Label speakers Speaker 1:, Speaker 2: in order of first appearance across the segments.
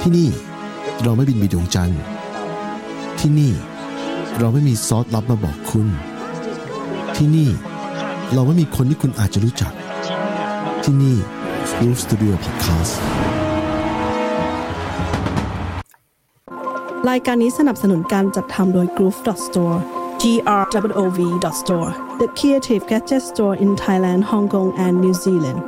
Speaker 1: ที่นี่เราไม่บินไปดวงจันทร์ ที่นี่เราไม่มีซอสลับมาบอกคุณ ที่นี่เราไม่มีคนที่คุณอาจจะรู้จัก ที่นี่ Roof Studio Podcast
Speaker 2: รายการนี้สนับสนุนการจัดทำโดย Groove Store grwov store the creative gadget store in Thailand Hong Kong and New Zealand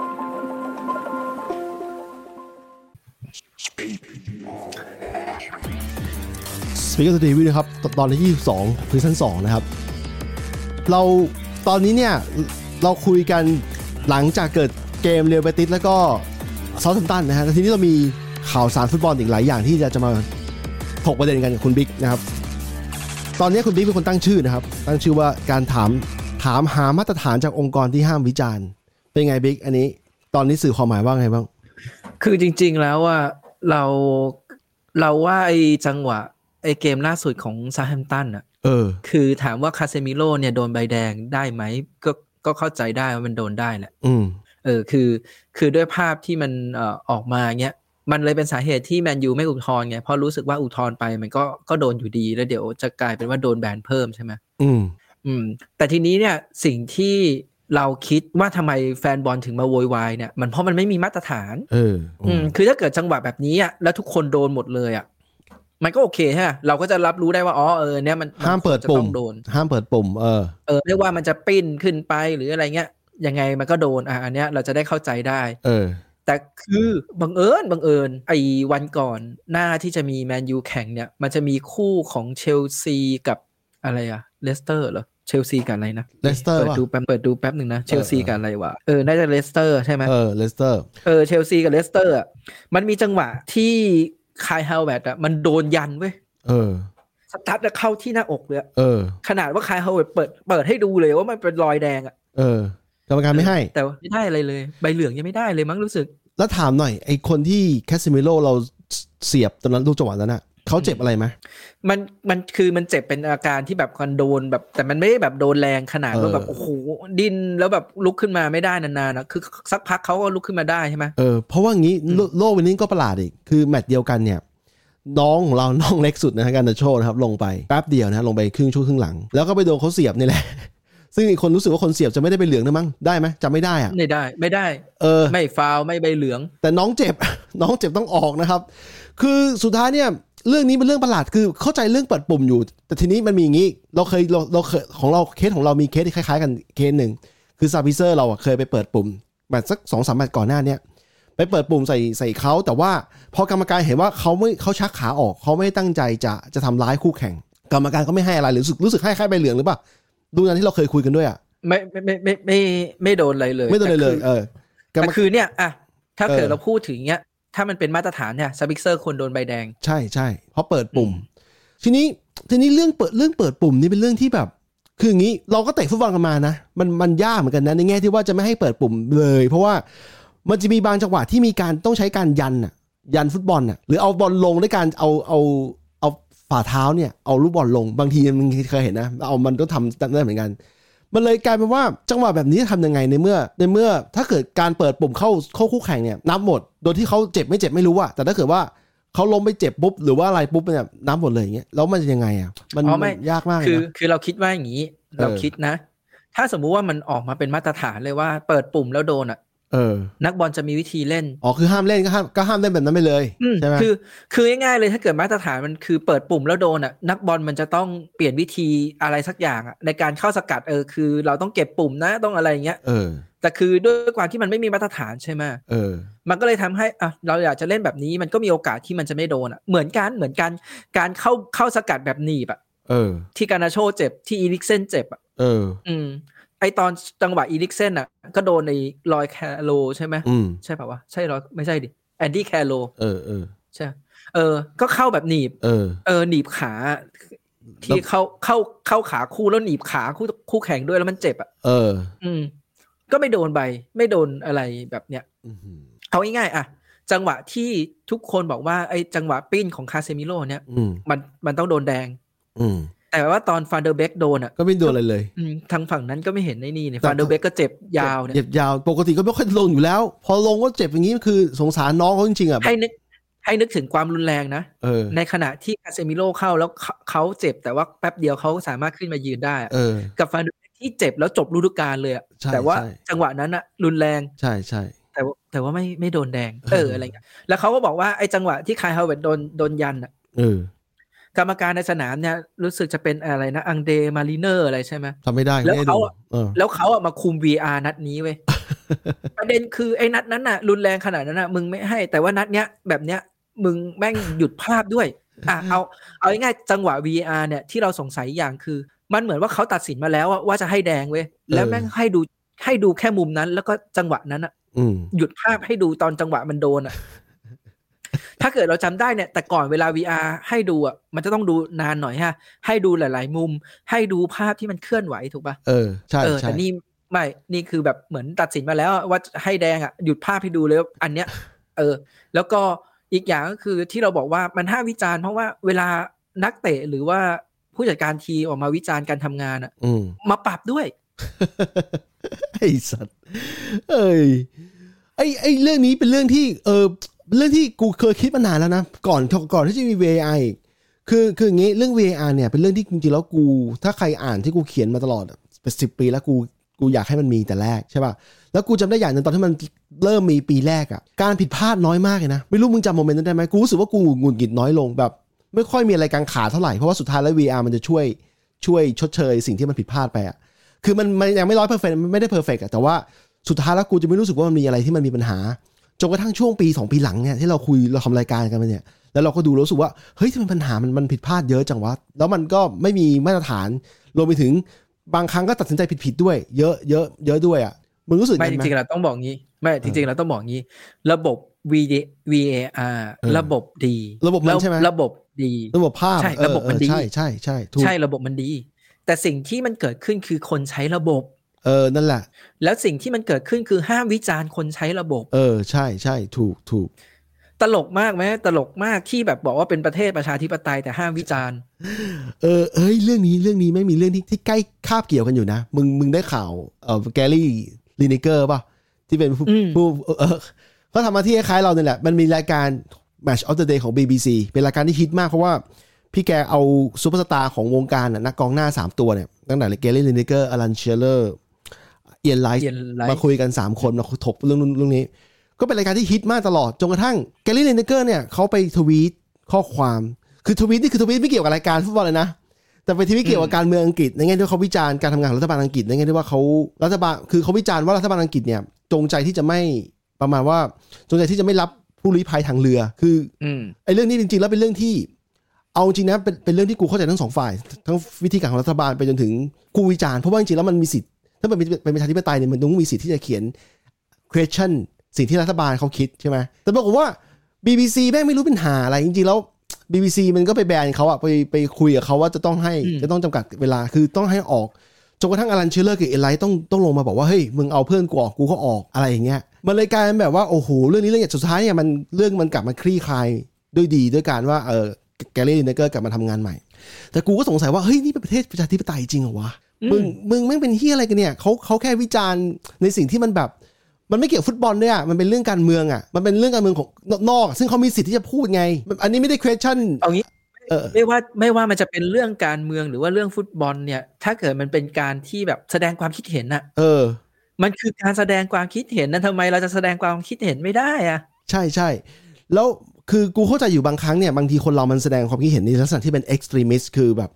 Speaker 1: สปีกเกอร์สตีวินะครับตตอนที่22พื้นชั้น2นะครับ เราตอนนี้เนี่ยเราคุยกันหลังจากเกิดเกมเรียลเบติสแล้วก็ซาท์ทัมตันนะฮะแต่ทีนี้เรามีข่าวสารฟุตบอลอีกหลายอย่างที่จะจะมาถกประเด็นกันกับคุณบิ๊กนะครับ ตอนนี้คุณบิ๊กเป็นคนตั้งชื่อนะครับ ตั้งชื่อว่าการถามถามหามาตรฐานจากองค์กรที่ห้ามวิจารณ์ เป็นไงบิ๊กอันนี้ ตอนนี้สื่อความหมายว่าไงบ้าง
Speaker 3: คือจริง ๆ แล้วว่าเราเราว่าไอ้จังหวะไอ้เกมล่าสุดของซาแฮมตันอ่ะ
Speaker 1: เออ
Speaker 3: คือถามว่าคาเซมิโร่เนี่ยโดนใบแดงได้ไหมก็ก็เข้าใจได้ว่ามันโดนได้แหละ
Speaker 1: อืม
Speaker 3: เออคือคือด้วยภาพที่มันเอ่อออกมาเงี้ยมันเลยเป็นสาเหตุที่แมนยูไม่อุทธรณ์ไงเพราะรู้สึกว่าอุทธรณ์ไปมันก็ก็โดนอยู่ดีแล้วเดี๋ยวจะกลายเป็นว่าโดนแบนเพิ่มใช่ไหม
Speaker 1: อืม
Speaker 3: อืมแต่ทีนี้เนี่ยสิ่งที่เราคิดว่าทำไมแฟนบอลถึงมาโวยวายเนี่ยมันเพราะมันไม่มีมาตรฐาน
Speaker 1: เออ
Speaker 3: อืมคือถ้าเกิดจังหวะแบบนี้อ่ะแล้วทุกคนโดนหมดเลยอ่ะมันก็โอเคฮะ เราก็จะรับรู้ได้ว่าอ๋อเออเนี่ยมันน
Speaker 1: ห้ามเปิด
Speaker 3: จะ
Speaker 1: ปุ่
Speaker 3: ต้
Speaker 1: ม
Speaker 3: องโดน
Speaker 1: ห้ามเปิดปุ่ม เออ
Speaker 3: เออไม่ว่ามันจะปิ้นขึ้นไปหรืออะไรเงี้ยยังไงมันก็โดนอ่ะอันเนี้ยเราจะได้เข้าใจได้
Speaker 1: เออ
Speaker 3: แต่คือบังเอิญบังเอิญไอ้วันก่อนหน้าที่จะมีแมนยูแข่งเนี่ย มันจะมีคู่ของเชลซีกับอะไรอะเลสเตอร์เหรอเชลซีกับอะไรนะ
Speaker 1: Leicester
Speaker 3: เปิด
Speaker 1: ป่ะ
Speaker 3: ดูแป๊บเปิดดูแป๊บหนึ่งนะเชลซีกับอะไรวะเออน่าจะเลสเตอร์ใช่ไหม
Speaker 1: เออ เลสเตอร์
Speaker 3: เออเชลซีกับเลสเตอร์อะมันมีจังหวะที่คายฮาวเวตอะมันโดนยันเว้ย
Speaker 1: เออ
Speaker 3: สตัดแล้วเข้าที่หน้าอกเลยอะ
Speaker 1: เออ
Speaker 3: ขนาดว่าคายฮาวเวตเปิดเปิดให้ดูเลยว่ามันเป็นรอยแดงอะ
Speaker 1: เออกรรมการไม่ให้
Speaker 3: แต่ว่าไม่ได้อะไรเลย ใบเหลืองยังไม่ได้เลยมั้งรู้สึก
Speaker 1: แล้วถามหน่อย ไอ้คนที่แคสซิเมโรเราเสียบตอนนั้นลูกจังหวะนั้นน่ะเขาเจ็บอะไรไหม
Speaker 3: มันมันคือมันเจ็บเป็นอาการที่แบบมันโดนแบบ แต่มันไม่ได้แบบโดนแรงขนาด
Speaker 1: เออ
Speaker 3: ว่าแบบโอ้โหดิ้นแล้วแบบลุกขึ้นมาไม่ได้นานๆนะคือสักพักเขาก็ลุกขึ้นมาได้ใช่ไหม
Speaker 1: เออ เพราะว่างี้โลโลกวินนิ่งก็ประหลาดอีก คือแมตช์เดียวกันเนี่ย น้องของเรา น้องเล็กสุดนะฮะการนาโชนะครับ ลงไปแป๊บเดียวนะฮะลงไปครึ่งช่วงครึ่งหลัง แล้วก็ไปโดนเขาเสียบนี่แหละ ซึ่งอีกคนรู้สึกว่าคนเสียบจะไม่ได้ไปเหลืองนะมั้ง ได้ไหมจำไม่ได้อะ
Speaker 3: ไม่ได้ ไม่ได้
Speaker 1: เออ
Speaker 3: ไม่ฟาวล์ไม่ใบเหลือง
Speaker 1: แต่น้องเจ็บ น้องเจ็บต้องออกนะครับ คือสุดท้ายเนี่ย เรื่องนี้เป็นเรื่องประหลาด คือเข้าใจเรื่องเปิดปุ่มอยู่ แต่ทีนี้มันมีอย่างนี้ เราเคยเราเราเคยของเราเคสของเรามีเคสที่คล้ายๆ กันเคสหนึ่ง คือซาพิเซอร์เราอะเคยไปเปิดปุ่มแมตช์สักสองสามแมตช์ก่อนหน้าเนี่ยไปเปิดปุ่มใส่ใส่เขาแต่ว่าพอกรรมการเห็นว่าเขาไม่เขาชักขาออกเขาไม่ได้ตั้งใจจะจะทำร้ายคู่แข่ง กรรมการก็ไม่ให้อะไรหรือรู้สึกรู้สึกให้แค่ใบเหลืองหรือเปล่าดูนั้นที่เราเคยคุยกันด้วยอะ
Speaker 3: ไม่ไม่ไม่ไม่ไม่ไม่โดนอะไรเลย
Speaker 1: ไม่โดนเลยเลยเออ กรรม
Speaker 3: แต่คือเนี่ยอะถ้าเกิด
Speaker 1: เออ
Speaker 3: เราพูดถึงเนี้ย ถ้ามันเป็นมาตรฐานเนี่ยซับิกเซอร์ควรโดนใบแดง
Speaker 1: ใช่ใช่เพราะเปิดปุ่ม ทีนี้ทีนี้เรื่องเปิดเรื่องเปิดปุ่มนี่เป็นเรื่องที่แบบ คืออย่างนี้เราก็เตะฟุตบอลกันมานะมันมันยากเหมือนกันนะในแง่ที่ว่าจะไม่ให้เปิดปุ่มเลย เพราะว่ามันจะมีบางจังหวะที่มีการต้องใช้การยันน่ะ ยันฟุตบอลน่ะหรือเอาบอลลงด้วยการเอาเอาเอาฝ่าเท้าเนี่ยเอาลูกบอลลงบางทีมันเคยเห็นนะเอามันก็ทำได้เหมือนกัน มันเลยกลายเป็นว่าจังหวะแบบนี้จะทำยังไงในเมื่อ ในเมื่อถ้าเกิดการเปิดปุ่มเข้าเข้าคู่แข่งเนี่ยนับหมด โดยที่เขาเจ็บไม่เจ็บไม่รู้อะแต่ถ้าเกิดว่าเขาล้มไปเจ็บปุ๊บหรือว่าอะไรปุ๊บเนี่ยนับหมดเลยอย่างเงี้ยแล้วมันจะยังไงอะมัน
Speaker 3: อ๋อไม่
Speaker 1: มันยากมากเลย
Speaker 3: คือ
Speaker 1: นะ
Speaker 3: คือเราคิดว่าอย่างนี้ เรา
Speaker 1: เออ
Speaker 3: คิดนะ ถ้าสมมุติว่ามันออกมาเป็นมาตรฐานเลยว่าเปิดปุ่มแล้วโดนอะ
Speaker 1: เออ
Speaker 3: นักบอลจะมีวิธีเล่น
Speaker 1: อ๋อคือห้ามเล่นก็ห้ามก็ห้ามเล่นแบบนั้นไปเลย
Speaker 3: อืม
Speaker 1: ใช่ไหม
Speaker 3: คือคือง่ายๆเลยถ้าเกิดมาตรฐานมันคือเปิดปุ่มแล้วโดนอ่ะนักบอลมันจะต้องเปลี่ยนวิธีอะไรสักอย่างอ่ะในการเข้าสกัดเออคือ เราต้องเก็บปุ่มนะต้องอะไรอย่างเงี้ย
Speaker 1: เออ
Speaker 3: แต่คือด้วยความที่มันไม่มีมาตรฐานใช่ไหม
Speaker 1: เออ
Speaker 3: มันก็เลยทำให้อ่ะเราอยากจะเล่นแบบนี้มันก็มีโอกาสที่มันจะไม่โดนอ่ะเหมือนกันเหมือนกันการเข้าเข้าสกัดแบบหนีบอ่ะ
Speaker 1: เออ
Speaker 3: ที่การนาโชเจ็บที่อีลิกเซนเจ็บอ่ะ
Speaker 1: เออ
Speaker 3: อืมไอตอนจังหวะอีลิกเซนอ่ะก็โดนในลอยแคโลใช่ไหม
Speaker 1: อืม
Speaker 3: ใช่ป่าวะใช่ลอยไม่ใช่ดิแอนดี้แคโล
Speaker 1: เออเออ
Speaker 3: ใช่เออก็เข้าแบบหนีบ
Speaker 1: เออ
Speaker 3: เออหนีบขา ที่เข้าเข้าเข้าขาคู่แล้วหนีบขาคู่คู่แข่งด้วยแล้วมันเจ็บอ่ะ
Speaker 1: เออ
Speaker 3: อืม ก็ไม่โดนใบ ไม่โดนอะไรแบบเนี้ย
Speaker 1: อื้อหือ
Speaker 3: เอาง่ายๆอ่ะจังหวะที่ทุกคนบอกว่าไอ้จังหวะปิ้นของคาเซมิโร่เนี่ย
Speaker 1: อืม
Speaker 3: มันมันต้องโดนแดง
Speaker 1: อืม
Speaker 3: แต่ว่าตอนฟานเดอร์เบกโดนอ่ะ
Speaker 1: ก็ไม่โดนอะไรเลย
Speaker 3: อืมทางฝั่งนั้นก็ไม่เห็นไอ้นี่เนี่ย
Speaker 1: แต่
Speaker 3: ฟานเดอร์เบกก็เจ็บยาวเนี่ย
Speaker 1: เจ็บยาวปกติก็ไม่ค่อยลงอยู่แล้ว พอลงก็เจ็บอย่างนี้คือสงสารน้องเขาจริงๆอ่ะ
Speaker 3: ให้นึก ให้นึกถึงความรุนแรงนะ
Speaker 1: เออ
Speaker 3: ในขณะที่คาเซมิโร่เข้าแล้วเขาเขาเจ็บแต่ว่าแป๊บเดียวเขาสามารถขึ้นมายืนได้อะ
Speaker 1: เออ
Speaker 3: กับฟานดูเนสที่เจ็บแล้วจบฤดูกาลเลยอะ
Speaker 1: ใช่
Speaker 3: แต่ว่า
Speaker 1: ใช่
Speaker 3: จังหวะนั้นอะรุนแรง
Speaker 1: ใช่ใช่
Speaker 3: แต่ว่าแต่ว่าไม่ไม่โดนแดง
Speaker 1: เอ
Speaker 3: เอ
Speaker 1: อ
Speaker 3: ออะไรเงี้ยแล้วเขาก็บอกว่าไอ้จังหวะที่คายฮาวเวิร์ดโดนโดนยันอะ
Speaker 1: เออก
Speaker 3: รรมการในสนามเนี่ยรู้สึกจะเป็นอะไรนะอังเดมารีเนอร์อะไรใช่ไหม
Speaker 1: ทำไม่ได้
Speaker 3: แล้ว
Speaker 1: ไม่ได้
Speaker 3: เขา
Speaker 1: ดู
Speaker 3: อะ
Speaker 1: เออ
Speaker 3: แล้วเขาอะมาคุม VR นัดนี้ เว้ย ประเด็นคือไอ้นัดนั้นน่ะ รุนแรงขนาดนั้นน่ะมึงไม่ให้ แต่ว่านัดเนี้ยแบบเนี้ยมึงแม่งหยุดภาพด้วยอ่ะเอาเอาง่ายๆจังหวะ VR เนี่ยที่เราสงสัยอย่างคือ มันเหมือนว่าเขาตัดสินมาแล้วอะว่าจะให้แดงเว้ยแล้วแม่งให้ดูให้ดูแค่มุมนั้น แล้วก็จังหวะนั้นอะ
Speaker 1: อืม
Speaker 3: หยุดภาพให้ดูตอนจังหวะมันโดน อ่ะ ถ้าเกิดเราจำได้เนี่ย แต่ก่อนเวลา VR ให้ดูอ่ะ มันจะต้องดูนานหน่อยฮะ ให้ดูหลาย ๆ มุม ให้ดูภาพที่มันเคลื่อนไหวถูกปะ
Speaker 1: เออ ใช่
Speaker 3: ่ะ เออ
Speaker 1: ใช่
Speaker 3: แต่นี่ไม่ นี่คือแบบเหมือนตัดสินมาแล้วว่าให้แดงอ่ะ หยุดภาพให้ดูเลยว่าอันเนี้ย เออ แล้วก็อีกอย่างก็คือที่เราบอกว่ามันห้ามวิจารณ์เพราะว่าเวลานักเตะหรือว่าผู้จัดการทีมออกมาวิจารณ์การทำงานอ่ะ
Speaker 1: อืม
Speaker 3: มาปรับด้วย
Speaker 1: ไอ้สัตว์ เอ้ย ไอ้ไอ้เรื่องนี้เป็นเรื่องที่ เออเป็นเรื่องที่กูเคยคิดมานานแล้วนะ ก่อนก่อนที่จะมี VAR อีกคือคืออย่างงี้เรื่อง VAR เนี่ยเป็นเรื่องที่จริงๆแล้วกู ถ้าใครอ่านที่กูเขียนมาตลอดอะเป็นสิบปีแล้วกูกูอยากให้มันมีแต่แรกใช่ป่ะ แล้วกูจำได้อย่างหนึ่งตอนที่มันเริ่มมีปีแรกอะการผิดพลาดน้อยมากเลยนะ ไม่รู้มึงจำโมเมนต์นั้นได้ไหมกูรู้สึกว่ากูหงุดหงิดน้อยลงแบบ ไม่ค่อยมีอะไรกางขาเท่าไหร่เพราะว่าสุดท้ายแล้ว VR มันจะช่วยช่วยชดเชยสิ่งที่มันผิดพลาดไปอะ คือมันมันยังไม่ร้อยเปอร์เฟกต์ไม่ได้เพอร์เฟกต์อะแต่ว่าสุดท้ายแล้วกูจะไม่รู้สึกว่ามันมีอะไรที่มันมีปัญหาจนกระทั่งช่วงปี 2 ปีหลังเนี่ยที่เราคุยเราทำรายการกันมาเนี่ยแล้วเราก็ดูรู้สึกว่าเฮ้ยทำไมปัญหามันมันผิดพลาดเยอะจังวะแล้วมันก็ไม่มีมาตรฐานรวมไปถึงบางครั้งก็ตัดสินใจผิดๆด้วย เยอะเยอะเยอะด้วยอะมึงรู้สึก
Speaker 3: ไม่
Speaker 1: ยัง
Speaker 3: จ
Speaker 1: ไง
Speaker 3: ริงๆเราต้องบอกงี้ ไม่จริงๆเราต้องบอกงี้ ระบบ V V A R
Speaker 1: เออ
Speaker 3: ระบบดี
Speaker 1: ระบบมันใช่ไหม
Speaker 3: ระบบดี
Speaker 1: ระบบภาพ
Speaker 3: ใช่
Speaker 1: เออ
Speaker 3: ระบบมันดี
Speaker 1: เออใช่ใช่ใช่ถูก
Speaker 3: ใช่ระบบมันดี แต่สิ่งที่มันเกิดขึ้นคือคนใช้ระบบ
Speaker 1: เออนั่นแหละ
Speaker 3: แล้วสิ่งที่มันเกิดขึ้นคือห้ามวิจารณ์คนใช้ระบบ
Speaker 1: เออใช่ใช่ถูกถูก
Speaker 3: ตลกมากไหมตลกมากที่แบบบอกว่าเป็นประเทศประชาธิปไตยแต่ห้ามวิจารณ์
Speaker 1: เออเอ้ยเรื่องนี้เรื่องนี้ไม่งมีเรื่องที่ที่ใกล้คาบเกี่ยวกันอยู่นะ มึงมึงได้ข่าวเออแกรี่ลินเกอร์ป่ะ ที่เป็นผู้
Speaker 3: อืม
Speaker 1: ผู้เออเขาทำหมาที่คล้ายๆเราเนี่ยแหละ มันมีรายการ Match of the Day ของ BBC เป็นรายการที่ฮิตมากเพราะว่า พี่แกเอาซูเปอร์สตาร์ของวงการน่ะนักกองหน้า 3 ตัวเนี่ย ตั้งแต่เกรี่ลินเกอร์อลันเชเลอร์เอียนไลท์
Speaker 3: Ian Wright
Speaker 1: มาคุยกัน 3 คนมาถกเรื่องนู้นเรื่องนี้ ก็เป็นรายการที่ฮิตมากตลอด จนกระทั่งแกรี่เลนเกอร์เนี่ยเขาไปทวีตข้อความ คือทวีตนี่คือทวีตไม่เกี่ยวกับรายการฟุตบอลเลยนะ แต่เป็นทวีตเกี่ยวกับการเมืองอังกฤษในแง่ที่เขาวิจารณ์การทำงานของรัฐบาลอังกฤษในแง่ที่ว่าเขารัฐบาลคือเขาวิจารณ์ว่ารัฐบาลอังกฤษเนี่ยจงใจที่จะไม่ประมาณว่าจงใจที่จะไม่รับผู้ลี้ภัยทางเรือ คือ
Speaker 3: อืม
Speaker 1: ไอ้เรื่องนี้จริงๆแล้วเป็นเรื่องที่เอาจริงนะเป็นเป็นเรื่องที่กูเข้าใจทั้งสองฝ่าย ทั้งวิธีการของรัฐบาลไปจนถึงกูวิจารณ์เพราะว่าจริงๆแล้วมันมีสิทธิ์ถ้ามันเป็นเป็นประชาธิปไตยเนี่ยมันต้องมีสิทธิ์ที่จะเขียน question สิ่งที่รัฐบาลเขาคิดใช่ไหม แต่ปรากฏว่า BBC แม่งไม่รู้ปัญหาอะไร จริงๆ แล้ว BBC มันก็ไปแบนเขาอะไปไปคุยกับเขาว่าจะต้องให้
Speaker 3: อืม
Speaker 1: จะต้องจำกัดเวลาคือต้องให้ออกจนกระทั่งอลันเชลเลอร์กับเอไลท์ต้องต้องลงมาบอกว่า เฮ้ย มึงเอาเพื่อนกูออกกูก็ออกอะไรอย่างเงี้ยมันเลยกลายเป็นแบบว่า โอ้โห เรื่องนี้เรื่องใหญ่สุดท้ายเนี่ยมันเรื่องมันกลับมาคลี่คลายด้วยดีด้วยการว่าเออแกลลี่ลินเกอร์กลับมาทำงานใหม่ แต่กูก็สงสัยว่าเฮ้ยนี่เป็นประเทศประชาธิปไตยจริงเหรอวะมึงมึงแม่งเป็นเฮียอะไรกันเนี่ยเขาเขาแค่วิจารณ์ในสิ่งที่มันแบบ มันไม่เกี่ยวฟุตบอลด้วยอ่ะ มันเป็นเรื่องการเมืองอ่ะ มันเป็นเรื่องการเมืองของนอกๆซึ่งเขามีสิทธิ์ที่จะพูดไงมันอันนี้ไม่ได้ question
Speaker 3: เอางี้
Speaker 1: เออ
Speaker 3: ไม่ว่าไม่ว่ามันจะเป็นเรื่องการเมืองหรือว่าเรื่องฟุตบอลเนี่ย ถ้าเกิดมันเป็นการที่แบบแสดงความคิดเห็นน่ะ
Speaker 1: เออ
Speaker 3: มันคือการแสดงความคิดเห็นนั้นทำไมเราจะแสดงความคิดเห็นไม่ได้อะ
Speaker 1: ใช่ใช่แล้วคือกูเข้าใจอยู่บางครั้งเนี่ย บางทีคนเรามันแสดงความคิดเห็นในลักษณะที่เป็น extremist คือแบบ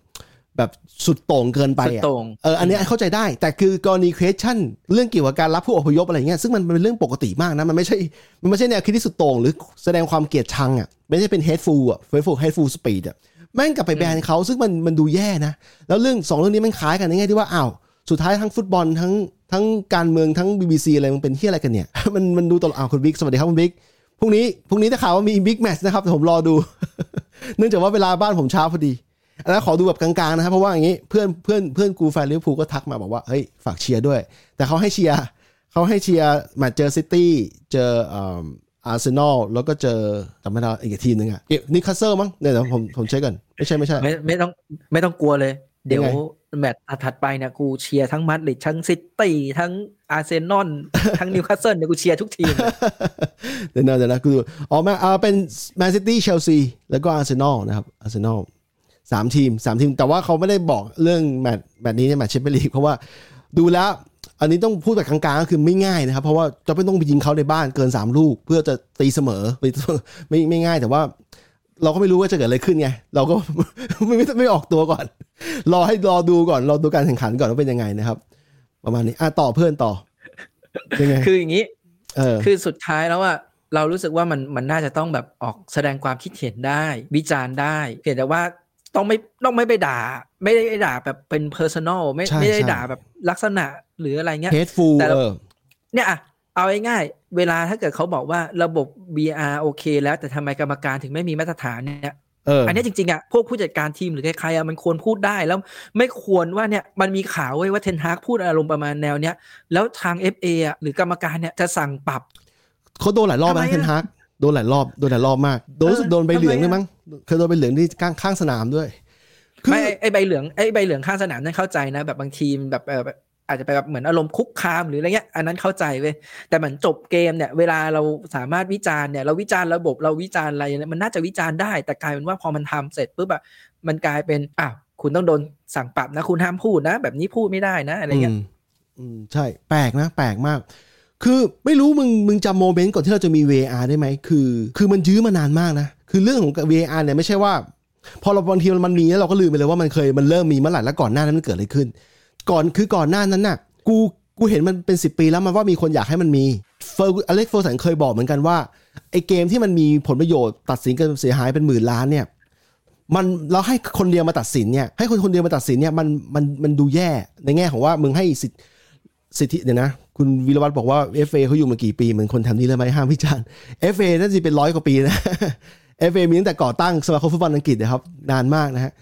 Speaker 1: แบบสุดโต่งเกินไป
Speaker 3: สุด
Speaker 1: อ่ะ
Speaker 3: โต่ง
Speaker 1: เอออันเนี้ยเข้าใจได้ แต่คือกรณี question เรื่องเกี่ยวกับการรับผู้อพยพอะไรเงี้ยซึ่งมันเป็นเรื่องปกติมากนะ มันไม่ใช่ มันไม่ใช่แนวคิดที่สุดโต่งหรือแสดงความเกลียดชังอ่ะไม่ใช่เป็น hateful อ่ะ hateful hateful speed อ่ะแม่งกลับไปแบนเขาซึ่งมันมันดูแย่นะ แล้วเรื่องสองเรื่องนี้มันคล้ายกันในแง่ที่ว่าอ้าวสุดท้ายทั้งฟุตบอลทั้งทั้งการเมืองทั้ง BBC อะไรมันเป็นเฮี้ยอะไรกันเนี่ย มันมันดูตลอดอ้าวคุณบิ๊กสวัสดีครับคุณบิ๊กพรุ่งนี้พรุ่งนี้ถ้าข่าวว่ามีบิ๊กแมชนะครับแต่ผมรอดู เนื่องจากว่าเวลาบ้านผมเช้าพอดี แล้วขอดูแบบกลางๆนะครับเพราะว่าอย่างนี้เพื่อนเพื่อนเพื่อนกูแฟนลิเวอร์พูลก็ทักมาบอกว่าเฮ้ยฝากเชียร์ด้วย แต่เขาให้เชียร์เขาให้เชียร์มาเจอซิตี้เจออาร์เซนอลแล้วก็เจอจำไม่ได้อีกทีมหนึงอะนิคาสเซิลมั้งเดี๋ยวผมผมเช็คก่อนไม่ใช่ไม่ใช่
Speaker 3: ไม่ไม่ต้องไม่ต้องกลัวเลย เดี๋ยว
Speaker 1: ยังไง
Speaker 3: แมตช์ถัดไปเนี่ยกูเชียร์ทั้งมัดริดทั้งซิตี้ทั้งอาร์เซนอลทั้งนิวคาสเซิลเนี่ยกูเชียร์ทุกทีมเลย
Speaker 1: เดี๋ยวนะเดี๋ยวนะกูดูอ๋อมาอ่าเป็นแมนซิตี้เชลซีแล้วก็อาร์เซนอลนะครับอาร์เซนอลสามทีมสามทีม แต่ว่าเขาไม่ได้บอกเรื่องแมตช์แมตช์นี้ในแมตช์เชมเปี้ยนลีกเพราะว่าดูแล้วอันนี้ต้องพูดแบบกลางๆก็คือไม่ง่ายนะครับ เพราะว่าจะไม่ต้องไปยิงเขาในบ้านเกิน 3 ลูก เพื่อจะตีเสมอ ไม่ไม่ไม่ง่ายแต่ว่า เราก็ไม่รู้ว่าจะเกิดอะไรขึ้นไง เราก็ ไม่ไม่ไม่ออกตัวก่อน รอให้รอดูก่อนรอดูการแข่งขันก่อนว่าเป็นยังไงนะครับ ประมาณนี้อ่ะต่อเพื่อนต่อยังไง
Speaker 3: คืออย่างนี้
Speaker 1: เออ
Speaker 3: คือสุดท้ายแล้วอะเรารู้สึกว่ามันมันน่าจะต้องแบบออกแสดงความคิดเห็นได้ วิจารณ์ได้เพียงแต่ว่าต้องไม่ต้องไม่ไปด่า ไม่ได้ด่าแบบเป็น personal ไม่
Speaker 1: ใช่
Speaker 3: ไม่ได้
Speaker 1: ใช่
Speaker 3: ด่าแบบลักษณะหรืออะไรเงี้ย
Speaker 1: เฮดฟูล
Speaker 3: แต่เรา
Speaker 1: เออ
Speaker 3: เนี่ยอะเอาง่ายๆเวลาถ้าเกิดเขาบอกว่าระบบ BR โอเค แล้วแต่ทำไมกรรมการถึงไม่มีมาตรฐานเนี่ย
Speaker 1: เออ
Speaker 3: อันเนี้ยจริงๆอะพวกผู้จัดการทีมหรือใครๆอะมันควรพูดได้แล้วไม่ควรว่าเนี่ยมันมีข่าวไว้ยว่าเทนฮากพูดอารมณ์ประมาณแนวเนี้ยแล้วทาง FA อะหรือกรรมการเนี่ยจะสั่งปรับ
Speaker 1: เขาโดนหลายรอบนะ
Speaker 3: ทำไมอะ
Speaker 1: เทนฮากโดนหลายรอบโดนหลายรอบมากโดนรู้สึกโดนใบ
Speaker 3: ทำไมอะ
Speaker 1: เหลืองด้วยมั้งเคยโดนใบเหลืองที่ข้างข้างสนามด้วย คือ
Speaker 3: ไม่ไอ้ไอใบเหลืองไอใบเหลืองข้างสนามนั่นเข้าใจนะ แบบบางทีมแบบเออแบบอาจจะไปแบบเหมือนอารมณ์คุกคามหรืออะไรเงี้ยอันนั้นเข้าใจเว้ยแต่เหมือนจบเกมเนี่ย เวลาเราสามารถวิจารณ์เนี่ยเราวิจารณ์ระบบเราวิจารณ์อะไรเนี่ยมันน่าจะวิจารณ์ได้ แต่กลายเป็นว่าพอมันทำเสร็จปุ๊บอะมันกลายเป็นอ้าวคุณต้องโดนสั่งปรับนะ คุณห้ามพูดนะ แบบนี้พูดไม่ได้นะอะไรเงี้ย
Speaker 1: มอืมใช่ แปลกนะ แปลกมาก คือไม่รู้มึงมึงจำโมเมนต์ก่อนที่เราจะมี VR ได้ไหมคือ คือมันยื้อมานานมากนะ คือเรื่องของ VR เนี่ยไม่ใช่ว่า พอเราบางทีมันมีแล้วเราก็ลืมไปเลยว่ามันเคยมันเริ่มมีเมื่อไหร่แล้วก่อนหน้านั้นมันเกิดอะไรขึ้น ก่อนคือก่อนหน้านั้นน่ะ กูกูเห็นมันเป็น 10 ปีแล้วมันว่ามีคนอยากให้มันมีเฟอร์อเล็กเฟอร์สันเคยบอกเหมือนกันว่าไอเกมที่มันมีผลประโยชน์ ตัดสินกันเสียหายเป็นหมื่นล้านเนี่ย มันเราให้คนเดียวมาตัดสินเนี่ยให้คนคนเดียวมาตัดสินเนี่ยมันมันมันดูแย่ในแง่ของว่ามึงให้สิทธิสิทธิเนี่ยวนะ คุณวิรวัตรบอกว่า FA เขาอยู่มากี่ปีเหมือนคนทำนี้เลยไหมห้ามวิจารณ์ FA น่าจะเป็นร้อยกว่าปีนะ FA มีตั้งแต่ก่อตั้งสมาคมฟุตบอลอังกฤษนะครับ นานมากนะฮะ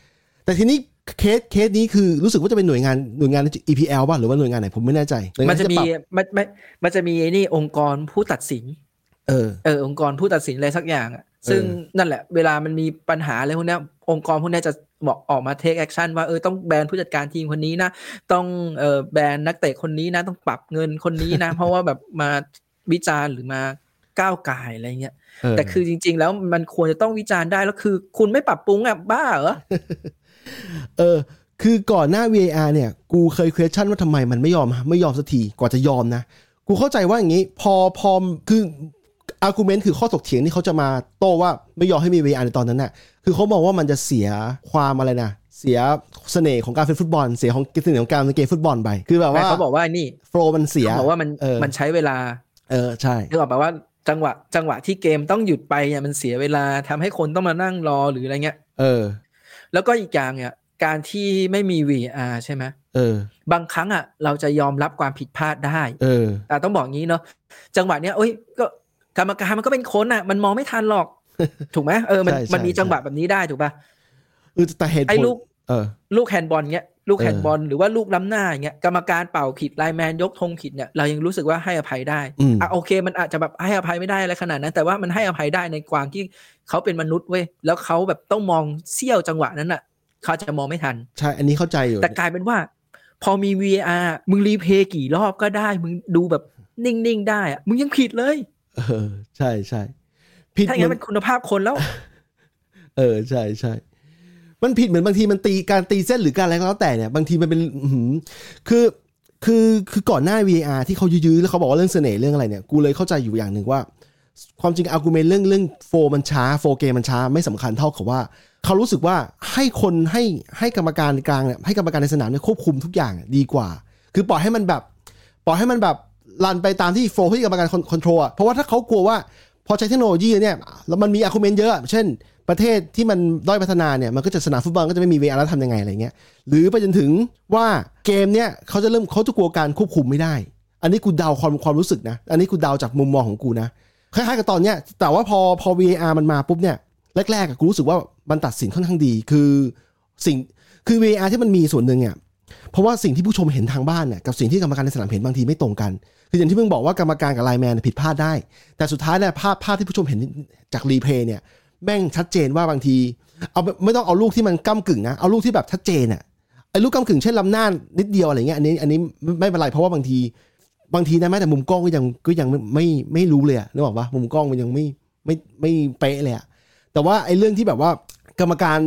Speaker 1: แต่ทีนี้เคสเคสนี้คือรู้สึกว่าจะเป็นหน่วยงานหน่วยงาน EPL ป่ะหรือว่าหน่วยงานไหนผมไม่แน่ใจหวยงา
Speaker 3: มันจะมี
Speaker 1: ปรับ
Speaker 3: มันมันมันจะมีไอ้นี่องค์กรผู้ตัดสิน
Speaker 1: เออ
Speaker 3: เออองค์กรผู้ตัดสินอะไรสักอย่างอะซึ่งนั่นแหละ เวลามันมีปัญหาอะไรพวกเนี้ยองค์กรพวกเนี้ยจะบอกออกมาเทคแอคชั่นว่าเออต้องแบนผู้จัดการทีมคนนี้นะ ต้องเออแบนนักเตะคนนี้นะ ต้องปรับเงินคนนี้ นะ เพราะว่าแบบมาวิจารณ์หรือมาก้าวไก่ายอะไรเงี้ย
Speaker 1: เออ
Speaker 3: แต่คือจริง ๆ แล้วมันควรจะต้องวิจารณ์ได้แล้วคือ คุณไม่ปรับปรุงอ่ะบ้าเหรอ
Speaker 1: เออ คือก่อนหน้า VAR เนี่ย กูเคย question ว่าทำไมมันไม่ยอม ไม่ยอมสักที กว่าจะยอมนะ กูเข้าใจว่าอย่างนี้ พอ พอ คือ argument คือข้อถกเถียงที่เขาจะมาโต้ว่าไม่ยอมให้มี VAR ในตอนนั้นน่ะ คือเขามองว่ามันจะเสียความอะไรนะ เสียเสน่ห์ของการเป็นฟุตบอล เสียของเสน่ห์ของการเป็นเกมฟุตบอลไป คือแบบ
Speaker 3: ไม่
Speaker 1: ว่า
Speaker 3: เขาบอกว่านี่
Speaker 1: โฟลมันเสีย
Speaker 3: เขาบอกว่ามัน
Speaker 1: เออ
Speaker 3: มันใช้เวลา
Speaker 1: เออ ใช่
Speaker 3: นึกออกปะว่าจังหวะจังหวะที่เกมต้องหยุดไปเนี่ยมันเสียเวลาทำให้คนต้องมานั่งรอหรืออะไรเงี้ย
Speaker 1: เออ
Speaker 3: แล้วก็อีกอย่างเนี่ยการที่ไม่มี VR ใช่ไหม
Speaker 1: เออ
Speaker 3: บางครั้งอ่ะเราจะยอมรับความผิดพลาดได้
Speaker 1: เออ
Speaker 3: แต่ต้องบอกงี้เนาะจังหวะเนี้ยเอ้ยก็กรรมการมันก็เป็นคนอ่ะ มันมองไม่ทันหรอก ถูกไหมเออมัน
Speaker 1: ใช่ใช่
Speaker 3: มันมีจังหวะแบบนี้ได้ถูกป่ะ
Speaker 1: เออแต่เหตุผ
Speaker 3: ไอ้
Speaker 1: ล
Speaker 3: ลูก
Speaker 1: เออ
Speaker 3: ลูกแฮนด์บอลเงี้ยลูก
Speaker 1: เออ
Speaker 3: แฮนด์บอลหรือว่าลูกล้ำหน้าอย่างเงี้ยกรรมการเป่าผิดไลน์แมนยกธงผิดเนี่ยเรายังรู้สึกว่าให้อภัยได้
Speaker 1: อืม
Speaker 3: อ่ะโอเค มันอาจจะแบบให้อภัยไม่ได้อะไรขนาดนั้น แต่ว่ามันให้อภัยได้ในความที่เขาเป็นมนุษย์เว้ยแล้วเขาแบบต้องมองเสี้ยวจังหวะนั้นอ่ะเขาจะมองไม่ทัน
Speaker 1: ใช่ อันนี้เข้าใจอยู่
Speaker 3: แต่กลายเป็นว่า พอมี VR มึงรีเพย์กี่รอบก็ได้ มึงดูแบบนิ่ง ๆ ได้อะมึงยังผิดเลย
Speaker 1: เออ ใช่ใช่ผิด
Speaker 3: ถ้าอย่างนั้
Speaker 1: มัน
Speaker 3: นมันคุณภาพคนแล้ว
Speaker 1: เออใช่ใช่ มันผิดเหมือนบางทีมันตีการตีเส้นหรือการอะไรก็แล้วแต่เนี่ยบางทีมันเป็นอื้อหือคือคือคือก่อนหน้า VR ที่เขายื้อๆแล้วเขาบอกว่าเรื่องเสน่ห์เรื่องอะไรเนี่ยกูเลยเข้าใจอยู่อย่างหนึ่งว่า ความจริงอาร์กุเมนต์เรื่องเรื่องโฟมันช้าโฟเกมมันช้าไม่สำคัญเท่ากับว่า เขารู้สึกว่าให้คนให้ให้กรรมการกลางเนี่ยให้กรรมการในสนามเนี่ยควบคุมทุกอย่างอะดีกว่า คือปล่อยให้มันแบบ ปล่อยให้มันแบบรันไปตามที่โฟที่กรรมการคอนโทรลอะเพราะว่าถ้าเขากลัวว่าพอใช้เทคโนโลยีเนี่ยแล้วมันมีอาร์กุเมนต์เยอะ เช่น ประเทศที่มันด้อยพัฒนาเนี่ยมันก็จะสนามฟุตบอลก็จะไม่มี VR แล้วทำยังไงอะไรเงี้ยหรือไปจนถึงว่าเกมเนี่ยเขาจะเริ่มเขาจะกลัวการควบคุมไม่ได้ อันนี้กูเดาความความรู้สึกนะ อันนี้กูเดาจากมุมมองของกูนะคล้ายๆกับตอนเนี้ยแต่ว่าพอพอ VAR มันมาปุ๊บเนี่ยแรกๆอะกูรู้สึกว่ามันตัดสินค่อนข้างดีคือสิ่งคือ VAR ที่มันมีส่วนหนึ่งอ่ะ เพราะว่าสิ่งที่ผู้ชมเห็นทางบ้านเนี่ยกับสิ่งที่กรรมการในสนามเห็นบางทีไม่ตรงกัน คืออย่างที่เพิ่งบอกว่ากรรมการกับไลน์แมนเนี่ยผิดพลาดได้ แต่สุดท้ายเนี่ยภาพภาพที่ผู้ชมเห็นจากรีเพลย์เนี่ย แม่งชัดเจนว่าบางที เอาไม่ต้องเอาลูกที่มันก้ากึ่งนะ เอาลูกที่แบบชัดเจนอะ ไอ้ลูกกำกึ่งเช่นลำหน้านิดเดียวอะไรเงี้ยอันนี้อันนี้ไม่ไม่เป็นไรเพราะว่าบางที บางทีนะแม้แต่มุมกล้องก็ยังก็ยังไม่ไม่ไม่รู้เลยอะนึกออกปะมุมกล้องมันยังไม่ไม่ไม่เป๊ะเลยอะแต่ว่าไอ้เรื่องที่แบบว่ากรรมการ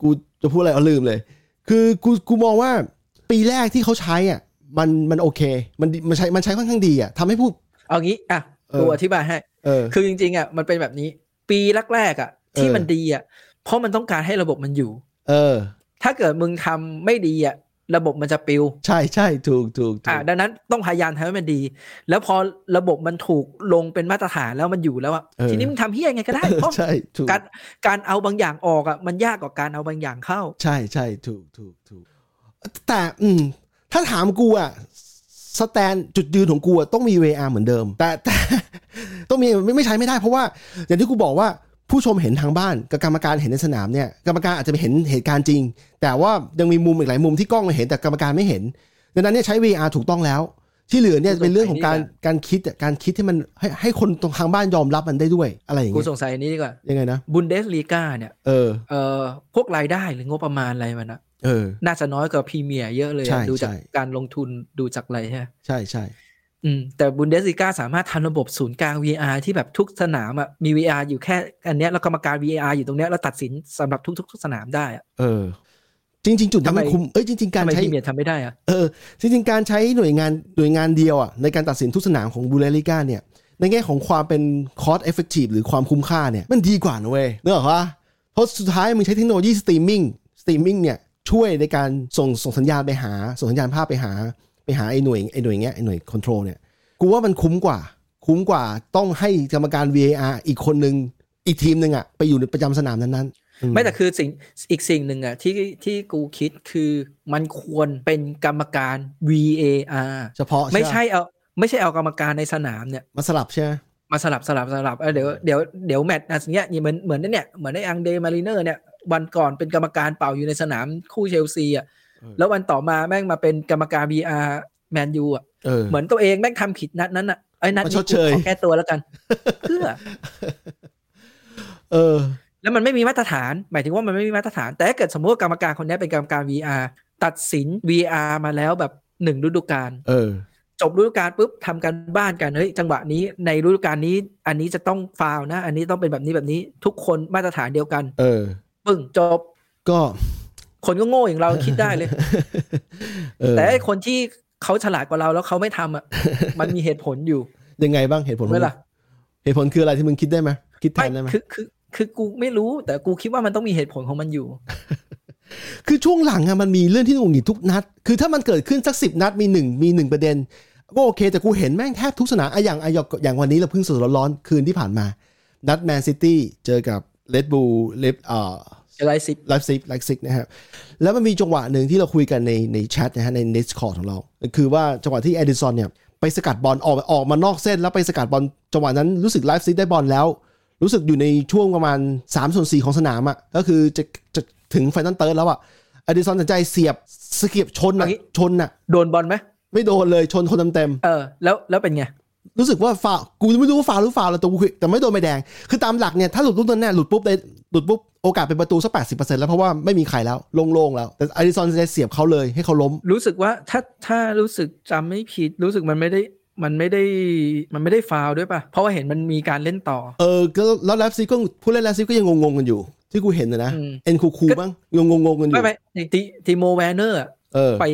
Speaker 1: กูจะพูดอะไรเอาลืมเลย คือกูกูมองว่าปีแรกที่เขาใช้อ่ะมันมันโอเค มันดีมันใช้มันใช้ค่อนข้างดีอ่ะทำให้ผู้
Speaker 3: เอางี้อ่ะ
Speaker 1: เออ
Speaker 3: กูอธิบายให้
Speaker 1: เออ
Speaker 3: คือจริงๆอ่ะมันเป็นแบบนี้ ปีแรกๆอ่ะ ที่
Speaker 1: เออ
Speaker 3: มันดีอ่ะเพราะมันต้องการให้ระบบมันอยู่
Speaker 1: เออ
Speaker 3: ถ้าเกิดมึงทำไม่ดีอ่ะระบบมันจะปิว
Speaker 1: ใช่ใช่ถูกถูกถู
Speaker 3: อ่าก ดังนั้นต้องพยายามทำให้มันดี แล้วพอระบบมันถูกลงเป็นมาตรฐานแล้วมันอยู่แล้วอ่ะทีนี้มึงทำเฮี้ยยังไงก็ ได้เพราะ
Speaker 1: ใช่ถูก
Speaker 3: การการเอาบางอย่างออกอ่ะมันยากกว่าการเอาบางอย่างเข้า
Speaker 1: ใช่ใช่ถูกถูกถูกแต่อืมถ้าถามกูอ่ะสแตนจุดยืนของกูอะต้องมี VR เหมือนเดิม แต่แต่ ต้องมีไม่ไม่ใช้ไม่ได้เพราะว่า อย่างที่กูบอกว่าผู้ชมเห็นทางบ้านกับกรรมการเห็นในสนามเนี่ยกรรมการอาจจะไปเห็นเหตุการณ์จริง แต่ว่ายังมีมุมอีกหลายมุมที่กล้องเห็นแต่กรรมการไม่เห็นดังนั้นเนี่ยใช้ VR ถูกต้องแล้ว ที่เหลือเนี่ยจะเป็นเรื่องของการการคิดอะการคิดที่มันให้ให้คนตรงทางบ้านยอมรับมันได้ด้วยอะไรอย่าง
Speaker 3: กู
Speaker 1: เงี้ย
Speaker 3: สงสัยอันนี้ดีกว่า
Speaker 1: ยังไงนะ
Speaker 3: บุนเดสลีกาเนี่ย
Speaker 1: เออ
Speaker 3: เอ่อพวกรายได้หรืองบประมาณอะไรมันอะ
Speaker 1: เออ
Speaker 3: น่าจะน้อยกว่าพรีเมียร์เยอะเลย
Speaker 1: ใช่
Speaker 3: อะดูจาก
Speaker 1: ใช่
Speaker 3: การลงทุนดูจากอะไรใช่ไหม
Speaker 1: ใช่ใช่
Speaker 3: อืมแต่บุนเดส l ีกาสามารถทำระบบศูนย์กลาง VR ที่แบบทุกสนามอะมี VR อยู่แค่อันเนี้ยแล้วกรรมการ VR อยู่ตรงเนี้ยแล้วตัดสินสำหรับทุกๆสนามได้อะ
Speaker 1: เออ จริง ๆ จุดนั้นมัน
Speaker 3: ทำไม
Speaker 1: คุมเอ้ยจริง ๆ การ
Speaker 3: ทำไม
Speaker 1: ใช้
Speaker 3: พี่เมียทำไม่ได้อะ
Speaker 1: เออจริง ๆ การใช้หน่วยงานหน่วยงานเดียวอ่ะในการตัดสินทุกสนามของบูเลริก้าเนี่ย ในแง่ของความเป็นคอ s t e f f e c t i v e หรือความคุ้มค่าเนี่ย มันดีกว่านะเว้ยนึกออกปะเพราะสุดท้ายมึงใช้เทคโนโลยีสตรีมมิ่งสตรีมมิ่งเนี่ย ช่วยในการส่งส่งสัญญาณไปหา ส่งสัญญาณภาพไปหา ไปหาไอ้หน่วยไอ้หน่วยเงี้ยไอ้หน่วยคอนโทรลเนี่ยกูว่ามันคุ้มกว่า คุ้มกว่าต้องให้กรรมการ VAR อีกคนนึงอีกทีมหนึ่งอ่ะไปอยู่ในประจำสนามนั้นๆอื
Speaker 3: ไม่แต่คือสิ่งอีกสิ่งหนึ่งอะที่ที่กูคิดคือมันควรเป็นกรรมการ VAR
Speaker 1: เฉพาะ
Speaker 3: ไม่
Speaker 1: ปะ
Speaker 3: ใช่เอาไม่ใช่เอากรรมการในสนามเนี่ย
Speaker 1: มาสลับใช่ไหม
Speaker 3: มาสลับสลับสลับเอ้ยเดี๋ยวเดี๋ยวเดี๋ยวแมตช์นะสิ่งเนี้ยเหมือนเหมือนนั่นเนี่ยเหมือนไอ้อังเดมาริเนอร์เนี่ยวันก่อนเป็นกรรมการเป่าอยู่ในสนามคู่เชลซีอ่ะ
Speaker 1: เออ
Speaker 3: แล้ววันต่อมาแม่งมาเป็นกรรมการ VR แมนยูอ่ะ
Speaker 1: เออ
Speaker 3: เหมือนตัวเองแม่งทำผิดนัดนั้นอ่ะไอ้ยนัด
Speaker 1: มาช
Speaker 3: นี้
Speaker 1: ดเชย
Speaker 3: กูขอแก้ตัวแล้วกัน เพื่อ
Speaker 1: เออ
Speaker 3: แล้วมันไม่มีมาตรฐาน หมายถึงว่ามันไม่มีมาตรฐาน แต่ถ้าเกิดสมมติว่ากรรมการคนเนี้ยเป็นกรรมการ VR ตัดสิน VR มาแล้วแบบหนึ่งฤดูกาล
Speaker 1: เออ
Speaker 3: จบฤดูกาลปุ๊บทำการบ้านกันเฮ้ยจังหวะนี้ในฤดูกาลนี้ อันนี้จะต้องฟาวล์นะ อันนี้ต้องเป็นแบบนี้แบบนี้ทุกคนมาตรฐานเดียวกัน
Speaker 1: เออ
Speaker 3: ปึ้งจบ
Speaker 1: ก็
Speaker 3: คนก็โง่อย่างเรา คิดได้เลย
Speaker 1: เออ
Speaker 3: แต่ไอ้คนที่เขาฉลาดกว่าเราแล้วเขาไม่ทำอ่ะ มันมีเหตุผลอยู่
Speaker 1: ยังไงบ้างเหตุผล
Speaker 3: เวลา
Speaker 1: เหตุผลคืออะไรที่มึงคิดได้ไหมคิดแท
Speaker 3: ไม่
Speaker 1: นได้ไหม
Speaker 3: คือคือคือกูไม่รู้ แต่กูคิดว่ามันต้องมีเหตุผลของมันอยู่
Speaker 1: คือช่วงหลังอะมันมีเรื่องที่หงุดหงิดทุกนัด คือถ้ามันเกิดขึ้นสักสิบนัดมีหนึ่งมีหนึ่งประเด็น ก็โอเค แต่กูเห็นแม่งแทบทุกสนามอะอย่างอะอย่างอย่างวันนี้เราเพิ่งสดร้อนๆคืนที่ผ่านมา นัดแมนซิตี้เจอกับเลดบูลเลดเอ่อ
Speaker 3: อะไรสิ
Speaker 1: ไลฟ์ซิกไลฟ์ซิกนะครับแล้วมันมีจังหวะหนึ่งที่เราคุยกันในในแชทนะฮะใน Discord ของเรา คือว่าจังหวะที่เอดิสันเนี่ย ไปสกัดบอลออกออกมานอกเส้น แล้วไปสกัดบอลจังหวะนั้นรู้สึกไลฟ์ซิกได้บอลแล้ว รู้สึกอยู่ในช่วงประมาณ3ส่วน4ของสนามอะ่ะก็คือจะจะถึงไฟนอลเติร์ดแล้วอะ่ะเอดิสันตัดสินใจเสียบเสียบชนอะชนอะ
Speaker 3: โดนบอลไหม
Speaker 1: ไม่โดนเลยชนคนเต็มๆ
Speaker 3: เออ แล้วแล้วเป็นไง
Speaker 1: รู้สึกว่าฟาวกูไม่รู้ว่าฟาวหรือฟาวแล้วแตัวกูคือแต่ไม่โดนใบแดง คือตามหลักเนี่ย ถ้าหลุดลูกนั้นเนี่ยหลุดปุ๊บเลยหลุดปุ๊บ โอกาสเป็นประตูสักแปดสิบเปอร์เซ็นต์แล้ว เพราะว่าไม่มีใครแล้ว โล่งๆแล้ว แต่อาริซอนจะเสียบเขาเลยให้เขาล้ม
Speaker 3: รู้สึกว่าถ้าถ้ารู้สึกจำไม่ผิด รู้สึกมันไม่ได้มันไม่ได้มันไม่ได้ฟาวล์ด้วยป่ะ เพราะว่าเห็นมันมีการเล่นต่อ
Speaker 1: เออแล้วแล้วแลฟซีก็ผู้เล่นแลฟซีก็ยังงงๆกันอยู่ ที่กูเห็นนะนะ
Speaker 3: อืม
Speaker 1: เอ็นคูคูบ้างยังงงๆกันอ
Speaker 3: ไม่
Speaker 1: ยู่
Speaker 3: ไม่ติติโมแวนเนอร์อะ
Speaker 1: เออ
Speaker 3: ไป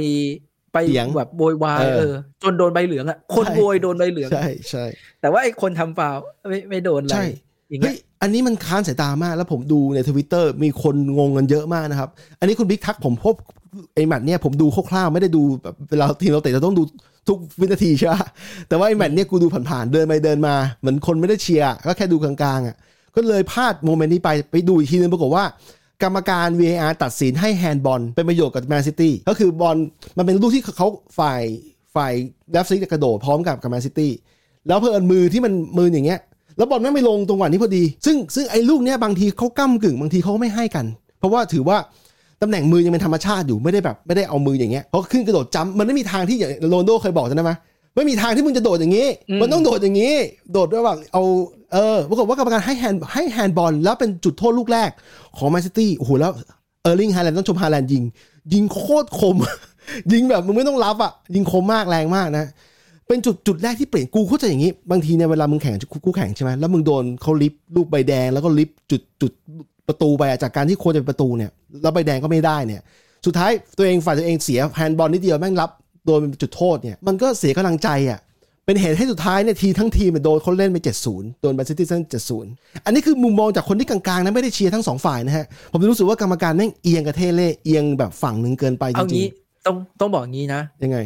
Speaker 3: ไป
Speaker 1: เถียง
Speaker 3: แบบโวยวาย
Speaker 1: เออ
Speaker 3: เออ จนโดนใบเหลืองอ่ะ คน
Speaker 1: ใช่
Speaker 3: โวยโดนใบเหลือง
Speaker 1: ใช่ใช่
Speaker 3: แต่ว่าไอ้คนทำฟาวล์ไม่ไม่โดนอะไร
Speaker 1: ใช่
Speaker 3: อย่าง
Speaker 1: เฮ้
Speaker 3: เงี้
Speaker 1: ย
Speaker 3: ย
Speaker 1: อันนี้มันค้านสายตามาก แล้วผมดูในทวิตเตอร์มีคนงงกันเยอะมากนะครับ อันนี้คุณบิ๊กทักผมพบไอ้แมตช์เนี่ยผมดูคร่าวๆไม่ได้ดูแบบเวลาทีมเราเตะเราต้องดูทุกวินาทีใช่ปะแต่ว่าไอ้แมตช์เนี่ยกูดูผ่านๆเดินไปเดินมา เหมือนคนไม่ได้เชียร์ก็แค่ดูกลางๆอ่ะ ก็เลยพลาดโมเมนต์นี้ไปไปดูอีกทีนึงปรากฏว่า กรรมการ VAR ตัดสินให้แฮนด์บอลเป็นประโยชน์กับแมนซิตี้ก็คือบอลมันเป็นลูกที่เขาฝ่ายฝ่ายเลฟซิกจะกระโดดพร้อมกับกับแมนซิตี้แล้วเพื่อนมือที่มันมืออย่างเงี้ย แล้วบอลแม่งไม่ลงตรงหวะนี้พอดี ซึ่งซึ่งไอ้ลูกเนี้ยบางทีเขาก้ากึ่งบางทีเขาไม่ให้กัน เพราะว่าถือว่าตำแหน่งมือยังเป็นธรรมชาติอยู่ไม่ได้แบบไม่ได้เอามืออย่างเงี้ยเพราะขึ้นกระโดดจ้ำมันไม่มีทางที่อย่างโรนลโดเคยบอกจำได้ไหมไม่มีทางที่มึงจะโดดอย่างงี้ มันต้องโดดอย่างงี้ โดดระหว่างเอาเออปรากฏว่ากรรมการให้แฮนด์ให้แฮนด์บอลแล้วเป็นจุดโทษลูกแรกของแมนซิตี้โอ้โหแล้วเออร์ลิงฮาแลนด์ต้องชมฮาแลนด์ยิง ยิงโคตรคม ยิงแบบมึงไม่ต้องรับอ่ะ ยิงคมมากแรงมากนะ เป็นจุดจุดแรกที่เปลี่ยนกูเข้าใจอย่างนี้ บางทีในยเวลามึงแข่งกูแข่งใช่ไหมแล้วมึงโดนเขาลิฟต์ลูกใบแดงแล้วก็ลิฟต์จุดจุดประตูไปอะจากการที่ควรจะเป็นประตูเนี่ยแล้วใบแดงก็ไม่ได้เนี่ย สุดท้ายตัวเองฝ่ายตัวเองเสียแฮนด์บอลนิดเดียวแม่งรับโดนเป็นจุดโทษเนี่ยมันก็เสียกำลังใจอ่ะเป็นเหตุให้สุดท้ายเนี่ยทีมทั้งทีมเนี่ยโดนเขาเล่นไป 70 โดนแมนซิตี้เส้น70 อันนี้คือมุมมองจากคนที่กลางๆนะไม่ได้เชียร์ทั้งสองฝ่ายนะฮะ ผมรู้สึกว่ากรรมการแม่งเอียงกระเทเล่เอียงแบบฝั่งหนึ่งเกินไปจ
Speaker 3: เอา
Speaker 1: ริง
Speaker 3: งี้ต้องต้องบอกงี้นะ
Speaker 1: ๆยังไง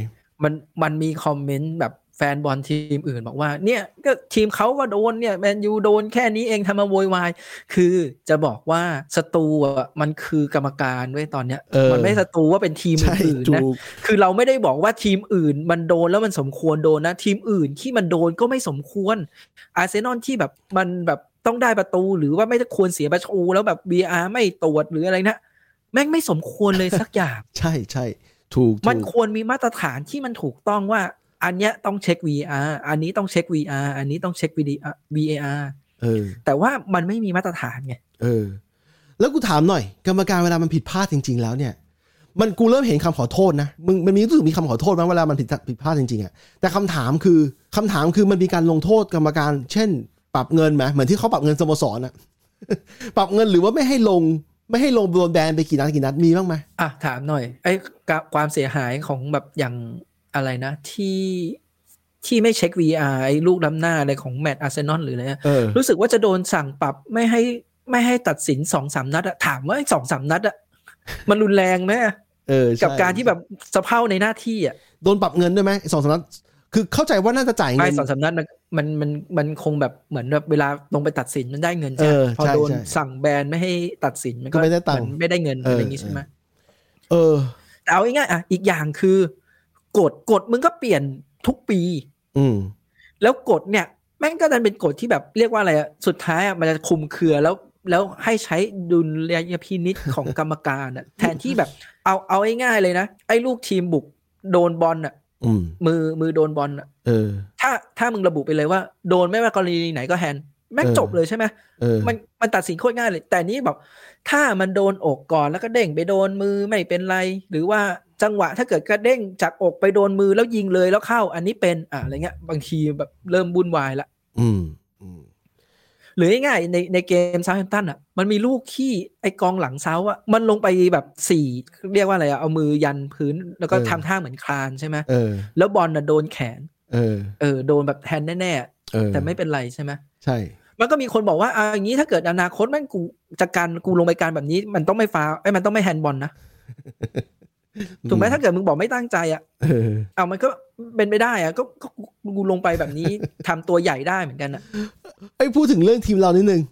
Speaker 3: มันมันมีคอมเมนต์แบบแฟนบอลทีมอื่นบอกว่า เนี่ยก็ทีมเขาว่าโดนเนี่ยแมนยูโดนแค่นี้เองทำมาโวยวายคือจะบอกว่าสตูอะมันคือกรรมการเว้ยตอนเนี้ย
Speaker 1: เออ
Speaker 3: มันไม่สตูว่าเป็นทีม
Speaker 1: ใช่
Speaker 3: อื่น
Speaker 1: จู
Speaker 3: ๆนะ
Speaker 1: ก
Speaker 3: คือเราไม่ได้บอกว่าทีมอื่น มันโดนแล้วมันสมควรโดนนะ ทีมอื่นที่มันโดนก็ไม่สมควร อาร์เซนอลที่แบบมันแบบต้องได้ประตูหรือว่าไม่ควรเสียประตูแล้วแบบ VR ไม่ตรวจหรืออะไรนะแม่งไม่สมควรเลยสักอย่าง
Speaker 1: ใช่ใช่ถูก
Speaker 3: มัน
Speaker 1: ถูก
Speaker 3: ควรมีมาตรฐานที่มันถูกต้องว่า อันเนี้ยต้องเช็ค VR อันนี้ต้องเช็ค VR อันนี้ต้องเช็ค VDR VAR
Speaker 1: เออ
Speaker 3: แต่ว่ามันไม่มีมาตรฐานไง
Speaker 1: เออ แล้วกูถามหน่อย กรรมการเวลามันผิดพลาดจริง ๆ แล้วเนี่ย มันกูเริ่มเห็นคำขอโทษนะมึงมันมีรู้สึกมีคำขอโทษไหมเวลามันผิดผิดพลาดจริงๆอะแต่คำถามคือคำถามคือมันมีการลงโทษกรรมการ เช่น ปรับเงินไหมเหมือนที่เขาปรับเงินสโมสรอะ ปรับเงินหรือว่าไม่ให้ลง ไม่ให้ลงโดนแบนไปกี่นัดกี่นัดมีบ้างไหม
Speaker 3: อ่ะ ถามหน่อย ไอ้กะความเสียหายของแบบอย่างอะไรนะ ที่ที่ไม่เช็ค VR ไอ้ลูกล้ำหน้าอะไรของแมตต์อาร์เซนอลหรืออะไรอะ
Speaker 1: เออ
Speaker 3: รู้สึกว่าจะโดนสั่งปรับไม่ให้ไม่ให้ตัดสินสองสามนัดอะถามว่าสองสามนัดอะมันรุนแรงไหมอะ
Speaker 1: เออใช่
Speaker 3: กับการที่แบบสะเพร่าในหน้าที่อะ
Speaker 1: โดนปรับเงินด้วยไหมไอ้สองสามนัดคือเข้าใจว่าน่าจะจ่ายเงิ
Speaker 3: ไม่
Speaker 1: น
Speaker 3: สองสามนัดมันมันมันมันคงแบบเหมือนแบบเวลาลงไปตัดสินมันได้เงินใช่
Speaker 1: เอ
Speaker 3: ไหม
Speaker 1: อ
Speaker 3: พอ
Speaker 1: ใช่
Speaker 3: โดน
Speaker 1: ใช่
Speaker 3: สั่งแบนไม่ให้ตัดสินมัน
Speaker 1: ก็
Speaker 3: ก็
Speaker 1: ไม่ได้ตังค์
Speaker 3: เหอนไม่ได้เงิน
Speaker 1: เอออ
Speaker 3: อะไรอย่างงี้ใช่ไหม
Speaker 1: เออ
Speaker 3: แต่เอาง่ายๆอ่ะอีกอย่างคือกฎกฎมึงก็เปลี่ยนทุกปี
Speaker 1: อืม
Speaker 3: แล้วกฎเนี่ยแม่งก็ดันเป็นกฎที่แบบเรียกว่าอะไรอ่ะสุดท้ายอ่ะมันจะคลุมเครือแล้วแล้วให้ใช้ดุลยพินิษของกรรมการ อ่ะ แทนที่แบบเอาเอาง่ายๆเลยนะ ไอ้ลูกทีมบุกโดนบอลอ่ะ
Speaker 1: อืม
Speaker 3: มือมือโดนบอลอ่ะ
Speaker 1: เออ
Speaker 3: ถ้าถ้ามึงระบุไปเลยว่าโดนไม่ว่ากรณีไหนก็แฮนด์แม่ง
Speaker 1: เออ
Speaker 3: จบเลยใช่ไหม
Speaker 1: เออ
Speaker 3: มันมันตัดสินโคตรง่ายเลย แต่นี้บอกถ้ามันโดนอกก่อนแล้วก็เด้งไปโดนมือไม่เป็นไร หรือว่าจังหวะถ้าเกิดกระเด้งจากอกไปโดนมือแล้วยิงเลยแล้วเข้า อันนี้เป็นอะอะไรเงี้ยบางทีแบบเริ่มบุ่นวายละ
Speaker 1: อืมอืม
Speaker 3: หรือง่ายๆในในเกมซาวแฮมป์ตันอ่ะมันมีลูกที่ไอกองหลังเซาอ่ะมันลงไปแบบสี่เรียกว่าอะไรอะเอามือยันพื้นแล้วก็
Speaker 1: เออ
Speaker 3: ทำท่าเหมือนคลานใช่ไหม
Speaker 1: เออ
Speaker 3: แล้วบอลน่ะโดนแขน
Speaker 1: เออ
Speaker 3: เออโดนแบบแฮนด์แน่
Speaker 1: เออ
Speaker 3: ๆแต่ไม่เป็นไรใช่ไหม
Speaker 1: ใช่
Speaker 3: มันก็มีคนบอกว่าอ่าอย่างนี้ถ้าเกิดอนาคตแมันกูจะการกูลงไปการแบบนี้ มันต้องไม่ฟาวไอ้ยมันต้องไม่แฮนด์บอลนะถูกไหมถ้าเกิดมึงบอกไม่ตั้งใจอ่ะ
Speaker 1: เออ
Speaker 3: เอามันก็เป็นไปได้อ่ะก็ก็กูกูลงไปแบบนี้ ทำตัวใหญ่ได้เหมือนกันอ่ะ
Speaker 1: ไอยพูดถึงเรื่องทีมเรานิดนึง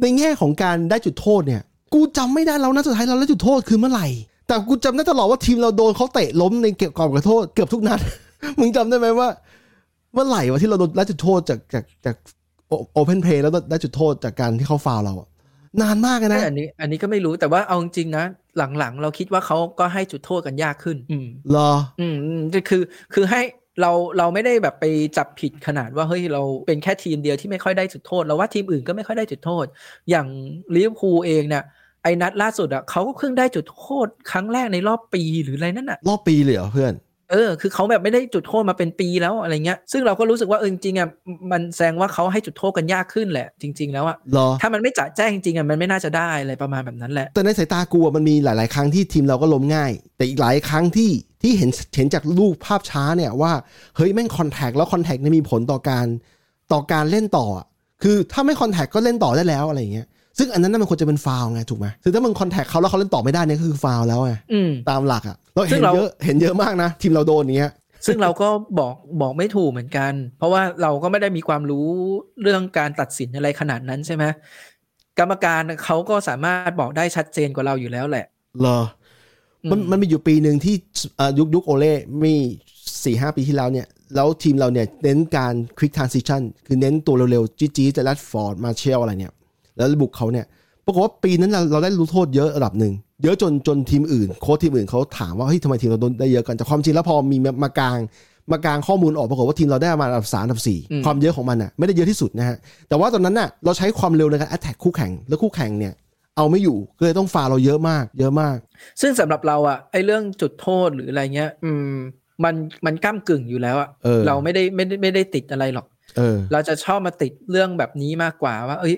Speaker 1: ในแง่ของการได้จุดโทษเนี่ย กูจำไม่ได้แล้วนะสุดท้ายเราได้จุดโทษคือเมื่อไหร่ แต่กูจำได้ตลอดว่าทีมเราโดนเขาเตะล้มในเก็บกรอบกระโทษเกือบทุกนัด มึงจำได้ไหมว่า เมื่อไหร่วะที่เราโดนได้จุดโทษจากจากจากโอเพนเพลย์แล้วได้จุดโทษจากการที่เขาฟาวล์เราอะนานมากเลยนะ
Speaker 3: แต่อันนี้ อันนี้ก็ไม่รู้แต่ว่าเอาจริงๆนะหลังๆ เราคิดว่าเขาก็ให้จุดโทษกันยากขึ้น อืม
Speaker 1: รอ
Speaker 3: อืมอืมก็คือคือให้เราเราไม่ได้แบบไปจับผิดขนาดว่าเฮ้ยเราเป็นแค่ทีมเดียวที่ไม่ค่อยได้จุดโทษเราว่าทีมอื่นก็ไม่ค่อยได้จุดโทษ อย่างลิเวอร์พูลเองเนี่ยไอ้นัดล่าสุดอ่ะเขาก็เพิ่งได้จุดโทษครั้งแรกในรอบปีหรืออะไรนั่นน่ะ
Speaker 1: รอบปีเลยเหรอเพื่อน
Speaker 3: เออคือเขาแบบไม่ได้จุดโทษมาเป็นปีแล้วอะไรเงี้ยซึ่งเราก็รู้สึกว่าเออจริงๆอ่ะมันแสดงว่าเขาให้จุดโทษกันยากขึ้นแหละ จริง ๆ แล้วอ่ะ
Speaker 1: รอ
Speaker 3: ถ้ามันไม่จะแจ้งจริงๆอ่ะมันไม่น่าจะได้อะไรประมาณแบบนั้นแหละ
Speaker 1: แต่ในสายตากูอะมันมีหลาย ๆ ครั้งที่ทีมเราก็ล้มง่าย แต่อีกหลายครั้งที่ที่เห็นเห็นจากรูปภาพช้าเนี่ยว่า เฮ้ยแม่งคอนแทคแล้วคอนแทคเนี่ยมีผลต่อการต่อการเล่นต่ออะคือถ้าไม่คอนแทคก็เล่นต่อได้แล้วอะไรอย่างเงี้ยซึ่งอันนั้นน่ะมันควรจะเป็นฟาวล์ไงถูกไหมคือถ้ามึงคอนแทคเขาแล้วเขาเล่นต่อไม่ได้เนี่ยก็คือฟาวล์แล้วไง
Speaker 3: อืม
Speaker 1: ตามหลักอ่ะเรา
Speaker 3: ซึ่
Speaker 1: เห็น
Speaker 3: งเรา
Speaker 1: เยอะเห็นเยอะมากนะ ทีมเราโดนอย่างเงี้ย
Speaker 3: ซึ่งเราก็บอกบอกไม่ถูกเหมือนกัน เพราะว่าเราก็ไม่ได้มีความรู้เรื่องการตัดสินอะไรขนาดนั้นใช่ไหมกรรมการเขาก็สามารถบอกได้ชัดเจนกว่าเราอยู่แล้วแหละ
Speaker 1: เหรออ
Speaker 3: ม
Speaker 1: มันมันมีอยู่ปีหนึ่งที่เอ่อยุคยุคโอเล่มีสี่ห้าปีที่แล้วเนี่ย แล้วทีมเราเนี่ยเน้นการ quick transition คือเน้นตัวเร็วๆ จี้จี้แต่ลัดฟอร์ดมาเชลอะไรเนี่ย แล้วบุกเขาเนี่ย ปรากฏว่าปีนั้นเราเราได้รู้โทษเยอะระดับหนึ่ง เยอะจนจนทีมอื่น โค้ชทีมอื่นเขาถามว่าเฮ้ยทำไมทีมเราโดนได้เยอะกันแต่ความจริงแล้วพอมีมามากลางมากลางข้อมูลออกปรากฏว่าทีมเราได้ประมาณอันดับสามอันดับสี่
Speaker 3: อืม
Speaker 1: ความเยอะของมันอ่ะไม่ได้เยอะที่สุดนะฮะแต่ว่าตอนนั้นน่ะเราใช้ความเร็วในการแอตแทกคู่แข่งแล้วคู่แข่งเนี่ย เอาไม่อยู่ก็เลยต้องฟาวเราเยอะมาก เยอะมาก
Speaker 3: ซึ่งสำหรับเราอะไอเรื่องจุดโทษหรืออะไรเงี้ย อืม มันมันก้ามกึ่งอยู่แล้วอะ
Speaker 1: เออ
Speaker 3: เราไม่ได้ไม่ได้ไม่ได้ติดอะไรหรอก
Speaker 1: เออ
Speaker 3: เราจะชอบมาติดเรื่องแบบนี้มากกว่าว่า เอ้ย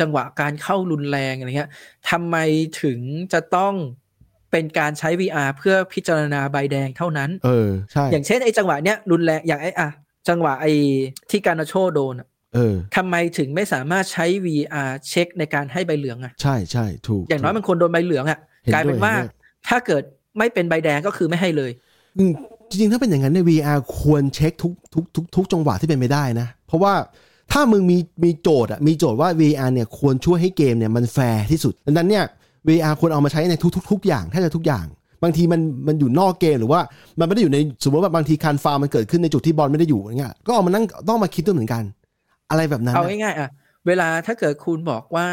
Speaker 3: จังหวะการเข้ารุนแรงอะไรเงี้ยทำไมถึงจะต้องเป็นการใช้ VR เพื่อพิจารณาใบแดงเท่านั้น
Speaker 1: เออ ใช่
Speaker 3: อย่างเช่นไอ้จังหวะเนี้ยรุนแรงอย่างไอ้อะจังหวะไอ้ที่การนาโชโดนอะ
Speaker 1: เออ
Speaker 3: ทำไมถึงไม่สามารถใช้ VR เช็คในการให้ใบเหลืองอะ
Speaker 1: ใช่ใช่ถูก
Speaker 3: อย่างน้อยมันควรโดนใบเหลืองอะ
Speaker 1: ห็ด้ว
Speaker 3: กลายเป็นว่า
Speaker 1: ห็ด้ย
Speaker 3: ถ้าเกิดไม่เป็นใบแดงก็คือไม่ให้เลย
Speaker 1: อืมจริงๆ ถ้าเป็นอย่างนั้นเนี่ย VR ควรเช็คทุกทุกทุกทุกจังหวะที่เป็นไปได้นะ เพราะว่าถ้ามึงมีมีโจทย์อะมีโจทย์ว่า VR เนี่ยควรช่วยให้เกมเนี่ยมันแฟร์ที่สุดดังนั้นเนี่ย VR ควรเอามาใช้ในทุกทุกทุกอย่างแทบจะทุกอย่าง บางทีมันมันอยู่นอกเกมหรือว่ามันไม่ได้อยู่ในสมมติว่าบางทีการฟาวล์มันเกิดขึ้นในจุดที่บอลไม่ได้อยู่อย่างเงี้ยก็เอามานั่งต้องมาคิดด้วยเหมือนกัน อะไรแบบนั้น
Speaker 3: เอา
Speaker 1: อะ
Speaker 3: ง่ายๆอะเวลาถ้าเกิดคุณบอกว่า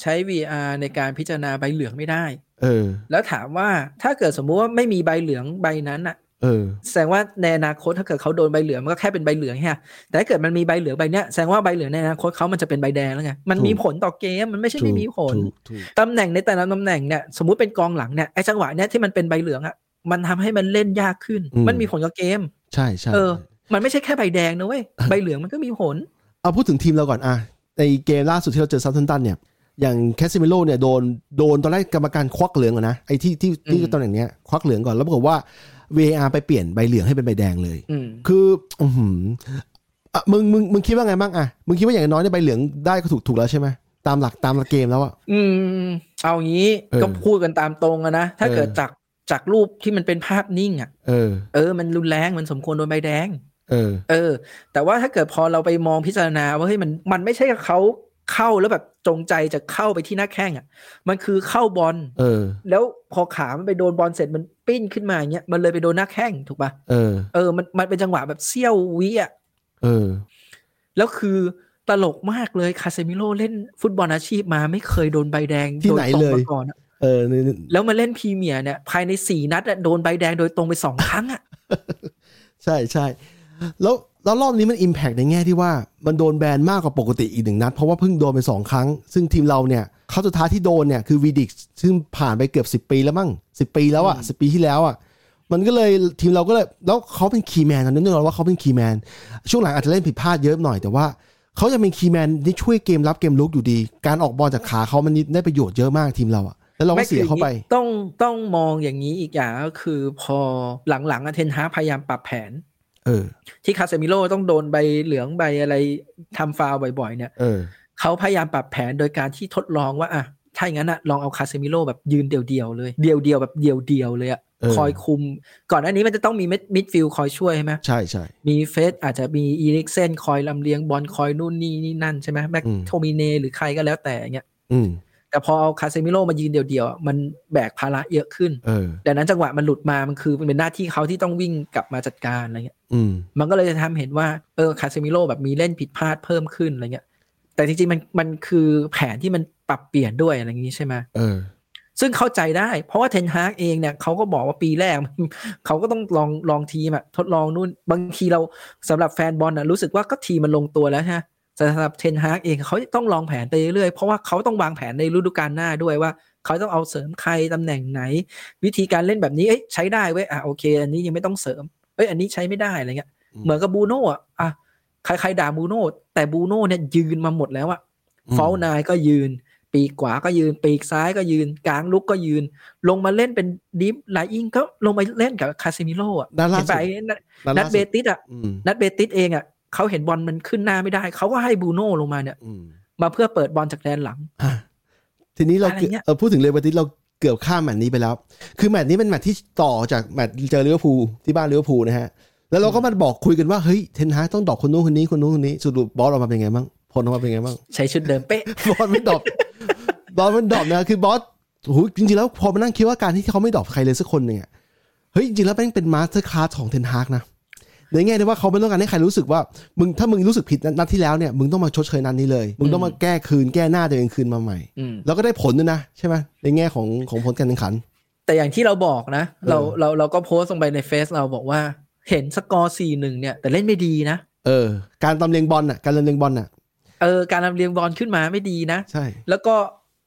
Speaker 3: ใช้ VR ในการพิจารณาใบเหลืองไม่ได้
Speaker 1: เออ
Speaker 3: แล้วถามว่าถ้าเกิดสมมุติว่าไม่มีใบเหลืองใบนั้นอะ
Speaker 1: เออ
Speaker 3: แสดงว่าในอนาคตถ้าเกิดเขาโดนใบเหลืองมันก็แค่เป็นใบเหลืองแค่ยแต่ถ้าเกิดมันมีใบเหลืองใบเนี้ยแสดงว่าใบเหลืองในอนาคตเขามันจะเป็นใบแดงแล้วไงมันมี
Speaker 1: ถูก
Speaker 3: ผลต่อเกมมันไม่ใช่ไม่มีผล
Speaker 1: ถูกถูก
Speaker 3: ตำแหน่งในแต่ละตำแหน่งเนี่ยสมมุติเป็นกองหลังเนี่ยไอ้จังหวะเนี้ยที่มันเป็นใบเหลืองอะมันทำให้มันเล่นยากขึ้น
Speaker 1: อืม
Speaker 3: มันมีผลกับเกม
Speaker 1: ใช่ใช่
Speaker 3: เออ มันไม่ใช่แค่ใบแดงนะเว้ยใบเหลืองมันก็มีผล
Speaker 1: เอาพูดถึงทีมเราก่อนอะในเกมล่าสุดที่เราเจอซับทันตันเนี่ย อย่างแคสซิเมโลเนี่ยโดนโดนตอนแรกกรรมการควักเหลืองก่อนนะไอ้ที่ที่ที่
Speaker 3: อืม
Speaker 1: ตำแหน่งเนี้ยควักเหลืองก่อนแล้วปรากฏว่า VAR ไปเปลี่ยนใบเหลืองให้เป็นใบแดงเลย
Speaker 3: อืม
Speaker 1: คืออือหืออ่ะมึงมึงมึงคิดว่าไงบ้างอะมึงคิดว่าอย่างน้อยเนี่ยใบเหลืองได้ก็ถูกถูกแล้วใช่ไหมตามหลักตามหลักเกมแล้วอะ
Speaker 3: อืมเอางี้
Speaker 1: เออ
Speaker 3: ก็พูดกันตามตรงอะนะ ถ้า
Speaker 1: เออ
Speaker 3: เกิดจากจากรูปที่มันเป็นภาพนิ่งอะ
Speaker 1: เออ
Speaker 3: เออมันรุนแรงมันสมควรโดนใบแดง
Speaker 1: เออ
Speaker 3: เออ แต่ว่าถ้าเกิดพอเราไปมองพิจารณาว่าเฮ้ยมันมันไม่ใช่เขาเข้าแล้วแบบจงใจจะเข้าไปที่หน้าแข้งอะมันคือเข้าบอล
Speaker 1: เออ
Speaker 3: แล้วพอขามันไปโดนบอลเสร็จมันปิ้นขึ้นมาอย่างเงี้ยมันเลยไปโดนหน้าแข้งถูกปะ
Speaker 1: เออ
Speaker 3: เออมันมันเป็นจังหวะแบบเซี่ยววิอะ
Speaker 1: เออ
Speaker 3: แล้วคือตลกมากเลยคาเซมิโร่เล่นฟุตบอลอาชีพมาไม่เคยโดนใบแดง
Speaker 1: ที่ไหนเล
Speaker 3: โดตรง
Speaker 1: ย
Speaker 3: มาก่อนอะ
Speaker 1: เออในใน
Speaker 3: แล้วมาเล่นพรีเมียร์เนี่ยภายในสี่นัดอะโดนใบแดงโดยตรงไปสองครั้งอะ
Speaker 1: ใช่ใช่แล้วแล้วรอบนี้มัน Impact ในแง่ที่ว่ามันโดนแบนมากกว่าปกติอีกหนึ่งนัด เพราะว่าเพิ่งโดนไปสองครั้ง ซึ่งทีมเราเนี่ยเขาสุดท้ายที่โดนเนี่ยคือวีดิกซึ่งผ่านไปเกือบ 10 ปีแล้วมั้ง10 ปีแล้วอ่ะสิปีที่แล้วอ่ะมันก็เลยทีมเราก็เลย แล้วเขาเป็นคีย์แมนตอนนั้นเราว่าเขาเป็นคีย์แมนช่วงหลังอาจจะเล่นผิดพลาดเยอะหน่อยแต่ว่าเขายังเป็นคีย์แมนที่ช่วยเกมรับเกมลุกอยู่ดี การออกบอลจากขาเขามันได้ประโยชน์เยอะมากทีมเราอ่ะแล้วเราก็เสียเขาไป
Speaker 3: ม่คืออย่งนี้ต้องต้องมองอย่างนี้อีกอย่างก็คือพอหลังๆอะเทนฮาร์กพยายามปรับแผน
Speaker 1: เออ
Speaker 3: ที่คาเซมิโร่ต้องโดนใบเหลืองใบอะไรทำฟาวล์บ่อยๆเนี่ย
Speaker 1: เออ
Speaker 3: เขาพยายามปรับแผนโดยการที่ทดลองว่าอะถ้าอย่างนั้นอะลองเอาคาเซมิโร่แบบยืนเดียวๆเลย เดียวๆแบบเดียวๆเลยอะ
Speaker 1: เออ
Speaker 3: คอยคุม ก่อนอันนี้มันจะต้องมีมิดฟิลคอยช่วยใช่ไหม
Speaker 1: ใช่ใช่
Speaker 3: มีเฟสอาจจะมีอีริกเซนคอยลำเลียงบอลคอยนู่นนี่นี่นั่นใช่ไหมแม็ก
Speaker 1: อืม
Speaker 3: โทมิเนหรือใครก็แล้วแต่อย่างเงี้ย
Speaker 1: อืม
Speaker 3: แต่พอเอาคาเซมิโร่มายืนเดียวๆอ่ะมันแบกภาระเยอะขึ้น
Speaker 1: เออ
Speaker 3: ดังนั้นจังหวะมันหลุดมามันคือมันเป็นหน้าที่เขาที่ต้องวิ่งกลับมาจัดการอะไรเงี้ย
Speaker 1: อืม
Speaker 3: มันก็เลยจะทำเห็นว่าเออคาเซมิโร่แบบมีเล่นผิดพลาดเพิ่มขึ้นอะไรเงี้ยแต่จริงๆมันมันคือแผนที่มันปรับเปลี่ยนด้วยอะไรอย่างนี้ใช่ไหม
Speaker 1: เออ
Speaker 3: ซึ่งเข้าใจได้เพราะว่าเทนฮากเองเนี่ยเขาก็บอกว่าปีแรก เขาก็ต้องลองลองทีมอะทดลองนู่นบางทีเราสำหรับแฟนบอลอะรู้สึกว่าก็ทีมมันลงตัวแล้วฮะแต่สำหรับเทนฮากเองเขาต้องลองแผนไปเรื่อยๆเพราะว่าเขาต้องวางแผนในฤดูกาลหน้าด้วยว่า เขาต้องเอาเสริมใครตำแหน่งไหน วิธีการเล่นแบบนี้เอ้ยใช้ได้เว้ยอ่ะโอเค อันนี้ยังไม่ต้องเสริมเอ้ยอันนี้ใช้ไม่ได้อะไรเงี้ย
Speaker 1: อืม
Speaker 3: เหมือนกับบูโน่อะอ่ะใครๆด่าบูโน่แต่บูโน่เนี่ยยืนมาหมดแล้วอะ
Speaker 1: อืม
Speaker 3: ฟอลนายก็ยืน ปีกขวาก็ยืน ปีกซ้ายก็ยืน กลางลุกก็ยืน ลงมาเล่นเป็นดิฟไลอิงก็ลงมาเล่นกับคาเซมิโร่อะ
Speaker 1: ด้านล่าสุด
Speaker 3: เห็นไปไอ้นัด
Speaker 1: แล้ว
Speaker 3: นั
Speaker 1: ล่า
Speaker 3: ด
Speaker 1: สุด
Speaker 3: เบติสอะ
Speaker 1: อืม
Speaker 3: นัดเบติสเองอะเขาเห็นบอลมันขึ้นหน้าไม่ได้ เขาก็ให้บูโน่ลงมาเนี่ย
Speaker 1: อืม
Speaker 3: มาเพื่อเปิดบอลจากแดนหลัง
Speaker 1: อ่ะทีนี้เรา
Speaker 3: อะไรเนี่ย
Speaker 1: เออพูดถึงเลเวอร์ติสเราเกือบข้ามแมตช์นี้ไปแล้ว คือแมตช์นี้เป็นแมตช์ที่ต่อจากแมตช์เจอลิเวอร์พูลที่บ้านลิเวอร์พูลนะฮะ แล้วเราก็มาบอกคุยกันว่า เฮ้ยเทนฮากต้องดอกคนนู้นคนนี้คนนู้นคนนี้สรุปบอสออกมาเป็นไงบ้างผลออกมาเป็นไงบ้าง
Speaker 3: ใช้ชุดเดิมเป๊ะ
Speaker 1: บ อสไม่ดรอปบอสมันดรอปนะคือบอสโหจริงๆแล้วพอมานั่งคิดว่าการที่เขาไม่ดรอปใครเลยสักคนหนึ่งอะเฮ้ยจริงๆแล้วแม่งเป็นมาสเตอร์คลาสของเทนฮากนะในแง่ที่ว่าเขาไม่ต้องการให้ใครรู้สึกว่ามึงถ้ามึงรู้สึกผิดนัดที่แล้วเนี่ยมึงต้องมาชดเชยนัดนี้เลย มึงต้องมาแก้คืนแก้หน้าตัวเองคืนมาใหม่
Speaker 3: อืม
Speaker 1: แล้วก็ได้ผลด้วยนะ ใช่ไหมในแง่ของของผลการแข่งขัน
Speaker 3: แต่อย่างที่เราบอกนะ
Speaker 1: เออ
Speaker 3: เราเราเราก็โพสต์ลงไปในเฟซเราบอกว่าเห็นสกอร์สี่หนึ่งเนี่ย แต่เล่นไม่ดีนะ
Speaker 1: เออ การตำเลียงบอลน่ะการตำเลียงบอลน่ะ
Speaker 3: เออ การลำเลียงบอลขึ้นมาไม่ดีนะ
Speaker 1: ใช่
Speaker 3: แล้วก็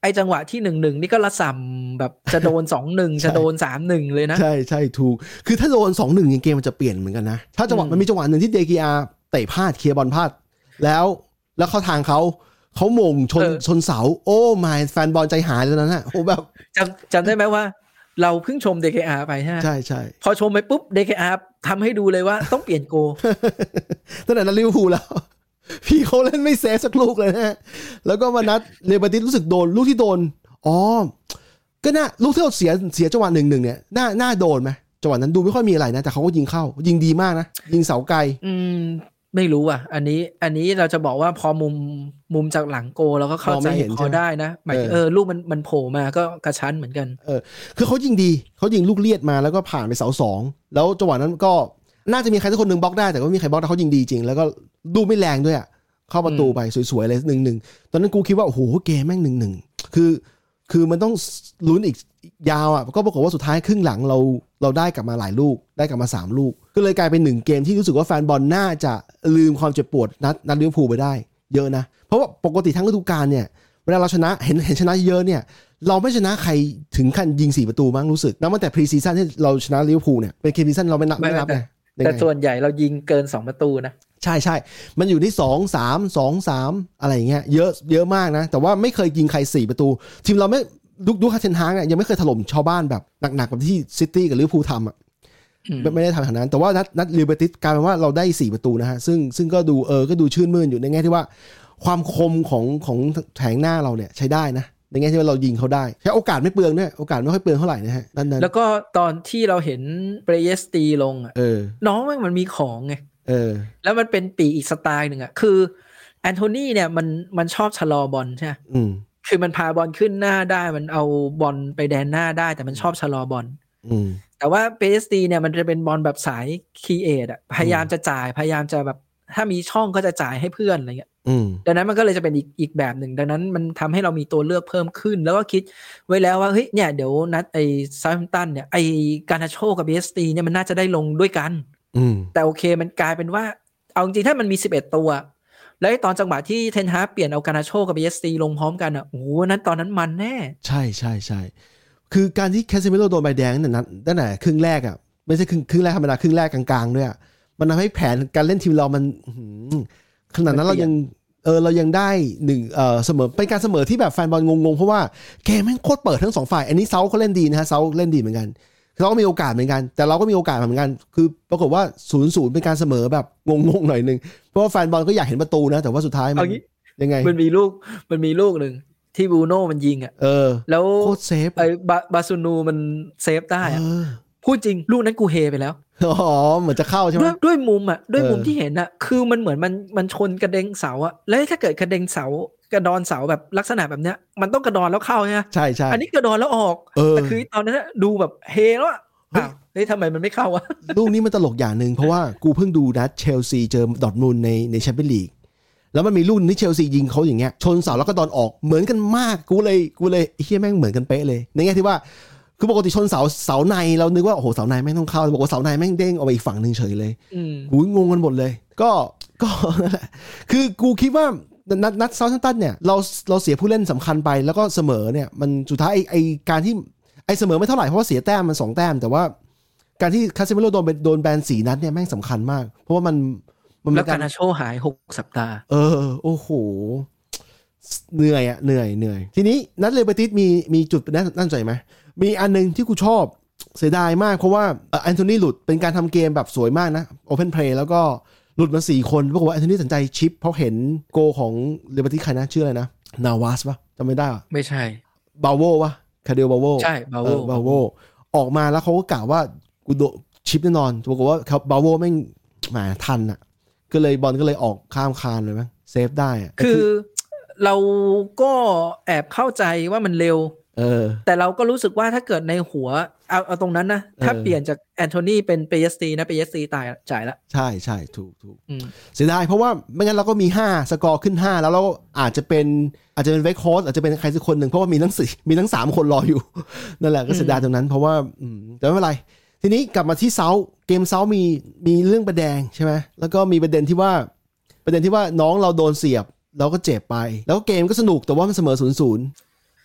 Speaker 3: ไอ้จังหวะที่หนึ่งหนึ่งนี่ก็ระส่ำแบบจะโดนสองหนึ่งจะโดนสามหนึ่งเลยนะ
Speaker 1: ใช่ใช่ถูก คือถ้าโดนสองหนึ่งเกมมันจะเปลี่ยนเหมือนกันนะ ถ้าจังหวะ
Speaker 3: อืม
Speaker 1: มันมีจังหวะหนึ่งที่เดกีอาเตะพลาดเคลียร์บอลพลาด แล้วแล้วเข้าทางเขาเขาหมงชนชนเสา โอ้ไม่แฟนบอลใจหายเลยนะฮะโอ้แบบ
Speaker 3: จำจำได้ไหมว่า เราเพิ่งชม DKR ไปใช่ไหม
Speaker 1: ใช่ใช่
Speaker 3: พอชมไปปุ๊บ DKR ทำให้ดูเลยว่าต้องเปลี่ยนโกล
Speaker 1: ตั้งแต่นั้นลิเวอร์พูลแล้ว พี่เขาเล่นไม่เซฟสักลูกเลยนะฮะแล้วก็มานัดเลบาติสรู้สึกโดนลูกที่โดนอ๋อก็น่าลูกที่เราเสียเสียจังหวะหนึ่งหนึ่งเนี่ยน่าน่าโดนไหมจังหวะนั้นดูไม่ค่อยมีอะไรนะแต่เขาก็ยิงเข้า ยิงดีมากนะยิงเสาไกล
Speaker 3: อืม ไม่รู้อ่ะ อันนี้อันนี้เราจะบอกว่าพอมุมมุมจากหลังโกลเราก็เข้า
Speaker 1: ม
Speaker 3: ใจ
Speaker 1: องไม่เห็น
Speaker 3: พอ
Speaker 1: ใช่ไหม
Speaker 3: ได้นะหมายถึง
Speaker 1: เออ
Speaker 3: เออลูกมันมันโผล่มาก็กระชั้นเหมือนกัน
Speaker 1: คือเขายิงดี เขายิงลูกเลียดมาแล้วก็ผ่านไปเสาสอง แล้วจังหวะนั้นก็น่าจะมีใครสักคนหนึ่งบล็อกได้แต่ก็ไม่มีใครบล็อกแต่เขายิงดีจริง แล้วก็ดูไม่แรงด้วยอะเข้าประตูไปสวยๆเลยหนึ่งหนึ่งตอนนั้นกูคิดว่า โอ้โห เกมแม่งหนึ่งหนึ่งคือ คือมันต้องลุ้นอีกยาวอ่ะ ก็ปรากฏว่าสุดท้ายครึ่งหลังเราเราได้กลับมาหลายลูก ได้กลับมาสามลูก ก็เลยกลายเป็นหนึ่งเกมที่รู้สึกว่าแฟนบอลน่าจะลืมความเจ็บปวดนัดนัดลิเวอร์พูลไปได้ เยอะนะ เพราะว่าปกติทั้งฤดูกาลเนี่ย เวลาเราชนะเห็นเห็นชนะเยอะเนี่ย เราไม่ชนะใครถึงขั้นยิงสี่ประตูมั้งรู้สึกนับตั้งแต่พรีซีซั่นที่เราชนะลิเวอร์พูลเนี่ยเป็นเคมีซั่นเราไม่นับ
Speaker 3: ไม่
Speaker 1: ไม่นับ
Speaker 3: แต่
Speaker 1: ไงยัง
Speaker 3: แต่
Speaker 1: ไง
Speaker 3: ส่วนใหญ่เรายิงเกินสองประตูนะ
Speaker 1: ใช่ใช่มันอยู่ที่สองสามสองสามอะไรอย่างเงี้ยเยอะเยอะมากนะ แต่ว่าไม่เคยยิงใครสี่ประตู ทีมเราไม่ดุกดุกคาเทนฮางเนี่ยยังไม่เคยถล่มชาวบ้านแบบหนักๆแบบที่ซิตี้กับลิเวอร์พูลทำอ่ะ
Speaker 3: อืม
Speaker 1: ไม่ไม่ได้ทำขนาดนั้น แต่ว่านัดนัดลิเบติสกลายเป็นว่าเราได้สี่ประตูนะฮะซึ่งซึ่งก็ดูเออก็ดูชื่นมื่นอยู่ในแง่ที่ว่า ความคมของของแถงหน้าเราเนี่ยใช้ได้นะในแง่ที่ว่าเรายิงเขาได้ใช้โอกาสไม่เปลืองด้วยโอกาสไม่ค่อยเปลืองเท่าไหร่นะฮะด้านนั้น
Speaker 3: แล้วก็ตอนที่เราเห็นเปรเยสตีลงอ่ะ
Speaker 1: เออ
Speaker 3: น้องแม่งมันมีของไง
Speaker 1: เออ
Speaker 3: แล้วมันเป็นปีกอีกสไตล์หนึ่งอะคือแอนโทนีเนี่ยมันมันชอบชะลอบอลใช่ไหม
Speaker 1: อืม
Speaker 3: คือมันพาบอลขึ้นหน้าได้มันเอาบอลไปแดนหน้าได้ แต่มันชอบชะลอบอล
Speaker 1: อืม
Speaker 3: แต่ว่าเปสตีเนี่ยมันจะเป็นบอลแบบสายคีเอทอะพยายามจะจ่ายพยายามจะแบบ ถ้ามีช่องก็จะจ่ายให้เพื่อนอะไรเงี้ย
Speaker 1: อืม
Speaker 3: ดังนั้นมันก็เลยจะเป็นอีกอีกแบบหนึ่ง ดังนั้นมันทำให้เรามีตัวเลือกเพิ่มขึ้น แล้วก็คิดไว้แล้วว่าเฮ้ยเนี่ยเดี๋ยวนัดไอ้ซาร์มตันเนี่ยไอ้การนาโชกับเบสตีเนี่ยมันน่าจะได้ลงด้วยกัน
Speaker 1: อืม
Speaker 3: แต่โอเคมันกลายเป็นว่า เอาจริงๆถ้ามันมี 11 ตัว แล้วไอ้ตอนจังหวะที่เทนฮาร์กเปลี่ยนเอาการนาโชกับเบสตีลงพร้อมกันอ่ะโอ้โหนั้นตอนนั้นมันแน่
Speaker 1: ใช่ใช่ใช่ คือการที่แคสเซมิโลโดนใบแดงเนี่ยนะตั้งแต่ครึ่งแรกอ่ะ ไม่ใช่ครึ่งครึ่งแรกธรรมดาครึ่งแรกกลางๆด้วยอะมันทำให้แผนการเล่นทีมเรามันอื้อหือขนาดนั้น
Speaker 3: มัน
Speaker 1: เรา
Speaker 3: เปลี่ย
Speaker 1: ยั
Speaker 3: น
Speaker 1: ง เออ เรายังได้หนึ่งเออเสมอ เป็นการเสมอที่แบบแฟนบอลงงๆ เพราะว่าเกมแม่งโคตรเปิดทั้งสองฝ่าย อันนี้เซาเขาเล่นดีนะฮะ เซาเล่นดีเหมือนกัน เราก็มีโอกาสเหมือนกัน แต่เราก็มีโอกาสเหมือนกัน คือปรากฏว่าศูนย์ศูนย์เป็นการเสมอแบบงงๆหน่อยนึง เพราะว่าแฟนบอลก็อยากเห็นประตูนะ แต่ว่าสุดท้ายมั
Speaker 3: เอา
Speaker 1: น
Speaker 3: งี้
Speaker 1: ยังไง
Speaker 3: มันมีลูกมันมีลูกหนึ่งที่บรูโน่มันยิงอ่ะ
Speaker 1: เออ
Speaker 3: แล้ว
Speaker 1: โคตรเซฟ
Speaker 3: ไอ้บาบาซูนูมันเซฟได้อะ
Speaker 1: เออ
Speaker 3: พูดจริงลูกนั้นกูเฮไปแล้ว
Speaker 1: อ๋อเหมือนจะเข้าใช่ไหม
Speaker 3: ด้วยด้วยมุมอ่ะด้วยมุม
Speaker 1: เออ
Speaker 3: ที่เห็นอ่ะคือมันเหมือนมันมันชนกระเด็งเสาอ่ะแล้วถ้าเกิดกระเด็งเสากระดอนเสาแบบลักษณะแบบเนี้ยมันต้องกระดอนแล้วเข้าใช่ไหม
Speaker 1: ใช่ใช่
Speaker 3: อันนี้กระดอนแล้วออก
Speaker 1: เออ
Speaker 3: แต่คือตอนนั้นอะดูแบบเฮแล้วอะ
Speaker 1: เฮ้ย
Speaker 3: อ้าวเฮ้ยทำไมมันไม่เข้าวะ
Speaker 1: ลูกนี้มันตลกอย่างหนึ่งเพราะว่ากูเพิ่งดูนัดเชลซีเจอดอร์ทมุนด์ในในแชมเปี้ยนลีกแล้วมันมีลูกที่เชลซียิงเขาอย่างเงี้ยชนเสาแล้วก็ตอนออกเหมือนกันมากกูเลยกูเลยเฮียแม่งเหมือนกันเป๊ะเลย ในแง่ที่ว่าคือปกติชนเสาเสาในเรานึกว่าโอ้โหเสาในแม่งต้องเข้าบอกว่าเสาในแม่งเด้งออกไปอีกฝั่งหนึ่งเฉยเลย
Speaker 3: อืม
Speaker 1: หูยงงกันหมดเลย ก็ก็ นั่นแหละคือกูคิดว่านัดนัดเซาท์แฮมป์ตันเนี่ยเราเราเสียผู้เล่นสำคัญไปแล้วก็เสมอเนี่ย มันสุดท้ายไอไอการที่ไอเสมอไม่เท่าไหร่เพราะว่าเสียแต้มมันสองแต้ม แต่ว่าการที่คาเซมิโลโดนโดนแบนสีนัดเนี่ยแม่งสำคัญมาก เพราะว่ามันมัน
Speaker 3: แล้ว
Speaker 1: เป็
Speaker 3: กาน นาโชหายหกสัปดาห์
Speaker 1: เออ โอ้โห เหนื่อยอะเหนื่อยเหนื่อย ทีนี้นัดเลเบติสมีมีจุดน่าน่าสนใจไหมมีอันหนึงที่กูชอบเสียดายมากเพราะว่าเอ่อแอนโทนีหลุดเป็นการทำเกมแบบสวยมากนะโอเพนเพลย์แล้วก็หลุดมาสี่คนปรากฏว่าแอนโทนีตัดสินใจชิปเพราะเห็นโกของเลเบติสใครนะ ชื่ออะไรนะ นาวาสปะจำไม่ได้อะ
Speaker 3: ไม่ใช่
Speaker 1: บาโวปะคาเดลบาโว
Speaker 3: ใช่บาโว
Speaker 1: เออบาโวออกมาแล้วเขาก็กล่าวว่ากูโดนชิปแน่นอนปรากฏว่าเขาบาโวแม่งแหมาทันอ่ะ ก็เลยบอลก็เลยออกข้ามคานเลยมั้งเซฟได้อ่ะ
Speaker 3: คือเราก็แอบเข้าใจว่ามันเร็ว
Speaker 1: เออ
Speaker 3: แต่เราก็รู้สึกว่าถ้าเกิดในหัว เอาเอาตรงนั้นนะ ถ้า
Speaker 1: เออ
Speaker 3: เปลี่ยนจากแอนโทนีเป็นเปเยสตีนะเปเยสตีตายจ่ายละ
Speaker 1: ใช่ใช่ถูกถูก
Speaker 3: อืม
Speaker 1: เสียดายเพราะว่าไม่งั้นเราก็มี 5 สกอร์ขึ้น 5 แล้วเราอาจจะเป็นอาจจะเป็นเวคโฮสอาจจะเป็นใครสักคนหนึ่งเพราะว่ามีทั้งสี่มีทั้งสามคนรอ อยู่ นั่นแหละก็เสียดายตรงนั้น เพราะว่าอืมแต่ไม่เป็นไร ทีนี้กลับมาที่เซาเกมเซามีมีเรื่องประแดงใช่ไหมแล้วก็มีประเด็นที่ว่า ประเด็นที่ว่าน้องเราโดนเสียบเราก็เจ็บไป แล้วก็เกมก็สนุกแต่ว่ามันเสมอศูนย์ศูนย์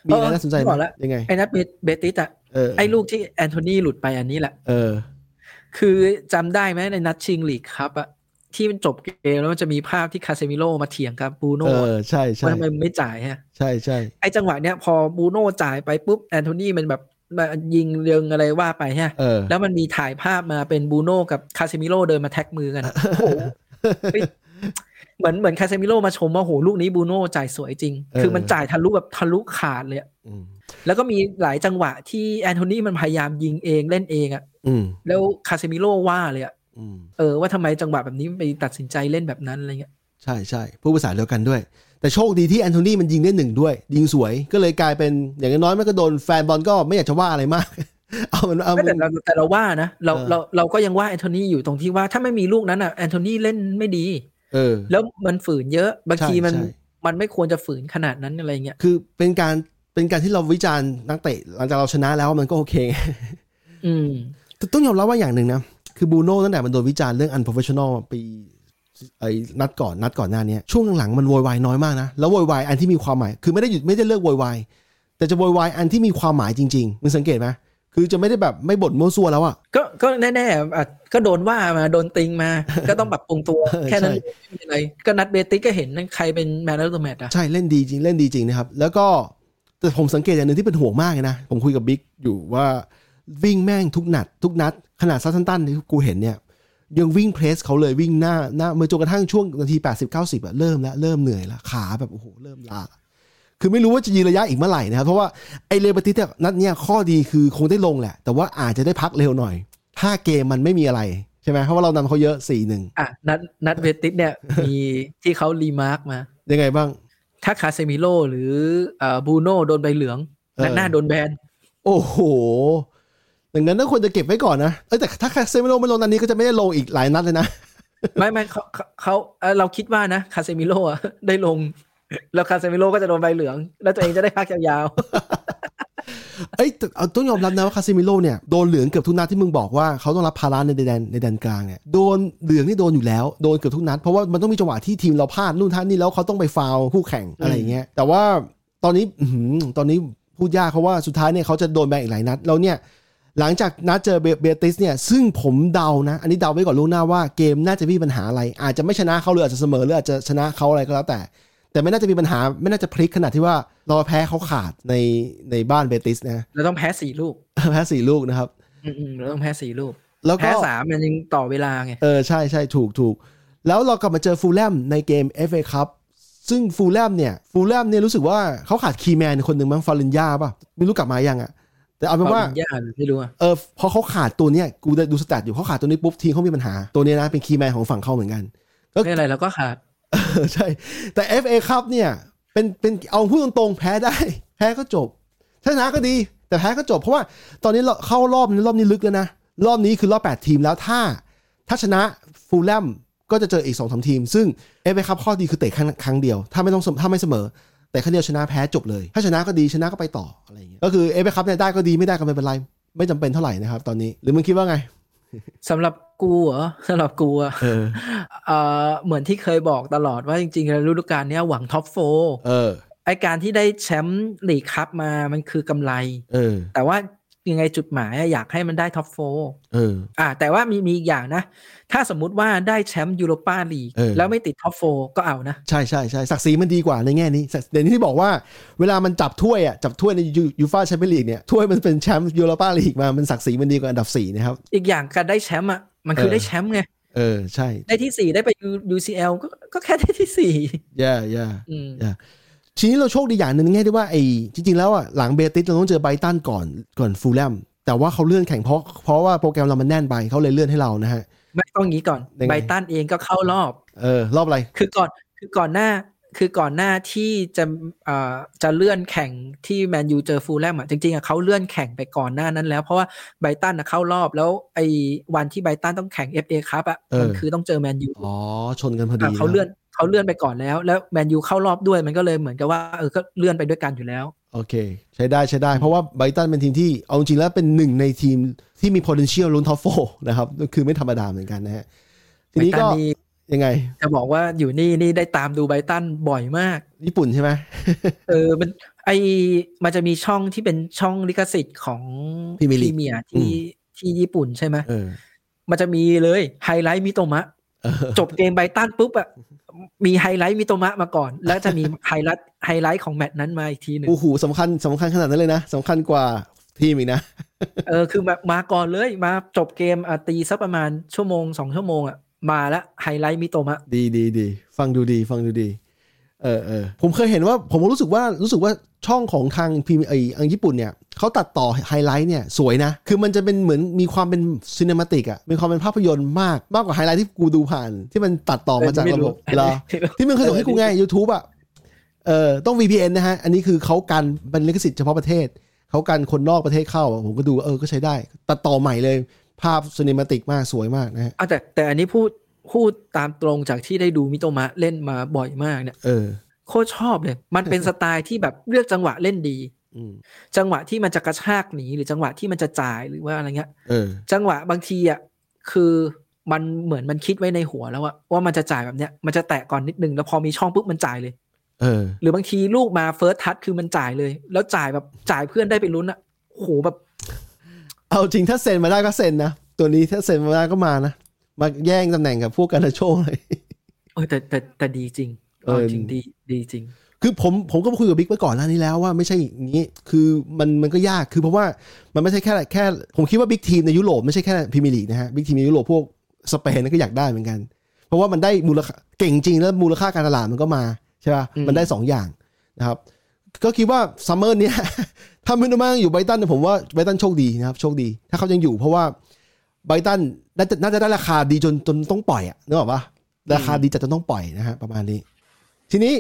Speaker 1: มีอะไรน่าสนใจไหม
Speaker 3: เออบอกแล้ว
Speaker 1: ยังไง
Speaker 3: ไอ้นัดเบเบติสอะ
Speaker 1: เออ
Speaker 3: ไอ้ลูกที่แอนโทนีหลุดไปอันนี้แหละ
Speaker 1: เออ
Speaker 3: คือจำได้ไหมในนัดชิงลีกครับอะที่มันจบเกมแล้วมันจะมีภาพที่คาเซมิโร่มาเถียงกับบู
Speaker 1: เอ
Speaker 3: โน่อ
Speaker 1: อ
Speaker 3: ะ
Speaker 1: ใช่ใช่
Speaker 3: ว่าทำไมมึงไม่จ่ายฮะ
Speaker 1: ใช่ใช่
Speaker 3: ไอ้จังหวะเนี้ยพอบูโน่จ่ายไปปุ๊บแอนโทนีมันแบบมายิงเรืองอะไรว่าไปฮะ
Speaker 1: เออ
Speaker 3: แล้วมันมีถ่ายภาพมาเป็นบูโน่กับคาเซมิโร่เดินมาแท็กมือกันอะ โอ้โหเฮ้ยเหมือนเหมือนคาเซมิโร่มาชมว่าโหลูกนี้บูโน่จ่ายสวยจริง
Speaker 1: เออ
Speaker 3: คือมันจ่ายทะลุแบบทะลุขาดเลยอะ
Speaker 1: อืม
Speaker 3: แล้วก็มีหลายจังหวะที่แอนโทนีมันพยายามยิงเองเล่นเองอะ
Speaker 1: อืม
Speaker 3: แล้วคาเซมิโร่ว่าเลยอะ
Speaker 1: อืม
Speaker 3: เออว่าทำไมจังหวะแบบนี้มันไปตัดสินใจเล่นแบบนั้นอะไรเงี้ย
Speaker 1: ใช่ใช่พูดภาษาเดียวกันด้วย แต่โชคดีที่แอนโทนีมันยิงได้หนึ่งด้วย ยิงสวยก็เลยกลายเป็นอย่างน้อยๆมันก็โดนแฟนบอลก็ไม่อยากจะว่าอะไรมาก เอามันเอามั
Speaker 3: ไม่แต่
Speaker 1: น
Speaker 3: เราแต่เราว่านะเรา
Speaker 1: เออ
Speaker 3: เราเราก็ยังว่าแอนโทนีอยู่ตรงที่ว่าถ้าไม่มีลูกนั้นอะแอนโทนีเล่นไม่ดี
Speaker 1: เออ
Speaker 3: แล้วมันฝืนเยอะบางที
Speaker 1: ใช่
Speaker 3: มัน
Speaker 1: ใช่
Speaker 3: มันไม่ควรจะฝืนขนาดนั้นอะไรเงี้ย
Speaker 1: คือเป็นการเป็นการที่เราวิจารณ์นักเตะหลังจากเราชนะแล้วมันก็โอเค ไง
Speaker 3: อืม
Speaker 1: แต่ต้องยอมรับว่าอย่างหนึ่งนะ คือบูโน่ตั้งแต่มันโดนวิจารณ์เรื่อง unprofessional ปีไอ้นัดก่อนนัดก่อนหน้าเนี้ยช่วงหลังๆมันโวยวายน้อยมากนะ แล้วโวยวายอันที่มีความหมาย คือไม่ได้หยุดไม่ได้เลิกโวยวายแต่จะโวยวายอันที่มีความหมายจริงๆมึงสังเกตไหมคือจะไม่ได้แบบไม่บ่นมั่วซั่วแล้วอะ
Speaker 3: ก็ก็แน่ๆอ่ะก็โดนว่ามาโดนติงมา ก็ต้องปรับปรุงตัว แค่นั้น
Speaker 1: ใช่
Speaker 3: ไม่มีอะไรก็นัดเบติสก็เห็นนั่นใครเป็นแมนนอตแมตอะ
Speaker 1: ใช่เล่นดีจริงเล่นดีจริงนะครับ แล้วก็แต่ผมสังเกตอย่างหนึ่งที่เป็นห่วงมากเลยนะ ผมคุยกับบิ๊กอยู่ว่าวิ่งแม่งทุกนัด ทุกนัด ขนาดซัตตันตันที่กูเห็นเนี่ย ยังวิ่งเพรสเขาเลยวิ่งหน้าหน้าเมื่อจนกระทั่งช่วงนาที 80 90อะเริ่มแล้ว เริ่มเหนื่อยละขาแบบโอ้โหเริ่มลาละคือไม่รู้ว่าจะยืนระยะอีกเมื่อไหร่นะครับ เพราะว่าไอเลเบติสเนี่ยนัดเนี่ยข้อดีคือคงได้ลงแหละ แต่ว่าอาจจะได้พักเร็วหน่อย ถ้าเกมมันไม่มีอะไรใช่ไหมเพราะว่าเรานำเขาเยอะ4ีหนึ่ง
Speaker 3: อ่ะนัดนัดเบติส เนี่ย มีที่เขารีมาร์กมา
Speaker 1: ยังไงบ้าง
Speaker 3: ถ้าคาเซมิโลหรือเอ่อบูโน่โดนใบเหลือง
Speaker 1: เออ
Speaker 3: นัดหน้าโดนแบน
Speaker 1: โอ้โห ดังนั้นน่าควรจะเก็บไว้ก่อนนะ เอ้ยแต่ถ้าเซมิโลไม่ลงนัดนี้ก็จะไม่ได้ลงอีกหลายนัดเลยนะ
Speaker 3: ไม่ไม่เขาเขาเขาเอ่อเราคิดว่านะคาเซมิโลอะได้ลง แล้วคาเซมิโลก็จะโดนใบเหลือง แล้วตัวเองจะได้พักยาว
Speaker 1: เอ้ยแต่เอาต้องยอมรับนะว่าคาเซมิโลเนี่ยโดนเหลืองเกือบทุกนัดที่มึงบอกว่าเขาต้องรับภาระในแดนในแดนกลางเนี่ยโดนเหลืองนี่โดนอยู่แล้วโดนเกือบทุกนัดเพราะว่ามันต้องมีจังหวะที่ทีมเราพลาดนู่นท่านนี่แล้วเขาต้องไปฟาวล์คู่แข่งอะไรอย่างเงี้ยแต่ว่าตอนนี้อื้อหือตอนนี้พูดยากเพราะว่าสุดท้ายเนี่ยเขาจะโดนแบนอีกหลายนัดแล้วเนี่ยหลังจากนัดเจอเบเบติสเนี่ยซึ่งผมเดานะ อันนี้เดาไว้ก่อนล่วงหน้าว่าเกมน่าจะไมมีปัญหาอะไร อาจจะไม่ชนะเขาหรืออาจจะเสมอหรืออาจจะชนะเขาอะไรก็แล้วแต่ แต่ไม่น่าจะมีปัญหาไม่น่าจะพลิกขนาดที่ว่าเราแพ้เขาขาดในในบ้านเบติสนะ
Speaker 3: ๆเราต้องแพ้สี่ลูก
Speaker 1: แพ้สี่ลูกนะครับ
Speaker 3: อืมๆเราต้องแพ้สี่ลูก
Speaker 1: แล้วก็
Speaker 3: แพ้สามมันยังต่อเวลาไง
Speaker 1: เออใช่ใช่ถูกถูกแล้วเรากลับมาเจอฟูลแลมในเกม FA ครับซึ่งฟูลแลมเนี่ยฟูลแลมเนี่ยรู้สึกว่าเขาขาดคีย์แมนคนหนึ่งมั้งฟารินยาป่ะ ไม่รู้กลับมายังอ่ะ แต่เอาเป็นว่า
Speaker 3: เปลิญญหรือไม่รู้อะ
Speaker 1: เออพอเขาขาดตัวเนี้ยกูได้ดูสแตทอยู่เขาขาดตัวนี้ปุ๊บทีมเขามีปัญหา ตัวเนี้ยนะเป็นคีย์แมนของฝั่งเขาเหมือนกัน ก็
Speaker 3: ไม่อะไรเราก็ขาด
Speaker 1: เออ ใช่ แต่ FA ครับเนี่ยเป็นเป็นเอาพูดตรงๆแพ้ ได้ แพ้ก็จบชนะก็ดี แต่แพ้ก็จบ เพราะว่าตอนนี้เราเข้ารอบนี้รอบนี้ลึกแล้วนะ รอบนี้คือรอบ 8 ทีมแล้วถ้า ถ้าชนะฟูลแลมก็จะเจออีก2อสทีม ซึ่ง FA ครับข้อดีคือเตะครั้งครั้งเดียว ถ้าไม่ต้องถ้าไม่เสมอ แต่ครั้งเดียวชนะแพ้จบเลย ถ้าชนะก็ดีชนะก็ไปต่ออะไรอย่างเงี้ยก็คือ FA ครับเนี่ยได้ก็ดีไม่ได้ก็ไม่เป็นไร ไม่จำเป็นเท่าไหร่นะครับตอนนี้หรือมึงคิดว่าไง
Speaker 3: สำหรับกูเหรอสำหรับกูอะ
Speaker 1: เออ
Speaker 3: เอ่อเหมือนที่เคยบอกตลอดว่าจริงๆแล้วฤดูกาลเนี้ยหวังท็อปโฟร์
Speaker 1: เออ
Speaker 3: ไอการที่ได้แชมป์ลีกคัพมามันคือกำไร
Speaker 1: เออ
Speaker 3: แต่ว่ายังไงจุดหมายอะอยากให้มันได้ท็อปโฟร์
Speaker 1: เออ
Speaker 3: อ่าแต่ว่ามีมีอีกอย่างนะ ถ้าสมมุติว่าได้แชมป์ยูโรปาลีก
Speaker 1: เออ
Speaker 3: แล้วไม่ติดท็อปโฟร์ก็เอานะ
Speaker 1: ใช่ใช่ใช่ศักดิ์ศรีมันดีกว่าในแง่นี้ศักดิ์เดี๋ยวนี้ที่บอกว่าเวลามันจับถ้วยอ่ะจับถ้วยในยูฟ่าแชมเปี้ยนลีกเนี่ยถ้วยมันเป็นแชมป์ยูโรปาลีกมามันศักดิ์ศรีมันดีกว่าอันดับสี่นะครับ
Speaker 3: อีกอย่างการได้แชมป์อะมันคือ
Speaker 1: เออ
Speaker 3: ได้แชมป์ไง
Speaker 1: เออใช่
Speaker 3: ได้ที่สี่ได้ไป U- UCL ก็ก็แค่ได้ที่สี่
Speaker 1: แย่แย่
Speaker 3: อืม
Speaker 1: ทีนี้เราโชคดีอย่างหนึ่งในแง่ที่ว่าไอ้จริง ๆ แล้วอ่ะหลังเบติสเราต้องเจอไบรตันก่อนก่อนฟูลแลมแต่ว่าเขาเลื่อนแข่งเพราะเพราะว่าโปรแกรมเรามันแน่นไปเขาเลยเลื่อนให้เรานะฮะ
Speaker 3: ไม่ต้องงี้ก่อน
Speaker 1: ยังไง
Speaker 3: ไบรตันเองก็เข้ารอบ
Speaker 1: เออรอบอะไร
Speaker 3: คือก่อนคือก่อนหน้าคือก่อนหน้าที่จะเอ่อจะเลื่อนแข่งที่แมนยูเจอฟูลแลมอ่ะจริงๆอ่ะเขาเลื่อนแข่งไปก่อนหน้านั้นแล้ว เพราะว่าไบรตันอ่ะเข้ารอบแล้วไอ้วันที่ไบรตันต้องแข่ง FA ครับอ่ะมันคือต้องเจอแมนยู
Speaker 1: อ๋อชนกันพอดี
Speaker 3: ะเขาเลื่อนเขาเลื่อนไปก่อนแล้ว แล้วแมนยูเข้ารอบด้วยมันก็เลยเหมือนกับว่าเออก็เลื่อนไปด้วยกันอยู่แล้ว
Speaker 1: โอเค ใช้ได้ใช้ได้ เพราะว่าไบรตันเป็นทีมที่เอาจริงๆแล้วเป็นหนึ่งในทีมที่มี potential ลุ้นท็อปโฟนะครับคือไม่ธรรมดาเหมือนกันนะฮะทีนี้ก็
Speaker 3: ไบรตันนี่
Speaker 1: ยังไง
Speaker 3: จะบอกว่าอยู่นี่นี่ได้ตามดูไบรตันบ่อยมาก
Speaker 1: ญี่ปุ่นใช่ไหม
Speaker 3: เออมันไอมันจะมีช่องที่เป็นช่องลิขสิทธิ์ของ
Speaker 1: Premier League
Speaker 3: เมียที่ที่ญี่ปุ่นใช่ไหม
Speaker 1: เออ
Speaker 3: มันจะมีเลยไฮไลท์มิโตมะ
Speaker 1: เออ
Speaker 3: จบเกมไบรตันปุ๊บอะมีไฮไลท์มิโตมะมาก่อน แล้วจะมี ไฮไลท์ไฮไลท์ของแมตช์นั้นมาอีกทีหนึ่ง
Speaker 1: โอ้โหสำคัญสำคัญขนาดนั้นเลยนะสำคัญกว่าทีมอีกนะ
Speaker 3: เออคือแบบมาก่อนเลยมาจบเกมอะตีสักประมาณชั่วโมงสองชั่วโมงอะมาละไฮไลท์มิโตมะ
Speaker 1: ดีดีดีฟังดูดี ฟังดูดี เออเออผมเคยเห็นว่าผมรู้สึกว่ารู้สึกว่าช่องของทางพีมไออังญี่ปุ่นเนี่ยเขาตัดต่อไฮไลท์เนี่ยสวยนะ คือมันจะเป็นเหมือนมีความเป็นซีเนมาติกอะมีความเป็นภาพยนตร์มากมากกว่าไฮไลท์ที่กูดูผ่าน ที่มันตัดต่อมาจากระบบ
Speaker 3: ไม่
Speaker 1: เหรอ
Speaker 3: ไม่รู้
Speaker 1: ที่มึงเคยส่งให้กูไง YouTube อ่ะ เออต้อง VPN นะฮะ อันนี้คือเขากันเป็นลิขสิทธิ์เฉพาะประเทศ เขากันคนนอกประเทศเข้าอะผมก็ดูเออก็ใช้ได้ ตัดต่อใหม่เลย ภาพซีนิมาติกมากสวยมากนะฮะ
Speaker 3: อ่ะแต่แต่อันนี้พูดพูดตามตรงจากที่ได้ดูมิโตมะเล่นมาบ่อยมากเนี่ย
Speaker 1: เออ
Speaker 3: โคตรชอบเลย มันเป็นสไตล์ที่แบบ เลือกจังหวะเล่นดี
Speaker 1: อืม
Speaker 3: จังหวะที่มันจะกระชากหนีหรือจังหวะที่มันจะจ่ายหรือว่าอะไรเงี้ย
Speaker 1: เออ
Speaker 3: จังหวะบางทีอ่ะคือมันเหมือนมันคิดไว้ในหัวแล้วอะว่ามันจะจ่ายแบบเนี้ยมันจะแตะก่อนนิดนึงแล้วพอมีช่องปุ๊บมันจ่ายเลย
Speaker 1: เออ
Speaker 3: หรือบางทีลูกมาเฟิร์สทัชคือมันจ่ายเลย แล้วจ่ายแบบจ่ายเพื่อนได้ไปลุ้นอะโอ้โหแบบ
Speaker 1: เอาจริงถ้าเซ็นมาได้ก็เซ็นนะ ตัวนี้ถ้าเซ็นมาได้ก็มานะ มาแย่งตำแหน่งกับพวกการนาโชเลย
Speaker 3: เออแต่แต่แต่ดีจริงเออ
Speaker 1: เออ
Speaker 3: จริงดีดีจริง
Speaker 1: คือผมผมก็คุยกับบิ๊กไปก่อนหน้านี้แล้วว่าไม่ใช่อย่างนี้ คือมันมันก็ยากคือเพราะว่ามันไม่ใช่แค่แค่ ผมคิดว่าบิ๊กทีมในยุโรปไม่ใช่แค่พรีเมียร์ลีกนะฮะบิ๊กทีมในยุโรปพวกสเปนนั่นก็อยากได้เหมือนกัน เพราะว่ามันได้มูลค่าเก่งจริงแล้วมูลค่าการตลาดมันก็มาใช่ป่ะ
Speaker 3: อืม
Speaker 1: มันได้สองอย่างนะครับ ก็คิดว่าซัมเมอร์เนี้ย ถ้ามินมาอยู่ไบรตันเนยผมว่าไบรตันโชคดีนะครับโชคดี ถ้าเขายังอยู่เพราะว่าไบรตันน่าจะน่าจะได้ราคาดีจนจนต้องปล่อยอะนึกออกปะราคาดีจัดจนต้องปล่อยนะฮะประมาณนี้ ทีนี้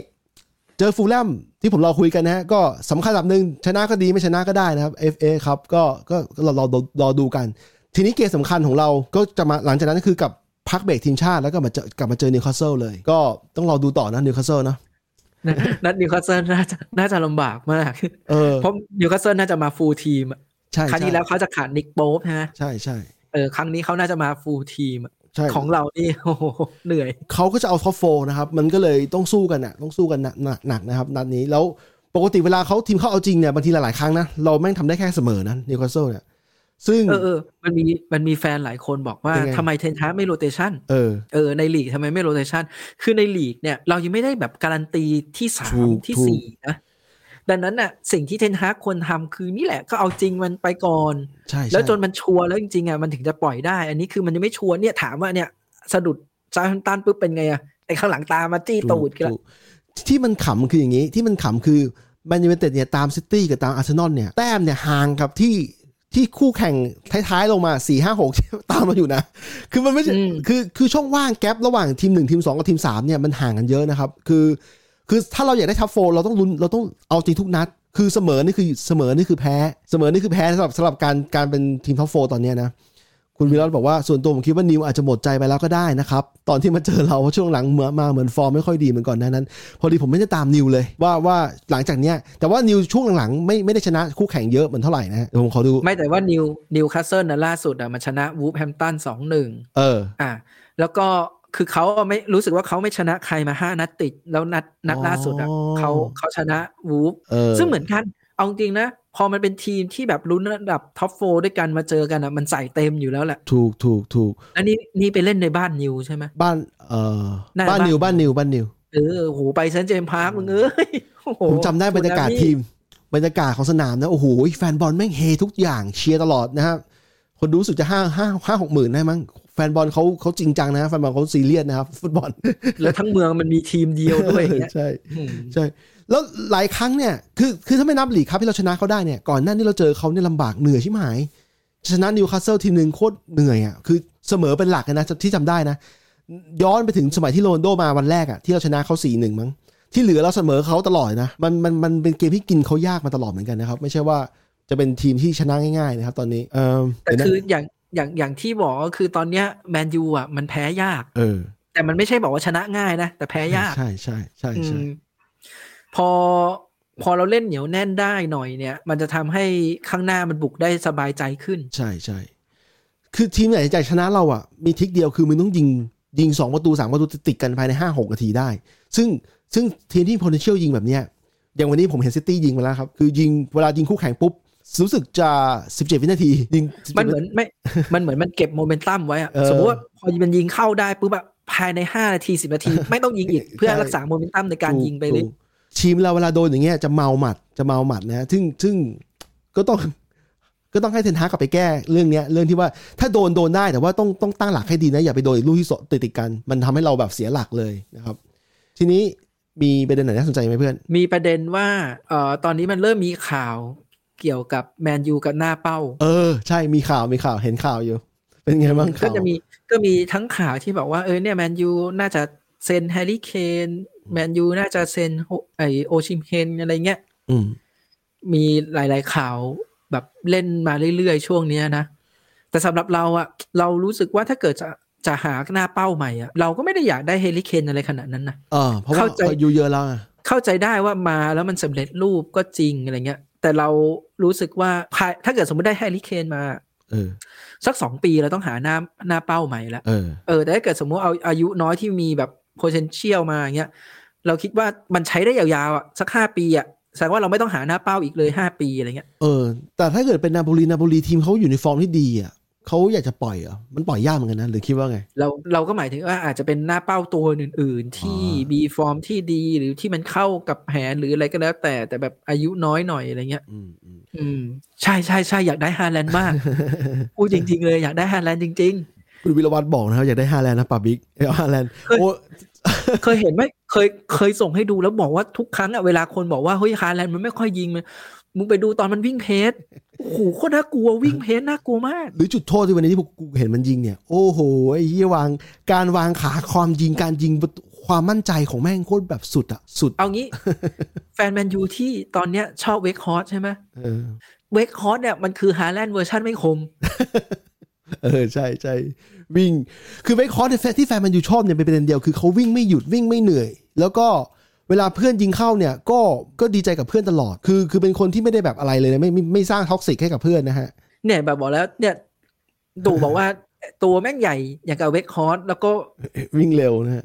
Speaker 1: เจอฟูลแลมที่ผมเราคุยกันนะฮะ ก็สำคัญลำหนึ่งชนะก็ดีไม่ชนะก็ได้นะครับ FA ครับก็ก็ก็รอรอรอรอดูกัน ทีนี้เกมสำคัญของเราก็จะมาหลังจากนั้นก็คือกลับพักเบรกทีมชาติแล้วก็มาเจอกลับมาเจอนิวคาสเซิลเลย ก็ต้องรอดูต่อนะนิวคาสเซิลนะ
Speaker 3: นะนัดนิวคาสเซิลน่าจะน่าจะลำบากมาก
Speaker 1: เออ
Speaker 3: เพราะนิวคาสเซิลน่าจะมาฟูลทีมอะ
Speaker 1: ใช่
Speaker 3: ครั้ง
Speaker 1: ใช่
Speaker 3: ที่แล้วเขาจะขาดนิกโป๊ปใช่ไหม
Speaker 1: ใช่ใช่
Speaker 3: เออครั้งนี้เขาน่าจะมาฟูลทีมอะ
Speaker 1: ใช่
Speaker 3: ของเรานี่ โอ้โหเหนื่อย
Speaker 1: เขาก็จะเอาท็อปโฟนะครับ มันก็เลยต้องสู้กันนะต้องสู้กันหนักหนักหนักนะครับนัดนี้แล้วปกติเวลาเขาทีมเขาเอาจริงเนี่ยบางทีหลายๆครั้งนะเราแม่งทำได้แค่เสมอนะนิวคาสเซิลเนี่ยซึ่ง
Speaker 3: เออเออมันมีมันมีแฟนหลายคนบอกว่า
Speaker 1: เป็นไง
Speaker 3: ทำไมเทนฮาร์กไม่โรเตชัน
Speaker 1: เออ
Speaker 3: เออในลีกทำไมไม่โรเตชันคือในลีกเนี่ยเรายังไม่ได้แบบการันตีที่สา
Speaker 1: ถู
Speaker 3: ม
Speaker 1: ก
Speaker 3: ที่
Speaker 1: ถูก
Speaker 3: สี่นะดังนั้นน่ะสิ่งที่เทนฮาร์กควรทำคือนี่แหละก็เอาจริงมันไปก่อน
Speaker 1: ใช่ใช่
Speaker 3: แล้วจนมันชัวร์แล้วจริงๆอ่ะมันถึงจะปล่อยได้ อันนี้คือมันยังไม่ชัวร์เนี่ยถามว่าเนี่ยสะดุดซาฮัมตันปุ๊บเป็นไงอ่ะไอ้ข้างหลังตามมาจี้ตูดกันละ
Speaker 1: ถูกถูกที่มันขำคืออย่างนี้ที่มันขำคือแมนยูไนเต็ดเนี่ยตามซิตี้กับตามอาร์เซนอลเนี่ยแต้มเนี่ยห่างกับที่ที่คู่แข่งท้ายๆลงมา 4 5 6 ตามมาอยู่นะ คือมันไม่ใช่
Speaker 3: อืม
Speaker 1: คือคือช่องว่างแกประหว่างทีม 1 ทีม 2 กับทีม 3 เนี่ยมันห่างกันเยอะนะครับ คือ คือถ้าเราอยากได้ทัฟโฟเราต้องลุ้นเราต้องเอาจริงทุกนัด คือเสมอนี่คือเสมอนี่คือแพ้เสมอนี่คือแพ้สำหรับสำหรับการการเป็นทีมทัฟโฟตอนเนี้ยนะ คุณวิรัตบอกว่าส่วนตัวผมคิดว่านิวอาจจะหมดใจไปแล้วก็ได้นะครับ ตอนที่มาเจอเราเพราะช่วงหลังเหมือนมาเหมือนฟอร์มไม่ค่อยดีเหมือนก่อนหนานั้น พอดีผมไม่ได้ตามนิวเลย ว่าว่าหลังจากเนี้ยแต่ว่านิวช่วงหลังๆไม่ไม่ได้ชนะคู่แข่งเยอะเหมือนเท่าไหร่นะเดี๋ยวผมขอดู
Speaker 3: ไม่แต่ว่านิวนิวคาสเซิลนะล่าสุดอ่ะมันชนะวูฟแฮมตันสองหนึ่ง
Speaker 1: เออ
Speaker 3: อ่ะแล้วก็คือเขาอะไม่รู้สึกว่าเขาไม่ชนะใครมาห้านัดติด แล้วนัดนัดล่าสุดอ่ะ
Speaker 1: อ๋อ
Speaker 3: เขาเขาชนะวูฟ
Speaker 1: เออ
Speaker 3: ซึ่งเหมือนกันเอาจริงนะพอมันเป็นทีมที่แบบลุ้นระดับท็อปโฟด้วยกันมาเจอกันอ่ะมันใส่เต็มอยู่แล้วแหละ
Speaker 1: ถูกถูกถูก
Speaker 3: อันนี้นี่ไปเล่นในบ้านนิวใช่ไหม
Speaker 1: บ้านเออ
Speaker 3: น่าจะ
Speaker 1: บ้าน
Speaker 3: บ้าน
Speaker 1: นิวบ้านนิวบ้านนิว
Speaker 3: เออโหไปเซนต์เจมส์พาร์คมึงเอ้ยโอ้โห
Speaker 1: ผมจำได้บรรยากาศทีม บรรยากาศของสนามนะโอ้โหแฟนบอลแม่งเฮทุกอย่างเชียร์ตลอดนะครับคนดูรู้สึกจะห้าห้าห้าหกหมื่นได้มั้งแฟนบอลเขาเขาจริงจังนะแฟนบอลเขาซีเรียสนะครับฟุตบอล
Speaker 3: แล้วทั้งเมืองมันมีทีมเดียวด้วย อย่างเงี้ย
Speaker 1: ใช่ ใช่ แล้วหลายครั้งเนี่ย คือ คือถ้าไม่นับหลีกครับที่เราชนะเขาได้เนี่ย ก่อนหน้านี้เราเจอเขาเนี่ยลำบากเหนื่อยชิบหาย ชนะนิวคาสเซิลทีมหนึ่งโคตรเหนื่อยอ่ะ คือเสมอเป็นหลักนะที่จำได้นะ ย้อนไปถึงสมัยที่โรนลโดมาวันแรกอ่ะที่เราชนะเขาสี่หนึ่งมั้ง ที่เหลือเราเสมอเขาตลอดนะ มัน มัน มันเป็นเกมที่กินเขายากมาตลอดเหมือนกันนะครับ ไม่ใช่ว่าจะเป็นทีมที่ชนะง่ายๆนะครับตอนนี้ เออ
Speaker 3: แต่
Speaker 1: เดี๋ยวนะ
Speaker 3: คืออย่างอย่างอย่างที่บอกก็คือตอนเนี้ยแมนยูอ่ะมันแพ้ยาก
Speaker 1: เออ
Speaker 3: แต่มันไม่ใช่บอกว่าชนะง่ายนะ แต่แพ้ยาก
Speaker 1: ใช่ใช่ใช่
Speaker 3: อื
Speaker 1: ใช่
Speaker 3: มพอพอเราเล่นเหนียวแน่นได้หน่อยเนี่ย มันจะทำให้ข้างหน้ามันบุกได้สบายใจขึ้น
Speaker 1: ใช่ใช่ คือทีมไหนจะชนะเราอ่ะ มีทริกเดียวคือมึงต้องยิง ยิงสองประตูสามประตูติดกันภายในห้าหกนาทีได้ ซึ่งซึ่งทีมที่ potential ยิงแบบเนี้ยอย่างวันนี้ผมเห็นซิตี้ยิงมาแล้วครับ คือยิงเวลายิงคู่แข่งปุ๊บ รู้สึกจะ 17 วินาทียิง17
Speaker 3: มันเหมือนไม่ มันเหมือนมันเก็บโมเมนตัมไว้อะ
Speaker 1: เออ
Speaker 3: สมมติว่าพอมันยิงเข้าได้ปุ๊บแบบภายในห้านาทีสิบ นาที ไม่ต้องยิงอีกเพื่อ
Speaker 1: ใช่
Speaker 3: รักษาโมเมนตัมในการ
Speaker 1: ถู
Speaker 3: ยิงไปเลย
Speaker 1: ถูกทีมเราเวลาโดนอย่างเงี้ยจะเมาหมัดจะเมาหมัดนะซึ่งซึ่งก็ต้อง ก็ต้องให้เทนฮากกลับไปแก้เรื่องเนี้ยเรื่องที่ว่าถ้าโดนโดนได้แต่ว่าต้องต้องตั้งหลักให้ดีนะ อย่าไปโดนอีกลูกที่สองติดติดๆกัน มันทำให้เราแบบเสียหลักเลยนะครับ ทีนี้มีประเด็นไหนน่าสนใจไหมเพื่อน
Speaker 3: มีประเด็นว่าเอ่อตอนนี้มันเริ่มมีข่าวเกี่ยวกับแมนยูกับหน้าเป้า
Speaker 1: เออ ใช่มีข่าวมีข่าวเห็นข่าวอยู่ เป็นไงบ้าง
Speaker 3: ก็
Speaker 1: ข่าว
Speaker 3: จะมีก็มีทั้งข่าวที่บอกว่าเออเนี่ยแมนยูน่าจะเซ็นแฮร์รี่เคนแมนยูน่าจะเซ็นโฮไอโอชิมเคนอะไรเงี้ย
Speaker 1: อืม
Speaker 3: มีหลาย ๆ ข่าวแบบเล่นมาเรื่อย ๆ ช่วงเนี้ยนะ แต่สำหรับเราอะเรารู้สึกว่าถ้าเกิดจะจะหาหน้าเป้าใหม่อะเราก็ไม่ได้อยากได้แฮร์รี่เคนอะไรขนาดนั้นนะ
Speaker 1: เออเพราะว่า
Speaker 3: เข้าใจ
Speaker 1: อายุเยอะแล้วอะ
Speaker 3: เข้าใจได้ว่ามาแล้วมันสำเร็จรูปก็จริงอะไรเงี้ย แต่เรารู้สึกว่าภายถ้าเกิดสมมติได้แฮร์รี่เคนมา
Speaker 1: เออ
Speaker 3: สักสองปีเราต้องหาหน้าหน้าเป้าใหม่ละ
Speaker 1: เออ
Speaker 3: เออแต่ถ้าเกิดสมมุติเอาอายุน้อยที่มีแบบ potential มาอย่างเงี้ยเราคิดว่ามันใช้ได้ยาวๆอ่ะสักห้าปีอ่ะแสดงว่าเราไม่ต้องหาหน้าเป้าอีกเลยห้าปีอะไรเงี้ย
Speaker 1: เออ แต่ถ้าเกิดเป็นนาโปลีนาโปลีทีมเขาอยู่ในฟอร์มที่ดีอ่ะเขาอยากจะปล่อยเหรอ่ะมันปล่อยยากเหมือนกันนะหรือคิดว่าไง
Speaker 3: เราเราก็หมายถึงว่าอาจจะเป็นหน้าเป้าตัวอื่น ๆ ที่
Speaker 1: อ่ามี
Speaker 3: มีฟอร์มที่ดีหรือที่มันเข้ากับแผนหรืออะไรก็แล้ว แต่แต่แบบอายุน้อยหน่อยอะไรเงี้ย
Speaker 1: อืมอืม
Speaker 3: อืมใช่ใช่ใช่อยากได้ฮาแลนด์มาก พูดจริง ๆ เลยอยากได้ฮาแลนด์จริง
Speaker 1: คุณวิรวัตรบอกนะครับอยากได้ฮาแลนด์นะป่าบิ๊กเอาฮาแลนด์
Speaker 3: เฮ้ย
Speaker 1: โอ้
Speaker 3: ๆ เคยเห็นไหมเคยเคยส่งให้ดูแล้วบอกว่าทุกครั้งอ่ะเวลาคนบอกว่าเฮ้ยฮาแลนด์มันไม่ค่อยยิงมันมึงไปดูตอนมันวิ่งเพจโอ้โหโคตรน่ากลัววิ่งเพจน่ากลัวมาก
Speaker 1: หรือจุดโทษที่วันนี้ที่ผมกูเห็นมันยิงเนี่ย โอ้โหไอ้เหี้ยวางการวางขาความยิงการยิงประตูความมั่นใจของแม่งโคตรแบบสุดอ่ะสุด
Speaker 3: เอางี้ แฟนแมนยูที่ตอนเนี้ยชอบเวกฮอร์สใช่ไหม
Speaker 1: เออ
Speaker 3: เวกฮอร์สเนี่ยมันคือฮาแลนด์เวอร์ชันไม่คม
Speaker 1: เออใช่ใช่วิ่ง คือเวคคอร์สที่แฟนที่แฟนแมันอยู่ชอบเนี่ยเป็นประเด็นเดียวคือเขาวิ่งไม่หยุดวิ่งไม่เหนื่อย แล้วก็เวลาเพื่อนยิงเข้าเนี่ยก็ก็ดีใจกับเพื่อนตลอด คือคือเป็นคนที่ไม่ได้แบบอะไรเลยนะไม่ไม่ไม่สร้างท็อกซิกให้กับเพื่อนนะฮะ
Speaker 3: เนี่ยแบบบอกแล้วเนี่ยดูบอกว่าตัวแม่งใหญ่อย่างกับเวกฮอร์สแล้วก็
Speaker 1: วิ่งเร็วนะฮะ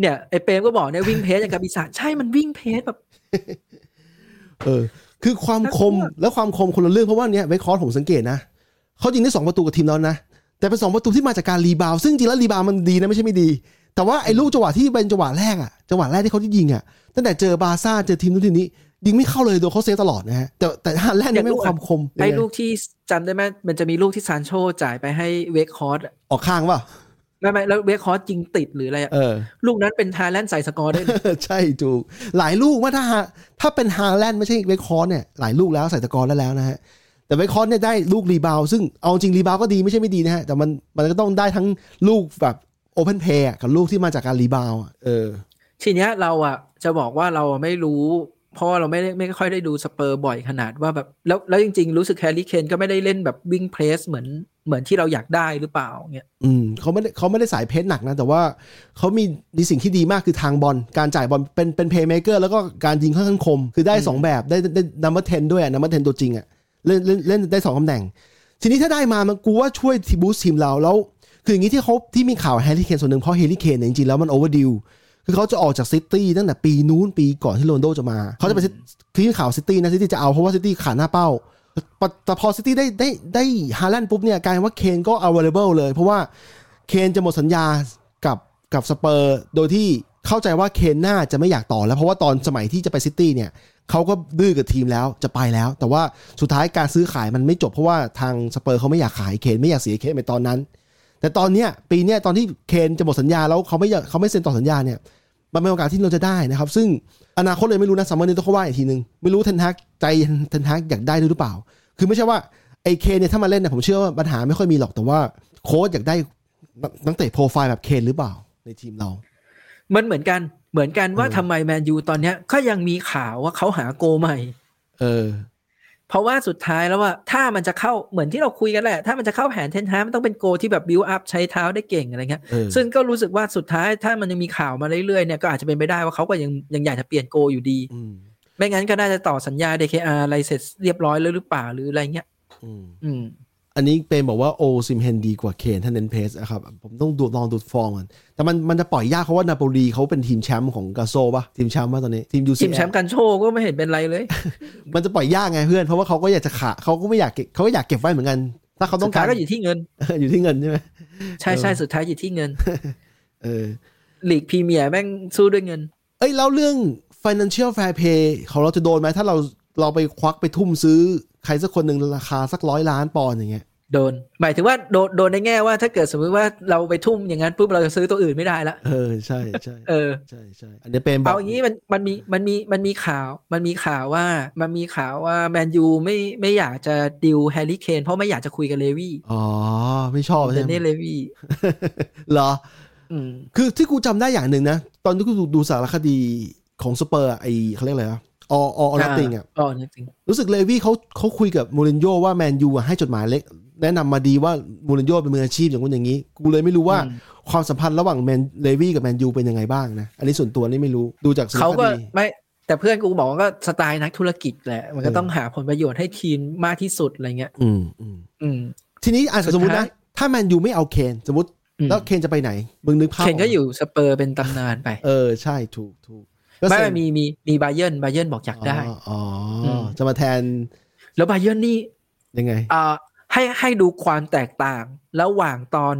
Speaker 3: เนี่ยไอเปรมก็บอกเนี่ยวิ่งเพจอย่างกับปีศาจใช่มันวิ่งเพจแบบ
Speaker 1: เออ คือความคมและความคมคนละเรื่องเพราะว่าเนี่ยเวคคอร์สผมสังเกตนะเขายิงได้สองประตูกับทีมแล้วนะแต่เป็นสองประตูที่มาจากการรีบาวด์ซึ่งจริงแล้วรีบาวด์มันดีนะไม่ใช่ไม่ดี แต่ว่าไอ้ลูกจังหวะที่เป็นจังหวะแรกอะจังหวะแรกที่เขาที่ยิงอะตั้งแต่เจอบาร์ซ่าเจอทีมนู้นทีมนี้ ยิงไม่เข้าเลยโดนเขาเซฟตลอดนะฮะแต่แต่ฮาแลนด์เนี่ยไม่มีความคม
Speaker 3: ไอ้ลูกที่จำได้ไหมมันจะมีลูกที่ซานโชจ่ายไปให้เวกฮอร์สอะ
Speaker 1: ออกข้างเปล่ะ
Speaker 3: ไม่ไม่แล้วเวกฮอร์สยิงติดหรืออะไรอะ
Speaker 1: เออ
Speaker 3: ลูกนั้นเป็นฮาแลนด์ใส่สกอร์ได้เลย
Speaker 1: ใช่ถูกหลายลูกว่าถ้าฮาถ้าเป็นฮาแลนด์ไม่ใช่เวคคอนเนี่ยหลายลูกแล้วใส่ตะกอนได้แล้วนะฮะ แต่เวคคอนเนี่ยได้ลูกรีบาวด์ซึ่งเอาจริงรีบาวด์ก็ดีไม่ใช่ไม่ดีนะฮะ แต่มันมันก็ต้องได้ทั้งลูกแบบโอเพนเพย์กับลูกที่มาจากการรีบาวด์อะเออ
Speaker 3: ทีเนี้ยเราอ่ะจะบอกว่าเราอะไม่รู้ เพราะว่าเราไม่ได้ไม่ค่อยได้ดูสเปอร์บ่อยขนาดว่าแบบแล้วแล้วจริงๆ รู้สึกแฮร์รี่เคนก็ไม่ได้เล่นแบบวิ่งเพรสเหมือนเหมือนที่เราอยากได้หรือเปล่าเงี้ย
Speaker 1: อืมเขาไม่ได้เขาไม่ได้สายเพชรหนักนะ แต่ว่าเขามีในสิ่งที่ดีมากคือทางบอลการจ่ายบอลเป็นเป็นเพย์เมเกอร์แล้วก็การยิงค่อนข้างคม คือได้ 2 แบบได้ได้นัมเบอร์เทนด้วยนัมเบอร์เทนตัวจริงอะเล่นเล่นเล่นได้ 2ตำแหน่ง ทีนี้ถ้าได้มามันกูว่าช่วยทีบูสทีมเราแล้ว คืออย่างนี้ที่เขาที่มีข่าวแฮร์รี่เคนส่วนหนึ่งเพราะแฮร์รี่เคนเนี่ยจริงๆแล้วมันโอเวอร์ดิวคือเขาจะออกจากซิตี้ตั้งแต่ปีนู้นปีก่อนที่โรนลโดจะมาเขาจะไปซิที่ข่าวซิตี้นะซิตี้จะเอาเพราะว่าซิตี้ขาดหน้าเป้า แต่แต่พอซิตี้ได้ได้ได้ฮาแลนด์ปุ๊บเนี่ยกลายเป็นว่าเคนก็ available เลย เพราะว่าเคนจะหมดสัญญากับกับสเปอร์โดยที่เข้าใจว่าเคนน่าจะไม่อยากต่อแล้ว เพราะว่าตอนสมัยที่จะไปซิตี้เนี่ยเขาก็ดื้อกับทีมแล้วจะไปแล้ว แต่ว่าสุดท้ายการซื้อขายมันไม่จบเพราะว่าทางสเปอร์เขาไม่อยากขายเคนไม่อยากเสียเคนไปตอนนั้น แต่ตอนเนี้ยปีเนี้ยตอนที่เคนจะหมดสัญญาแล้วเขาไม่อยากเขาไม่เซ็นต่อสัญญาเนี่ย มันเป็นโอกาสที่เราจะได้นะครับ ซึ่งอนาคตเลยไม่รู้นะซัมเมอร์นี้ต้องเข้าว่าอีกทีนึง ไม่รู้เทนทักใจเทนทักอยากได้ด้วยหรือเปล่า คือไม่ใช่ว่าไอเคเนี่ยถ้ามาเล่นเนี่ยผมเชื่อว่าปัญหาไม่ค่อยมีหรอกแต่ว่าโค้ชอยากได้นักนักเตะโปรไฟล์แบบเคนหรือเปล่าในทีมเรา
Speaker 3: มันเหมือนกันเหมือนกันว่า
Speaker 1: เออ
Speaker 3: ทำไมแมนยูตอนเนี้ยก็ยังมีข่าวว่าเขาหาโกใหม่
Speaker 1: เออ
Speaker 3: เพราะว่าสุดท้ายแล้วว่าถ้ามันจะเข้าเหมือนที่เราคุยกันแหละ ถ้ามันจะเข้าแผนเทนฮามันต้องเป็นโกที่แบบบิวอัพใช้เท้าได้เก่งอะไรเงี้ย
Speaker 1: เออ
Speaker 3: ซึ่งก็รู้สึกว่าสุดท้ายถ้ามันยังมีข่าวมาเรื่อยๆเนี่ยก็อาจจะเป็นไปได้ว่าเขาก็ยังยังอยากจะเปลี่ยนโกอยู่ดี
Speaker 1: อืม
Speaker 3: ไม่งั้นก็น่าจะต่อสัญญา DKR อะไรเสร็จเรียบร้อยแล้วหรือเปล่าหรืออะไรเงี้ย
Speaker 1: อืม
Speaker 3: อืม
Speaker 1: อันนี้เป็นบอกว่าโอซิมเฮนดีกว่าเคนท่านเน้นเพสอะครับผมต้องดูลองดูฟอร์มกันแต่มันมันจะปล่อยยากเพราะว่านาโปลีเขาเป็นทีมแชมป์ของกาโซป่ะทีมแชมป์ป่ะตอนนี้ทีมยูซี
Speaker 3: ทีมแชมป์กันโชคก็ไม่เห็นเป็นไรเลย
Speaker 1: มันจะปล่อยยากไงเพื่อนเพราะว่าเขาก็อยากจะขาเขาก็ไม่อยากเก็บเขาก็อยากเก็บไว้เหมือนกัน ถ้าเขาต้
Speaker 3: สุ
Speaker 1: อง
Speaker 3: ด
Speaker 1: กา
Speaker 3: ท้าร ยก็อยู่ที่เงิน
Speaker 1: อยู่ที่เงินใช่ไหม
Speaker 3: ใช่ใช่สุดท้ายอยู่ที่เงิน
Speaker 1: เออ
Speaker 3: ลีกพรีเมียร์แม่งสู้ด้วยเงิน
Speaker 1: เอ้ยแล้วเรื่อง financial fair play ของเราจะโดนไหมถ้าเราเราไปควักไปทุ่มซื้อใครสักคนหนึ่งราคาสักร้อยล้านปอนด์อย่างเงี้ย
Speaker 3: โดน หมายถึงว่าโดนโดนในแง่ว่าถ้าเกิดสมมติว่าเราไปทุ่มอย่างนั้นปุ๊บเราจะซื้อตัวอื่นไม่ได้ละ
Speaker 1: เออใช่ใช่
Speaker 3: เออ
Speaker 1: ใช่ใช่อันนี้เป็นบ
Speaker 3: เอา
Speaker 1: ก
Speaker 3: อย่างนี้มันมันมีมันมีมันมีข่าว มันมีข่าวว่ามันมีข่าวว่าแมนยูไม่ไม่อยากจะดิวแฮร์รี่เคนเพราะไม่อยากจะคุยกับเลวี่
Speaker 1: อ๋อ ไม่ชอบ
Speaker 3: เด
Speaker 1: ใช่
Speaker 3: น
Speaker 1: ไหม
Speaker 3: นี่เลวี่
Speaker 1: เหรอ
Speaker 3: อืม
Speaker 1: คือที่กูจำได้อย่างหนึ่งนะ ตอนที่กูดูดูสารคดีของสเปอร์อะไอเขาเรียกอะไรอะออออนัตติงอ่ะ
Speaker 3: อ๋อนัตติง
Speaker 1: รู้สึกเลวี่เขาเขาคุยกับมูรินโญ่ว่าแมนยูอะให้จดหมายเล็ก แนะนำมาดีว่ามูรินโญ่เป็นมืออาชีพอย่างนู้นอย่างนี้ กูเลยไม่รู้ว่าความสัมพันธ์ระหว่างแมนเลวี่กับแมนยูเป็นยังไงบ้างนะ อันนี้ส่วนตัวนี่ไม่รู้ดูจากสาร
Speaker 3: เขา
Speaker 1: ค
Speaker 3: ก็
Speaker 1: ดี
Speaker 3: ไม่แต่เพื่อนกูบอกว่าก็สไตล์นักธุรกิจแหละ มันก็
Speaker 1: เออ
Speaker 3: ต้องหาผลประโยชน์ให้ทีมมากที่สุดอะไรเงี้ย
Speaker 1: อืมอืม
Speaker 3: อืม
Speaker 1: ทีนี้อ่ะ
Speaker 3: สุดท้าย
Speaker 1: สมมตินะ ถ้าแมนยูไม่เอาเคนสมมติ
Speaker 3: อืม
Speaker 1: แล้วเคนจะไปไหน มึงนึกภาพ
Speaker 3: เคนก็
Speaker 1: ไหม
Speaker 3: อยู่สเปอร์เป็นตำนานไป
Speaker 1: เออใช่ถูกถูกก็
Speaker 3: ไม่
Speaker 1: เซ็น
Speaker 3: มีมีมีบาเยิร์นบาเยิร์นบอกอยากได้
Speaker 1: อ๋ออ๋ออ
Speaker 3: ม
Speaker 1: จะมาแทน
Speaker 3: แล้วบาเยิร์นนี่
Speaker 1: ยังไง
Speaker 3: อ่าให้ให้ดูความแตกต่าง ระหว่างตอน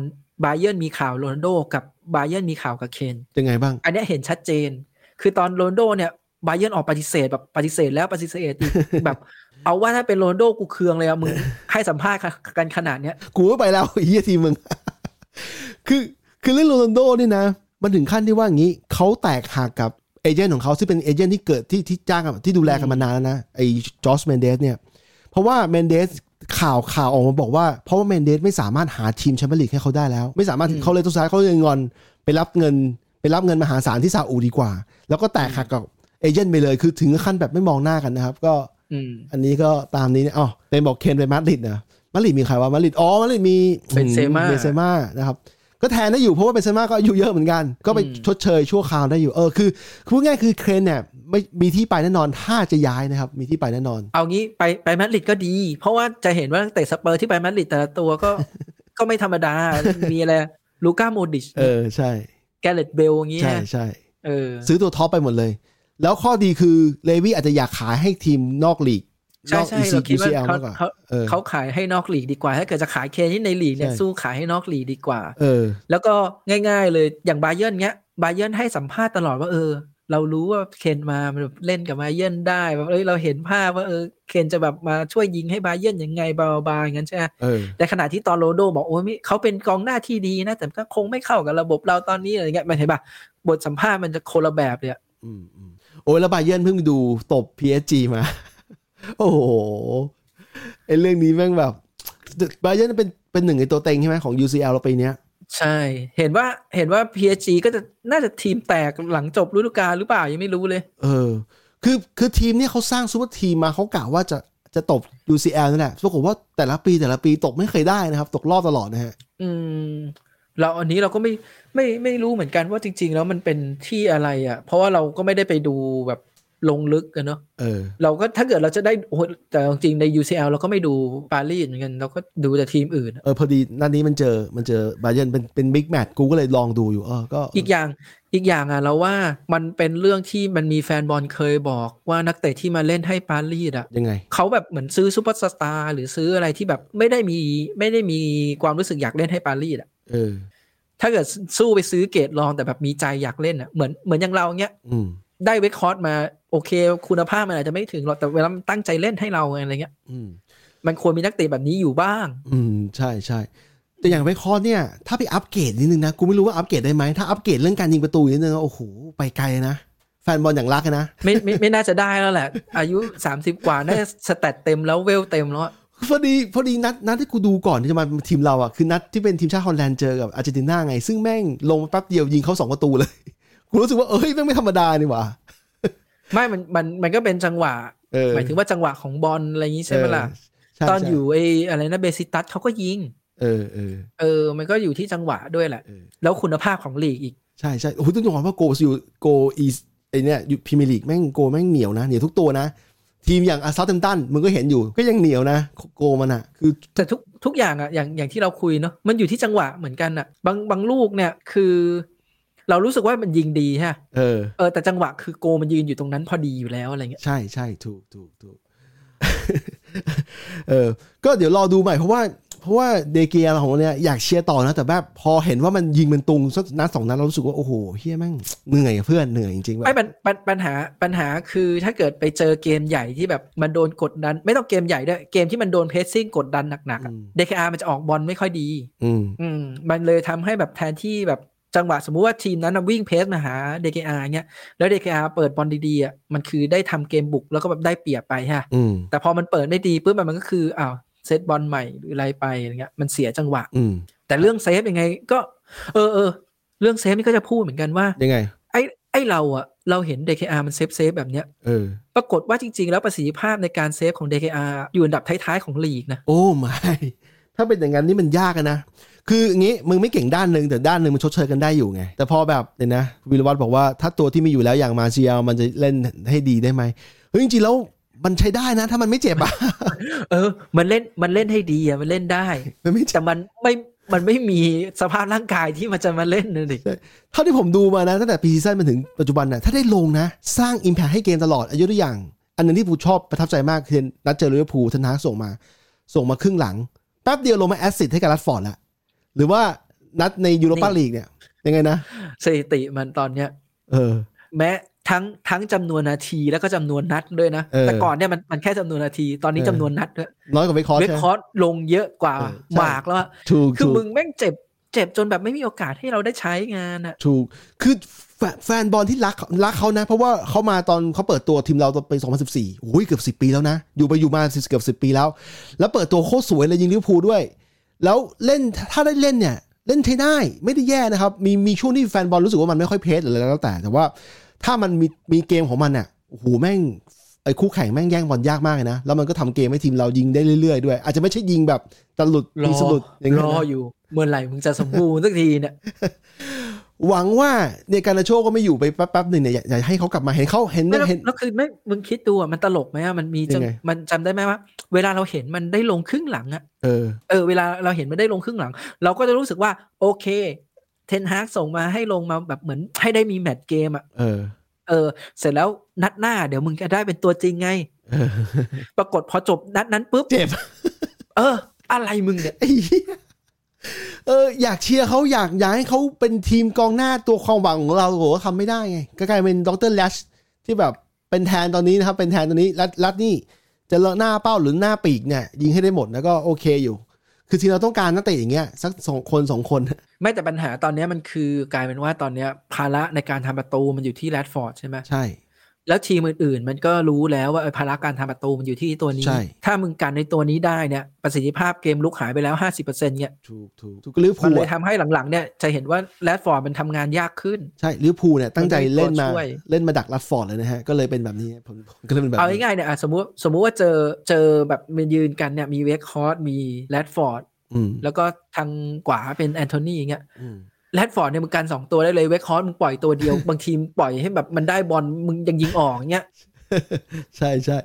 Speaker 3: บาเยร์นมีข่าวโรนลโด กับบาเยร์นมีข่าวกับเคน
Speaker 1: ยังไงบ้าง
Speaker 3: อันเนี้ยเห็นชัดเจน คือตอนโรนลโดเนี่ยบาเยร์นออกปฏิเสธแบบปฏิเสธแล้วปฏิเสธอีก แบบ เอาว่าถ้าเป็นโรนลโดกูเคืองเลยอะมึง ให้สัมภาษณ์กันขนาดเนี้ย
Speaker 1: กูก็ไปแล้ว ไอ้เฮียทีมมึง คือคือเรื่องโรนัลโดเนี่ยนะ มันถึงขั้นที่ว่าอย่างนี้ เขาแตกหักกับเอเจนต์ของเขาซึ่งเป็นเอเจนต์ที่เกิดที่ที่จ้างกับที่ดูแลกันมานานแล้วนะ ไอ้จอร์จแมนเดสเนี่ย เพราะว่าแมนเดสข่าวข่าวออกมาบอกว่า เพราะว่าแมนเดสไม่สามารถหาทีมแชมเปี้ยนลีกให้เขาได้แล้ว ไม่สามารถเขาเลยต้องใช้ายเขาเลยงอน ไปรับเงิน ไปรับเงินมหาศาลที่ซาอุดีกว่า แล้วก็แตกหักกับเอเจนต์ไปเลยคือถึงขั้นแบบไม่มองหน้ากันนะครับก็
Speaker 3: อืม
Speaker 1: อันนี้ก็ตามนี้เนี่ยอ๋อเตนบอกเคนไปมาดริดนะมาดริดมีใครวะมาดริดอ๋อมาดริดมี
Speaker 3: เบนเซม่า
Speaker 1: เบนเซม่านะครับ ก็แทนได้อยู่เพราะว่าเบนเซม่าก็อายุเยอะเหมือนกัน ก็ไปชดเชยชั่วคราวได้อยู่ เออคือคือพูดง่ายคือเคนเนี่ยไม่มีที่ไปแน่นอนถ้าจะย้ายนะครับ มีที่ไปแน่นอน
Speaker 3: เอางี้ไปไปมาดริดก็ดี เพราะว่าจะเห็นว่านักเตะสเปอร์ที่ไปมาดริดแต่ละตัวก็ ก็ไม่ธรรมดา มีอะไรลูก้าโมดิช
Speaker 1: เออใช่
Speaker 3: แกเรตเบลอย่างเงี้ย
Speaker 1: ใช่ใช่
Speaker 3: เออ
Speaker 1: ซื้อตัวท็อปไปหมดเลย แล้วข้อดีคือเลวี่อาจจะอยากขายให้ทีมนอกลีกน
Speaker 3: ใช่
Speaker 1: อก
Speaker 3: ใช่
Speaker 1: EC
Speaker 3: เราคิดว่า
Speaker 1: UCL
Speaker 3: เขา
Speaker 1: มากกว่า
Speaker 3: เขา
Speaker 1: เออ
Speaker 3: เขาขายให้นอกลีกดีกว่า ถ้าเกิดจะขายเคนที่ในลีกเนี่ย
Speaker 1: ใช่
Speaker 3: สู้ขายให้นอกลีกดีกว่า
Speaker 1: เออ
Speaker 3: แล้วก็ง่าย ๆ เลยอย่างบาเยิร์นเนี้ยบาเยิร์นให้สัมภาษณ์ตลอดว่าเออ เรารู้ว่าเคนมามันแบบเล่นกับบาเยิร์นได้แบบเอ้ยเราเห็นภาพว่าเออเคนจะแบบมาช่วยยิงให้บาเยิร์นยังไงบาบาอย่างนั้นใช่ไหม
Speaker 1: เออ
Speaker 3: แต่ขณะที่ตอนโรนัลโดบอกโอ้ยมิเขาเป็นกองหน้าที่ดีนะ แต่ก็คงไม่เข้ากับระบบเราตอนนี้อะไรเงี้ยมันเห็นปะบทสัมภาษณ์มันจะคนละแบบเลยอะ
Speaker 1: อืมอืมโอ้ยแล้วบาเยิร์นเพิ่งดูตบ PSG มา โอ้โหไอเรื่องนี้แม่งแบบบาเยิร์นเป็นเป็นหนึ่งในตัวเต็งใช่ไหมของ UCL เราปีเนี้ย
Speaker 3: ใช่ เห็นว่าเห็นว่า PSG ก็จะน่าจะทีมแตกหลังจบฤดูกาลหรือเปล่ายังไม่รู้เลย
Speaker 1: เออ คือคือทีมเนี่ยเขาสร้างซูเปอร์ทีมมาเขากะว่าจะจะตบ UCL นั่นแหละปรากฏว่าแต่ละปีแต่ละปีตกไม่เคยได้นะครับ ตกรอบตลอดนะฮะ
Speaker 3: อืมเราอันนี้เราก็ไม่ไม่ไม่รู้เหมือนกันว่าจริง ๆ แล้วมันเป็นที่อะไรอ่ะ เพราะว่าเราก็ไม่ได้ไปดูแบบลงลึกกันเนาะ
Speaker 1: เออ
Speaker 3: เราก็ถ้าเกิดเราจะได้โอ้โหแต่จริงๆใน UCL เราก็ไม่ดูปารีสเหมือนกัน เราก็ดูแต่ทีมอื่นอะ
Speaker 1: เออพอดีนัดนี้มันเจอมันเจอบาเยิร์นเป็นเป็นบิ๊กแมตช์กูก็เลยลองดูอยู่เออก็
Speaker 3: อีกอย่างอีกอย่างอ่ะเราว่ามันเป็นเรื่องที่มันมีแฟนบอลเคยบอกว่านักเตะที่มาเล่นให้ปารีสอ่ะ
Speaker 1: ยังไง
Speaker 3: เขาแบบเหมือนซื้อซูเปอร์สตาร์หรือซื้ออะไรที่แบบไม่ได้มีไม่ได้มีความรู้สึกอยากเล่นให้ปารีสอ่ะ
Speaker 1: เออ
Speaker 3: ถ้าเกิดสู้ไปซื้อเกรดรองแต่แบบมีใจอยากเล่นอ่ะเหมือนเหมือนอย่างเราเนี้ย
Speaker 1: อืม
Speaker 3: ได้เวคคอร์สมาโอเค คุณภาพมันอาจจะไม่ถึงหรอกแต่เวลามันตั้งใจเล่นให้เราไงอะไรเงี้ย
Speaker 1: อืม
Speaker 3: มันควรมีนักเตะแบบนี้อยู่บ้าง
Speaker 1: อืม ใช่ใช่แต่อย่างไปคอร์สเนี่ย ถ้าไปอัปเกรดนิดนึงนะ กูไม่รู้ว่าอัปเกรดได้ไหมถ้าอัปเกรดเรื่องการยิงประตูนิดนึงโอ้โห ไปไกลนะ แฟนบอลอย่างรักนะ
Speaker 3: ไม่ไม่ไม่น่าจะได้แล้วแหละ อายุ 30 กว่า น่าจะสแตตเต็มแล้วเวลเต็มแล้วอะ
Speaker 1: พอดีพอดีนัดนัดที่กูดูก่อนที่จะมาทีมเราอ่ะ คือนัดที่เป็นทีมชาติฮอลแลนด์เจอกับอาร์เจนตินาไง ซึ่งแม่งลงมาแป๊บเดียวยิงเขาสองประตูเลย กูรู้สึกว่าเอ้ยแม่งไม่ธรรมดานี่หว่า
Speaker 3: ไม่มันมันมันก็เป็นจังหวะ
Speaker 1: เออ
Speaker 3: หมายถึงว่าจังหวะของบอลอะไรอย่างนี้ใช่ไหมล่ะ
Speaker 1: เออใช่
Speaker 3: ตอน
Speaker 1: ใช่
Speaker 3: อยู่ไอ้อะไรนะเบซิตัสเขาก็ยิง
Speaker 1: เออเออ
Speaker 3: เออ มันก็อยู่ที่จังหวะด้วยแหละ
Speaker 1: เออ
Speaker 3: แล้วคุณภาพของลีกอีก
Speaker 1: ใช่ใช่โอ้โหต้องยอมรับว่าโกอยู่โกอีไอเนี่ยอยู่พรีเมียร์ลีกแม่งโกแม่งเหนียวนะเหนียวทุกตัวนะ ทีมอย่างอาซาเทมตันมึงก็เห็นอยู่ก็ยังเหนียวนะโกมันอะคือ
Speaker 3: แต่ทุกทุกอย่างอะอย่างอย่างที่เราคุยเนาะมันอยู่ที่จังหวะเหมือนกันอะบางบางลูกเนี่ยคือ เรารู้สึกว่ามันยิงดีฮะ
Speaker 1: เออ
Speaker 3: เออแต่จังหวะคือโกมันยืนอยู่ตรงนั้นพอดีอยู่แล้วอะไรเงี้ย
Speaker 1: ใช่ใช่ถูกถูกถูก เออ ก็เดี๋ยวรอดูใหม่เพราะว่าเพราะว่าเดเกียของเราเนี่ยอยากเชียร์ต่อนะ แต่แบบพอเห็นว่ามันยิงมันตุงสักนัดสองนัดเรารู้สึกว่า โอ้โหเฮี้ยแม่งเหนื่อยอะเพื่อนเหนื่อยจริงๆแบ
Speaker 3: ไม่
Speaker 1: บ
Speaker 3: ปัญปัญปัญหาปัญหาคือถ้าเกิดไปเจอเกมใหญ่ที่แบบมันโดนกดดัน ไม่ต้องเกมใหญ่ด้วยเกมที่มันโดนเพสซิ่งกดดันหนักๆอะ DKR มันจะออกบอลไม่ค่อยดี
Speaker 1: อืม
Speaker 3: อืมมันเลยทำให้แบบแทนที่แบบจังหวะสมมุติว่าทีมนั้นนะวิ่งเพสมาหา DKR เงี้ยแล้ว DKR เปิดบอลดีๆอ่ะมันคือได้ทำเกมบุกแล้วก็แบบได้เปรียบไปฮะ
Speaker 1: อืม
Speaker 3: แต่พอมันเปิดได้ดีปุ๊บมันก็คืออ้าวเซตบอลใหม่หรืออะไรไปอะไรเงี้ยมันเสียจังหวะ
Speaker 1: อืม
Speaker 3: แต่เรื่องเซฟยังไงก็ เออเออเรื่องเซฟนี่ก็จะพูดเหมือนกันว่า
Speaker 1: ยังไง
Speaker 3: ไอ้ไอ้เราอะเราเห็น DKR มันเซฟเซฟแบบเนี้ย
Speaker 1: เออ
Speaker 3: ปรากฏว่าจริง ๆ แล้วประสิทธิภาพในการเซฟของ DKR อยู่อันดับท้ายๆของลีกนะ
Speaker 1: โอ้ไม่ถ้าเป็นอย่างนั้นนี่มันยากอะนะ คืออย่างงี้มึงไม่เก่งด้านหนึ่งแต่ด้านหนึ่งมันชดเชยกันได้อยู่ไง แต่พอแบบเนี่ยวนะวิรวัตรบอกว่าถ้าตัวที่มีอยู่แล้วอย่างมาเซียลมันจะเล่นให้ดีได้ไหมเฮ้ยจริงๆแล้วมันใช้ได้นะ ถ้ามันไม่เจ็บอะ
Speaker 3: เออ มันเล่นมันเล่นให้ดีอะมันเล่นได้
Speaker 1: มันไม่เจ็บ
Speaker 3: แต่มันไม่มันไม่มีสภาพร่างกายที่มันจะมาเล่นนะดิ
Speaker 1: เท่าที่ผมดูมานะตั้งแต่ปีซีซั่นมาถึงปัจจุบันนะถ้าได้ลงนะ สร้างอิมแพ t ให้เกมตลอดอายุตัวอย่าง อันหนึงที่ผมชอบประทับใจมากคือนัดเจอลิเวอร์พูลธนาส่งมา ส่งมาครึ่งหลัง แป๊บเดียวลงมาแอสซิสต์ให้กับรัดฟอร์ดละหรือว่านัดในยูโรปาลีกเนี่ย ยังไงนะ
Speaker 3: สถิติมันตอนเนี้ย
Speaker 1: เออ
Speaker 3: แม้ทั้งทั้งจำนวนนาทีแล้วก็จำนวนนัดด้วยนะ
Speaker 1: เออ
Speaker 3: แต่ก่อนเนี่ยมันมันแค่จำนวนนาทีตอนนี้
Speaker 1: เออ
Speaker 3: จำนวนนัดด้วย
Speaker 1: น้อยกว่าเวคคอร์ส
Speaker 3: เวค
Speaker 1: ใช่ไห
Speaker 3: ค
Speaker 1: ม
Speaker 3: อร์สลงเยอะกว่า
Speaker 1: เออใช่
Speaker 3: หมากแล้วอะ
Speaker 1: ถูก
Speaker 3: คือ
Speaker 1: ถูก
Speaker 3: มึงแม่งเจ็บ เจ็บจนแบบไม่มีโอกาสให้เราได้ใช้งานอะ
Speaker 1: ถูก คือแฟนแฟนบอลที่รักรักเขานะ เพราะว่าเขามาตอนเขาเปิดตัวทีมเราตอนปี 2014โอ้ยเกือบ 10 ปีแล้วนะ อยู่ไปอยู่มา10เกือบ10 ปีแล้ว แล้วเปิดตัวโคตรสวยเลยยิงลิเวอร์พูลด้วย แล้วเล่นถ้าได้เล่นเนี่ย เล่นใช้ได้ไม่ได้แย่นะครับ มีมีช่วงที่แฟนบอลรู้สึกว่ามันไม่ค่อยเพสหรืออะไรแล้วแต่ แต่ว่าถ้ามันมีมีเกมของมันอ่ะโอ้โหแม่งไอ้คู่แข่งแม่งแย่งบอลยากมากเลยนะ แล้วมันก็ทำเกมให้ทีมเรายิงได้เรื่อยๆด้วย อาจจะไม่ใช่ยิงแบบตะหลุด
Speaker 3: ร
Speaker 1: ยิงสะ
Speaker 3: อ
Speaker 1: ดุดอย่าง
Speaker 3: ร
Speaker 1: นั้น
Speaker 3: อ
Speaker 1: นะ
Speaker 3: อยู่เมื่อไหร่มึงจะสมบูรณ์สักทีเนี่ย
Speaker 1: หวังว่าเนยการนาโชก็ไม่อยู่ไปแป๊บๆหนึ่งเนี่ยอยากอยากให้เขากลับมาเห็นเขา เห็น
Speaker 3: แล้ว
Speaker 1: เห็น
Speaker 3: แล้วคือไม่มึงคิดดูอะมันตลกไหมอะมันมีจั
Speaker 1: ยั
Speaker 3: ง
Speaker 1: งไง
Speaker 3: มันจำได้ไหมว่า เวลาเราเห็นมันได้ลงครึ่งหลังอะ
Speaker 1: เออ
Speaker 3: เออเวลาเราเห็นมันได้ลงครึ่งหลัง เราก็จะรู้สึกว่า โอเค เทนฮากส่งมาให้ลงมาแบบเหมือนให้ได้มีแมตช์เกมอ่ะ
Speaker 1: เออ
Speaker 3: เออ เสร็จแล้วนัดหน้าเดี๋ยวมึงจะได้เป็นตัวจริงไง
Speaker 1: เออ
Speaker 3: ปรากฏพอจบนัดนั้นปุ๊บ
Speaker 1: เจ็บ
Speaker 3: เออ อะไรมึงเนี่ย
Speaker 1: ไอ้เหี้ยเออ อยากเชียร์เขาอยากอยากให้เขาเป็นทีมกองหน้าตัวความหวังของเราโหทำไม่ได้ไงก็กลายเป็นดรแลชที่แบบเป็นแทนตอนนี้นะครับ เป็นแทนตอนนี้รัดรัดนี่ จะเลาะหน้าเป้าหรือหน้าปีกเนี่ย ยิงให้ได้หมดแล้วก็โอเคอยู่ คือทีมเราต้องการนักเตะอย่างเงี้ยสักสองคนสองคน
Speaker 3: ไม่แต่ปัญหาตอนเนี้ยมันคือกลายเป็นว่าตอนเนี้ยภาระในการทำประตูมันอยู่ที่แรดฟอร์ดใช่ไหม
Speaker 1: ใช่
Speaker 3: แล้วทีมอื่นๆมันก็รู้แล้วว่าเออภาระการทำประตูมันอยู่ที่ตัวนี้
Speaker 1: ใช่
Speaker 3: ถ้ามึงกันในตัวนี้ได้เนี่ยประสิทธิภาพเกมลุกหายไปแล้ว50%เนี่ย
Speaker 1: ถูกถูกถูกลิเวอร์
Speaker 3: มั
Speaker 1: พู
Speaker 3: น
Speaker 1: ล
Speaker 3: เลย
Speaker 1: อะ
Speaker 3: ทำให้หลังๆเนี่ยจะเห็นว่าแรดฟอร์ดมันทำงานยากขึ้น
Speaker 1: ใช่ลิเวอร์พูลเนี่ยตั้งใจเล่นมา
Speaker 3: มันเป็นตัวช่วย
Speaker 1: เล่นมาดักรัดฟอร์ดเลยนะฮะก็เลยเป็นแบบนี้ผม ผมก็เลยเป็นแบบ
Speaker 3: เอา
Speaker 1: นี้
Speaker 3: ง่ายๆเนี่ยอ่ะสมมติสมมุติว่าเจอเจอแบบมันยืนกันเนี่ยมีเวคคอร์สมีแรดฟอร์ด
Speaker 1: อืม
Speaker 3: แล้วก็ทางขวาเป็นแอนโทนีอย่างเงี้ย
Speaker 1: อืม
Speaker 3: แรดฟอร์ดเนี่ยมึงกันสองตัวได้เลยเวคคอร์สมึงปล่อยตัว เดียว บางทีมปล่อยให้แบบมันได้บอลมึงยังยิงออกเงี้ย
Speaker 1: ใช่ใช่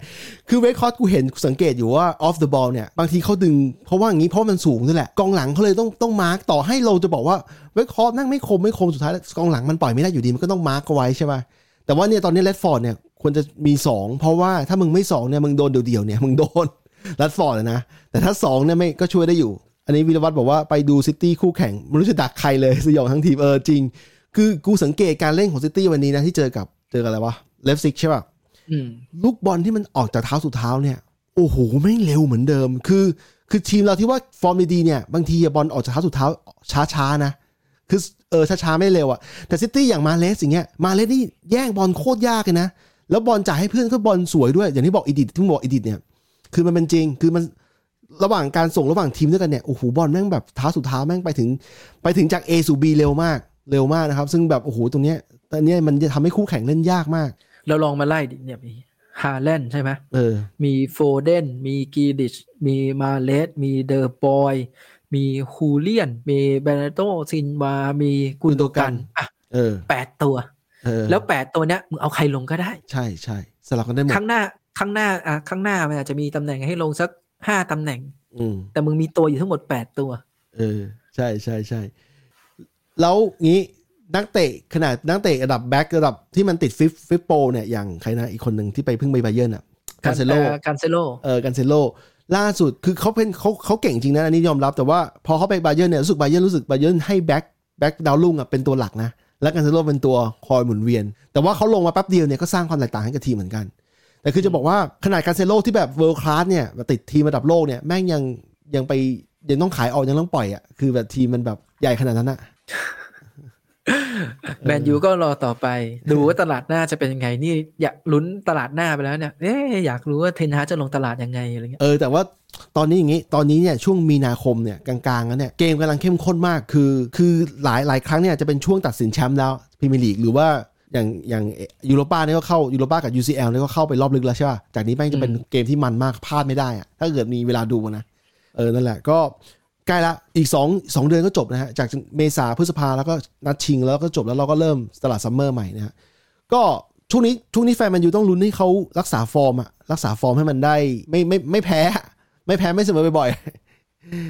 Speaker 1: คือเวคคอร์สกูเห็นกูสังเกตอยู่ว่า off the ball เนี่ย บางทีเขาดึง เพราะว่าอย่างนี้เพราะมันสูงนี่แหละ กองหลังเขาเลยต้องต้องมาร์กต่อให้เราจะบอกว่าเวคคอร์สนั่งไม่คมไม่คมสุดท้ายแล้วกองหลังมันปล่อยไม่ได้อยู่ดี มันก็ต้องมาร์กเอาไว้ใช่ป่ะแต่ว่าเนี่ยตอนนี้เลดฟอร์ดเนี่ยควรจะมี 2 เพราะว่าถ้ามึงไม่ 2 เนี่ย มึงโดนเดี่ยวๆเนี่ยมึงโดน เลดฟอร์ดนะ แต่ถ้า 2 เนี่ยไม่ก็ช่วยได้อยู่ อันนี้วิรวัตรบอกว่าไปดูซิตี้คู่แข่งไม่รู้จะดักใครเลยสยองทั้งทีมเออจริง คือกูสังเกตการเล่นของซิตี้วันนี้นะที่เจอกับเจอกับอะไรวะเลฟซิกใช่ป่ะ
Speaker 3: อืม
Speaker 1: ลูกบอลที่มันออกจากเท้าสู่เท้าเนี่ย โอ้โหไม่งเร็วเหมือนเดิม คือ คือทีมเราที่ว่าฟอร์มดีๆเนี่ย บางทีอะบอลออกจากเท้าสู่เท้าช้าๆนะ คือเออช้าๆไม่เร็วอะแต่ซิตี้อย่างมาเลสอย่างเงี้ยมาเลสนี่แย่งบอลโคตรยากเลยนะ แล้วบอลจ่ายให้เพื่อนก็บอลสวยด้วย อย่างที่บอกอีดิทที่มึงบอกอีดิทเนี่ย คือมันเป็นจริง คือมันระหว่างการส่งระหว่างทีมด้วยกันเนี่ย โอ้โหบอลแม่งแบบเท้าสู่เท้าแม่งไปถึง ไปถึงจาก A สู่ B เร็วมาก เร็วมากนะครับ ซึ่งแบบโอ้โหตรงเนี้ยตอนเนี้ยมันจะทำให้คู่แข่งเล่นยากมาก
Speaker 3: เราลองมาไล่ดิเนี่ยมีฮาแลนด์ใช่ไหม
Speaker 1: เออ
Speaker 3: มีโฟเดนมีกีดิชมีมาเลสมีเดอร์บอยมีฮูเลียน มีเบเนโตซินวามีกุนโดกันอ่ะ
Speaker 1: เออ
Speaker 3: แปดตัว
Speaker 1: เออ
Speaker 3: แล้ว 8 ตัวเนี้ยมึงเอาใครลงก็ได้
Speaker 1: ใช่ใช่สลับกันได้หมด
Speaker 3: ข้างหน้า ข้างหน้าอ่ะข้างหน้ามันอาจจะมีตำแหน่งให้ลงสักห้าตำแหน่ง
Speaker 1: อืม
Speaker 3: แต่มึงมีตัวอยู่ทั้งหมดแปดตัว
Speaker 1: เออใช่ใช่ใช่แล้วงี้นักเตะขนาดนักเตะระดับแบ็กระดับที่มันติดฟิฟฟิปโปเนี่ยอย่างใครนะอีกคนหนึ่งที่ไปเพิ่งไปไบเยิร์นอ่ะคาเซโล
Speaker 3: การเซโล
Speaker 1: เออกันเซโลล่าสุดคือเขาเป็นเขาเขาเก่งจริงนะอันนี้ยอมรับแต่ว่าพอเขาไปไบเยิร์นเนี่ยรู้สึกไบเยิร์นรู้สึกไบเยิร์นให้แบ็กแบ็กดาวลุ่งอ่ะเป็นตัวหลักนะ แล้วกันเซโลเป็นตัวคอยหมุนเวียน แต่ว่าเขาลงมาแป๊บเดียวเนี่ยก็สร้างความแตกต่างให้กับทีมเหมือนกัน แต่คือจะบอกว่าขนาดการเซโลที่แบบเวิลด์คลาสเนี่ยแบบติดทีมระดับโลกเนี่ยแม่งยังยังไปยังต้องขายออกยังต้องปล่อยอ่ะคือแบบทีมมันแบบใหญ่ขนาดนั้นอ่ะ
Speaker 3: แมนยูก็รอต่อไป ดูว่าตลาดหน้าจะเป็นยังไงนี่อยากลุ้นตลาดหน้าไปแล้วเนี่ยเอ๊ะอยากรู้ว่าเทนฮาร์กจะลงตลาดยังไงอะไรเงี้ย
Speaker 1: เออแต่ว่าตอนนี้อย่างงี้ตอนนี้เนี่ยช่วงมีนาคมเนี่ยกลางๆแล้วเนี่ยเกมกำลังเข้มข้นมากคือ คือหลายหลายครั้งเนี่ยจะเป็นช่วงตัดสินแชมป์แล้วพรีเมียร์ลีกหรือว่าอย่างอย่างยูโรป้าเนี่ยก็เข้ายูโรป้ากับ UCL เนี่ยก็เข้าไปรอบลึกแล้วใช่ป่ะจากนี้แม่งจะเป็นเกมที่มันมากพลาดไม่ได้อะถ้าเกิดมีเวลาดูนะเออนั่นแหละก็ใกล้ละอีก2 2เดือนก็จบนะฮะจากเมษาพฤษภาแล้วก็นัดชิงแล้วก็จบแล้วเราก็เริ่มตลาดซัมเมอร์ใหม่นะฮะ ก็ช่วงนี้ช่วงนี้แฟนแมันยูต้องลุ้นให้เขารักษาฟอร์มอะรักษาฟอร์มให้มันได้ไม่ไม่ไม่แพ้อะไม่แพ้ไม่เสมอบ่อย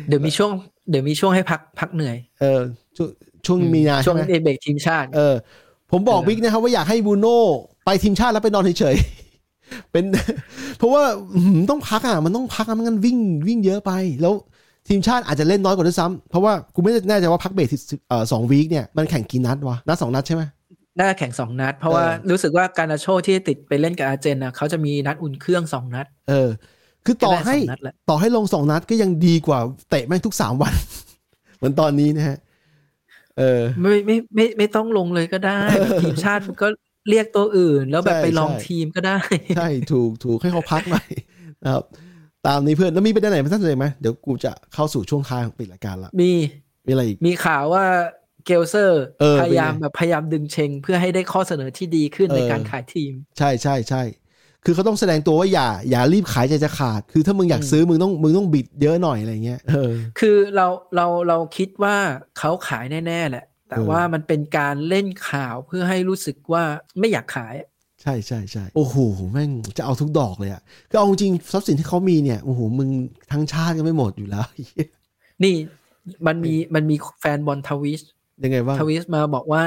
Speaker 3: เดี๋ยวมีช่วงเดี๋ยวมีช่วงให้พักพักเหนื่อย
Speaker 1: ๆเออช่วงช่วงมีนา
Speaker 3: ช่
Speaker 1: ใช่
Speaker 3: วง
Speaker 1: ไหม
Speaker 3: เอเบกทีมชาติ
Speaker 1: เออ ผมบอก
Speaker 3: เออ
Speaker 1: บิ๊กนะครับว่าอยากให้บูโน่ไปทีมชาติแล้วไปนอนเฉยๆ เป็น เพราะว่าอื้อหือต้องพักอ่ะมันต้องพักอะไมันงั้นวิ่งวิ่งเยอะไป แล้วทีมชาติอาจจะเล่นน้อยกว่าด้วยซ้ำเพราะว่ากูไม่แน่ใจว่าพักเบรกที่เอ่อสองวีคเนี่ยมันแข่งกี่นัดวะนัดสองนัดใช่ไหม
Speaker 3: หน้าแข่งสองนัด เพราะ
Speaker 1: เออ
Speaker 3: ว่ารู้สึกว่าการาโชที่ติดไปเล่นกับอาร์เจนนะเขาจะมีนัดอุ่นเครื่องสองนัด
Speaker 1: เออ คือต่อให้
Speaker 3: ก็ได้สงนัดแหละ
Speaker 1: ต่อให้ลงสองนัดก็ยังดีกว่าเตะแม่งทุกสามวัน เหมือนตอนนี้นะฮะ เออ
Speaker 3: ไม่ไม่ไม่ไม่ไม่ต้องลงเลยก็ได้ ทีมชาติก็เรียกตัวอื่น แล้วแบบ
Speaker 1: ใช่
Speaker 3: ไปลอง
Speaker 1: ใช่
Speaker 3: ทีมก็ได้
Speaker 1: ใช่ ถูกถูกให้เขาพักหน่อย นะครับ ตามนี้เพื่อน แล้วมีประเด็นไหนมาท่านเลยไหมเดี๋ยวกูจะเข้าสู่ช่วงท้ายของปิดรายการละ
Speaker 3: มี
Speaker 1: มีอะไรอีก
Speaker 3: มีข่าวว่าเกลเซอร์
Speaker 1: เออ
Speaker 3: พยายาม
Speaker 1: เป็นไง
Speaker 3: แบบพยายามดึงเชงเพื่อให้ได้ข้อเสนอที่ดีขึ้น
Speaker 1: เออ
Speaker 3: ในการขายทีม
Speaker 1: ใช่ใช่ใช่ คือเขาต้องแสดงตัวว่าอย่า อย่ารีบขายใจจะขาด คือถ้ามึงอยากซื้อมึงต้องมึงต้องบิดเยอะหน่อยอะไรเงี้ย เออ
Speaker 3: คือเราเราเราคิดว่าเขาขายแน่ ๆ แหละ แต่
Speaker 1: เออ
Speaker 3: ว่ามันเป็นการเล่นข่าวเพื่อให้รู้สึกว่าไม่อยากขาย
Speaker 1: ใช่ใช่ใช่โอ้โหแม่งจะเอาทุกดอกเลยอะก็เอาจริงทรัพย์สินที่เขามีเนี่ยโอ้โหมึงทั้งชาติก็ไม่หมดอยู่แล้ว
Speaker 3: นี่มันมีมันมีแฟนบอลทวิช
Speaker 1: ยังไงบ้าง
Speaker 3: ทวิสมาบอกว่า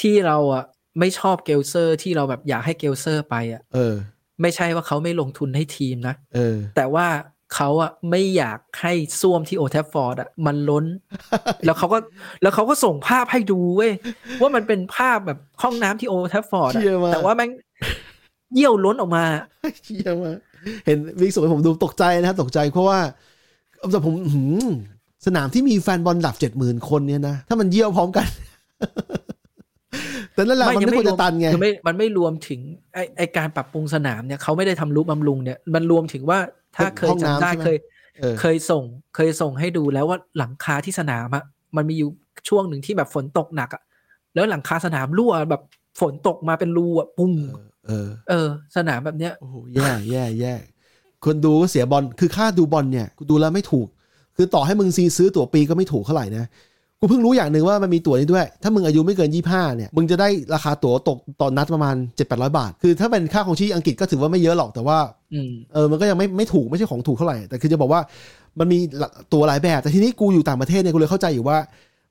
Speaker 3: ที่เราอ่ะไม่ชอบเกลเซอร์ที่เราแบบอยากให้เกลเซอร์ไปอ่ะ
Speaker 1: เออ
Speaker 3: ไม่ใช่ว่าเขาไม่ลงทุนให้ทีมนะ
Speaker 1: เออ
Speaker 3: แต่ว่าเขาอ่ะไม่อยากให้ซ่วมที่โอแทฟฟอร์ดอ่ะมันล้น แล้วเขาก็แล้วเขาก็ส่งภาพให้ดูเว้ยว่ามันเป็นภาพแบบห้องน้ำที่โอแทฟฟอร์ดอะ
Speaker 1: เชี่ยมาก
Speaker 3: แต่ว่าแม่งเยี่ยวล้นออกมา
Speaker 1: เชี่ยมากเห็นวิกสุให้ผมดูตกใจนะตกใจเพราะว่าแต่ผมอื้อหือสนามที่มีแฟนบอลหลับเจ็ดหมื่นคนเนี่ยนะ ถ้ามันเยี่ยวพร้อมกัน แต่นั่นแหละมัน
Speaker 3: ยั
Speaker 1: ไม่ควร
Speaker 3: รว
Speaker 1: จะตันไง
Speaker 3: คือม่มันไม่รวมถึงไอไอการปรับปรุงสนามเนี่ยเขาไม่ได้ทำรูปบำรุงเนี่ยมันรวมถึงว่าถ้าเคย
Speaker 1: ห้องน้ำ
Speaker 3: จำได้
Speaker 1: ใช่ไหม
Speaker 3: เคย
Speaker 1: เออ
Speaker 3: เคยส่งเคยส่งให้ดูแล้วว่าหลังคาที่สนามอะมันมีอยู่ช่วงหนึ่งที่แบบฝนตกหนักอะแล้วหลังคาสนามรั่วแบบฝนตกมาเป็นรูอะปุ่ม
Speaker 1: เออ
Speaker 3: เออ สนามแบบเนี้ย
Speaker 1: โอ้โหแย่แย่แย่คนดูก็เสียบอลคือค่าดูบอลเนี่ยกูดูแล้วไม่ถูก คือต่อให้มึงซีซื้อตั๋วปีก็ไม่ถูกเท่าไหร่นะกูเพิ่งรู้อย่างหนึ่งว่ามันมีตั๋วนี้ด้วย ถ้ามึงอายุไม่เกินยี่ห้าเนี่ยมึงจะได้ราคาตั๋วตกตอนนัดประมาณ7 8 0 0บาท คือถ้าเป็นค่าของชีพอังกฤษก็ถือว่าไม่เยอะหรอกแต่ว่า
Speaker 3: อืม
Speaker 1: เออ มันก็ยังไม่ไม่ถูกไม่ใช่ของถูกเท่าไหร่ แต่คือจะบอกว่ามันมีหลายตัวหลายแบบ แต่ทีนี้กูอยู่ต่างประเทศเนี่ยกูเลยเข้าใจอยู่ว่า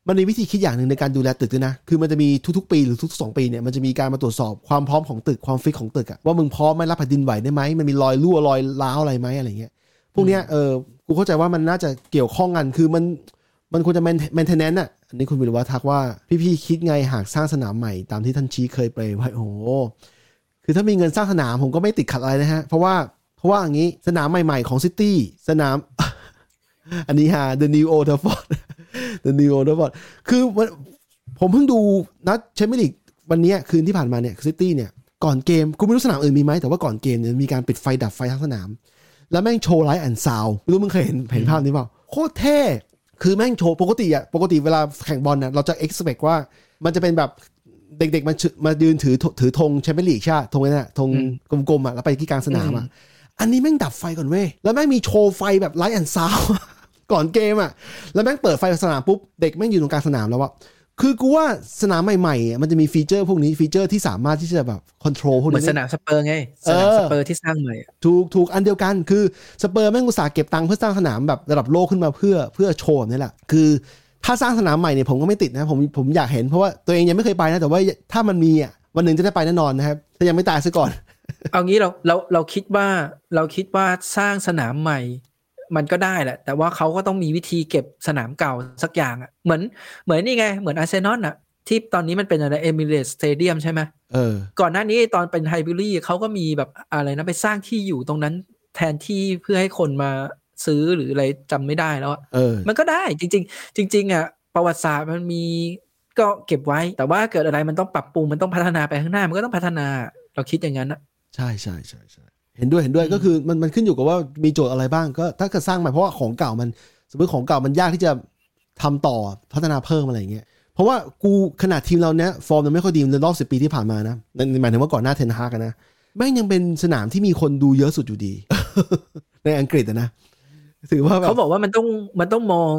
Speaker 1: มันมีวิธีคิดอย่างหนึ่งในการดูแลตึกด้วยนะ คือมันจะมีทุกๆ ปีหรือทุกสองปีเนี่ย มันจะมีการมาตรวจสอบความพร้อมของตึกความฟิตของตึกอะว่ามึงพร้อมไหมรับแผ่นดินไหวได้ไหมมันมีรอยรั่วรอยร้าวอะไรไหมอะไรเงี้ย พวกเนี้ยเออ กูเข้าใจว่ามันน่าจะเกี่ยวข้องกัน คือมัน มันควรจะแมนเทนแนนต์อ่ะ อันนี้คุณวิรวัฒน์ทักว่า พี่ๆคิดไงหากสร้างสนามใหม่ตามที่ท่านชี้เคยไปรยไว้โอ้โห คือถ้ามีเงินสร้างสนามผมก็ไม่ติดขัดอะไรนะฮะ เพราะว่าเพราะว่าอย่างนี้สนามใหม่ๆของซิตี้สนาม อันนี้ฮะ The New Old Trafford The New Old Trafford คือวันผมเพิ่งดูนัดแชมเปี้ยนลีกวันเนี้ยคืนที่ผ่านมาเนี่ยซิตี้เนี่ย ก่อนเกมกูไม่รู้สนามอื่นมีไหมแต่ว่าก่อนเกมเนี่ยมีการปิดไฟดับไฟทั้งสนาม แล้วแม่งโชว์ไลท์แอนด์ซาวด์ไม่รู้มึงเคยเห็นเห็นภาพนี้เปล่า โคตรเท่ คือแม่งโชว์ปกติอะปกติเวลาแข่งบอลเนี่ยเราจะ expect ว่ามันจะเป็นแบบเด็กๆมาชื่อมายืนถือถือธงแชมเปี้ยนลีกใช่ปะธงนั้นอะธง
Speaker 3: อื
Speaker 1: กลมๆอะแล้วไปที่กลางสนามอะอันนี้แม่งดับไฟก่อนเว้ย แล้วแม่งมีโชว์ไฟแบบ ไลท์แอนด์ซาวด์ ก่อนเกมอะแล้วแม่งเปิดไฟสนามปุ๊บ เด็กแม่งอยู่ตรงกลางสนามแล้วอะ คือกูว่าสนามใหม่ๆอ่ะมันจะมีฟีเจอร์พวกนี้ฟีเจอร์ที่สามารถที่จะแบบคอนโทรลพวก
Speaker 3: เหมือ
Speaker 1: นี้
Speaker 3: นสนามสเปอร์ไงสนามสเปอร์ที่สร้างใหม่อะ
Speaker 1: ถูกถูกอันเดียวกันคือสเปอร์แม่งอุตสาห์เก็บตังค์เพื่อสร้างสนามแบบระดับโลกขึ้นมาเพื่อเพื่อโชว์แบบนี่แหละ คือถ้าสร้างสนามใหม่เนี่ยผมก็ไม่ติดนะผมผมอยากเห็นเพราะว่าตัวเองยังไม่เคยไปนะแต่ว่าถ้ามันมีอ่ะวันหนึ่งจะได้ไปแน่นอนนะครับถ้ายังไม่ตายซะก่อน
Speaker 3: เอางี้เราเราเราคิดว่าเราคิดว่าสร้างสนามใหม่ มันก็ได้แหละ แต่ว่าเขาก็ต้องมีวิธีเก็บสนามเก่าสักอย่างอ่ะเหมือนเหมือนนี่ไง เหมือนอาร์เซนอลอ่ะที่ตอนนี้มันเป็นอะไรเอมิเรตสเตเดียมใช่ไหม
Speaker 1: เออ
Speaker 3: ก่อนหน้านี้ตอนเป็นไฮบิลลี่เขาก็มีแบบอะไรนะไปสร้างที่อยู่ตรงนั้นแทนที่เพื่อให้คนมาซื้อหรืออะไรจำไม่ได้แล้วอะ
Speaker 1: เออ
Speaker 3: มันก็ได้จริง ๆ จริง ๆอ่ะประวัติศาสตร์มันมีก็เก็บไว้ แต่ว่าเกิดอะไรมันต้องปรับปรุงมันต้องพัฒนาไปข้างหน้ามันก็ต้องพัฒนาเราคิดอย่างนั้นอะ
Speaker 1: ใช่ใช่ใช่ใช่เห็นด้วยเห็นด้วย
Speaker 3: อืม
Speaker 1: ก็คือมันมันขึ้นอยู่กับว่ามีโจทย์อะไรบ้างก็ถ้าเกิดสร้างใหม่เพราะว่าของเก่ามัน สมมติของเก่ามันยากที่จะทำต่อพัฒนาเพิ่มอะไรอย่างเงี้ยเพราะว่ากูขนาดทีมเราเนี้ยฟอร์มมันไม่ค่อยดีในรอบสิปีที่ผ่านมานะในในหมายถึงว่าก่อนหน้าเทนฮากันนะแม่งยังเป็นสนามที่มีคนดูเยอะสุดอยู่ดี ในอังกฤษอะนะถือว่าแบบ
Speaker 3: เขาบอกว่ามันต้องมันต้องมอง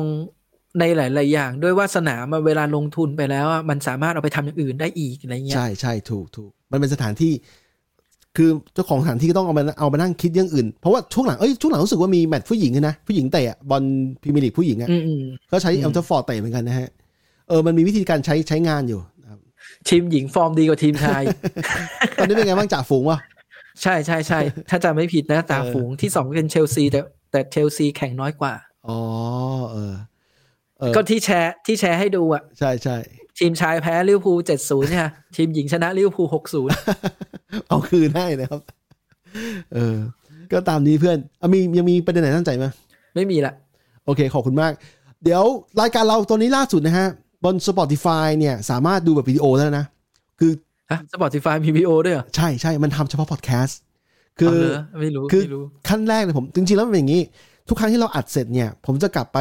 Speaker 3: ในหลาย ๆ อย่าง ด้วยว่าสนามอะเวลาลงทุนไปแล้วอะมันสามารถเอาไปทำอย่างอื่นได้อีกอะไรเงี้ย
Speaker 1: ใช่ใช่ถูกถูกมันเป็นสถานที่ คือเจ้าของสถานที่ก็ต้องเอามาเอามานั่งคิดเรื่องอื่นเพราะว่าช่วงหลังเอ้ยช่วงหลังรู้สึกว่ามีแมตช์ผู้หญิงด้วยนะผู้หญิงเตะอะบอลพรีเมียร์ลีกผู้หญิงอะ
Speaker 3: อืมอืม
Speaker 1: ก็ใช้
Speaker 3: อืม
Speaker 1: เอลเทอร์ฟอร์ดเตะเหมือนกันนะฮะ เออ มันมีวิธีการใช้ใช้งานอยู่นะครับ
Speaker 3: ทีมหญิงฟอร์มดีกว่าทีมชาย
Speaker 1: ตอนนี้เป็นไงบ้างจ่าฝูงวะ
Speaker 3: ใช่ใช่ ใช่ ถ้าจำไม่ผิดนะตา
Speaker 1: เออ
Speaker 3: ฝูงที่สองเป็นเชลซีแต่แต่เชลซีแข่งน้อยกว่า
Speaker 1: อ๋อ เออ เออ
Speaker 3: ก็ที่แชร์ที่แชร์ให้ดูอ่ะ
Speaker 1: ใช่ใช่
Speaker 3: ทีมชายแพ้ลิเวอร์พูลเจ็ดศูนย์เนี่ยทีมหญิงชนะลิเวอร์พูลหกศูนย์
Speaker 1: เอาคืนให้นะครับ เออ ก็ตามนี้เพื่อนอะมียังมีประเด็นไหนตั้งใจไหม
Speaker 3: ไม่มีละ
Speaker 1: โอเค ขอบคุณมาก เดี๋ยวรายการเราตอนนี้ล่าสุดนะฮะ บน Spotify เนี่ย สามารถดูแบบวิดีโอได้แล้วนะ คือ
Speaker 3: ฮะสปอติฟายมีวีโอด้วยเหรอ
Speaker 1: ใช่ใช่ มันทำเฉพาะพอดแคสต์ คือ
Speaker 3: เอาเหรอไม่รู้
Speaker 1: คือ
Speaker 3: ไม่รู้
Speaker 1: ขั้นแรกเลยผมจริงๆแล้วมันเป็นอย่างนี้ ทุกครั้งที่เราอัดเสร็จเนี่ย ผมจะกลับไป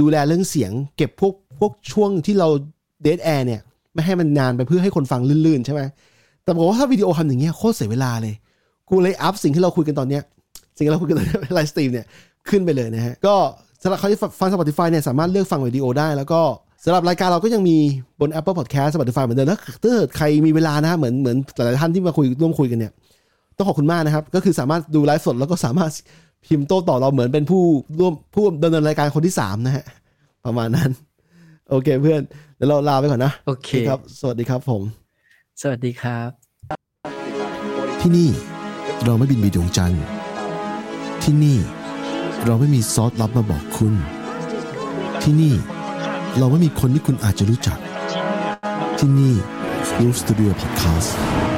Speaker 1: ดูแลเรื่องเสียง เก็บพวกพวกช่วงที่เราเดทแอร์เนี่ย ไม่ให้มันนานไปเพื่อให้คนฟังลื่นๆ ใช่ไหมแต่บอกฏว่าถ้าวิดีโอทำอย่างเงี้ยโคตรเสียเวลาเลย กูเลยอัพสิ่งที่เราคุยกันตอนเนี้ยสิ่งที่เราคุยกันตอนเนี้ยไลฟ์สตรีมเนี่ย ขึ้นไปเลยนะฮะ ก็สำหรับใครที่ฟัง Spotify เนี่ยสามารถเลือกฟังวิดีโอได้ แล้วก็สำหรับรายการเราก็ยังมีบน Apple Podcast Spotify เหมือนเดิมแล้วถ้าเกิดใครมีเวลานะฮะเหมือนเหมือนหลายๆท่านที่มาคุยร่วมคุยกันเนี่ย ต้องขอบคุณมากนะครับ ก็คือสามารถดูไลฟ์สดแล้วก็สามารถพิมพ์โต้ตอบเราเหมือนเป็นผู้ร่วมผู้ดำเนินรายการคนที่ 3 นะฮะ ประมาณนั้น โอเคเพื่อนเดี๋ยวเราลาไปก่อนนะ
Speaker 3: โอเค
Speaker 1: ครับ สวัสดีครับผม
Speaker 3: สวัสดีครับ
Speaker 1: ที่นี่เราไม่บินไปดวงจันทร์ที่นี่เราไม่มีซอสลับมาบอกคุณ ที่นี่เราไม่มีคนที่คุณอาจจะรู้จัก ที่นี่ Roof Studio Podcast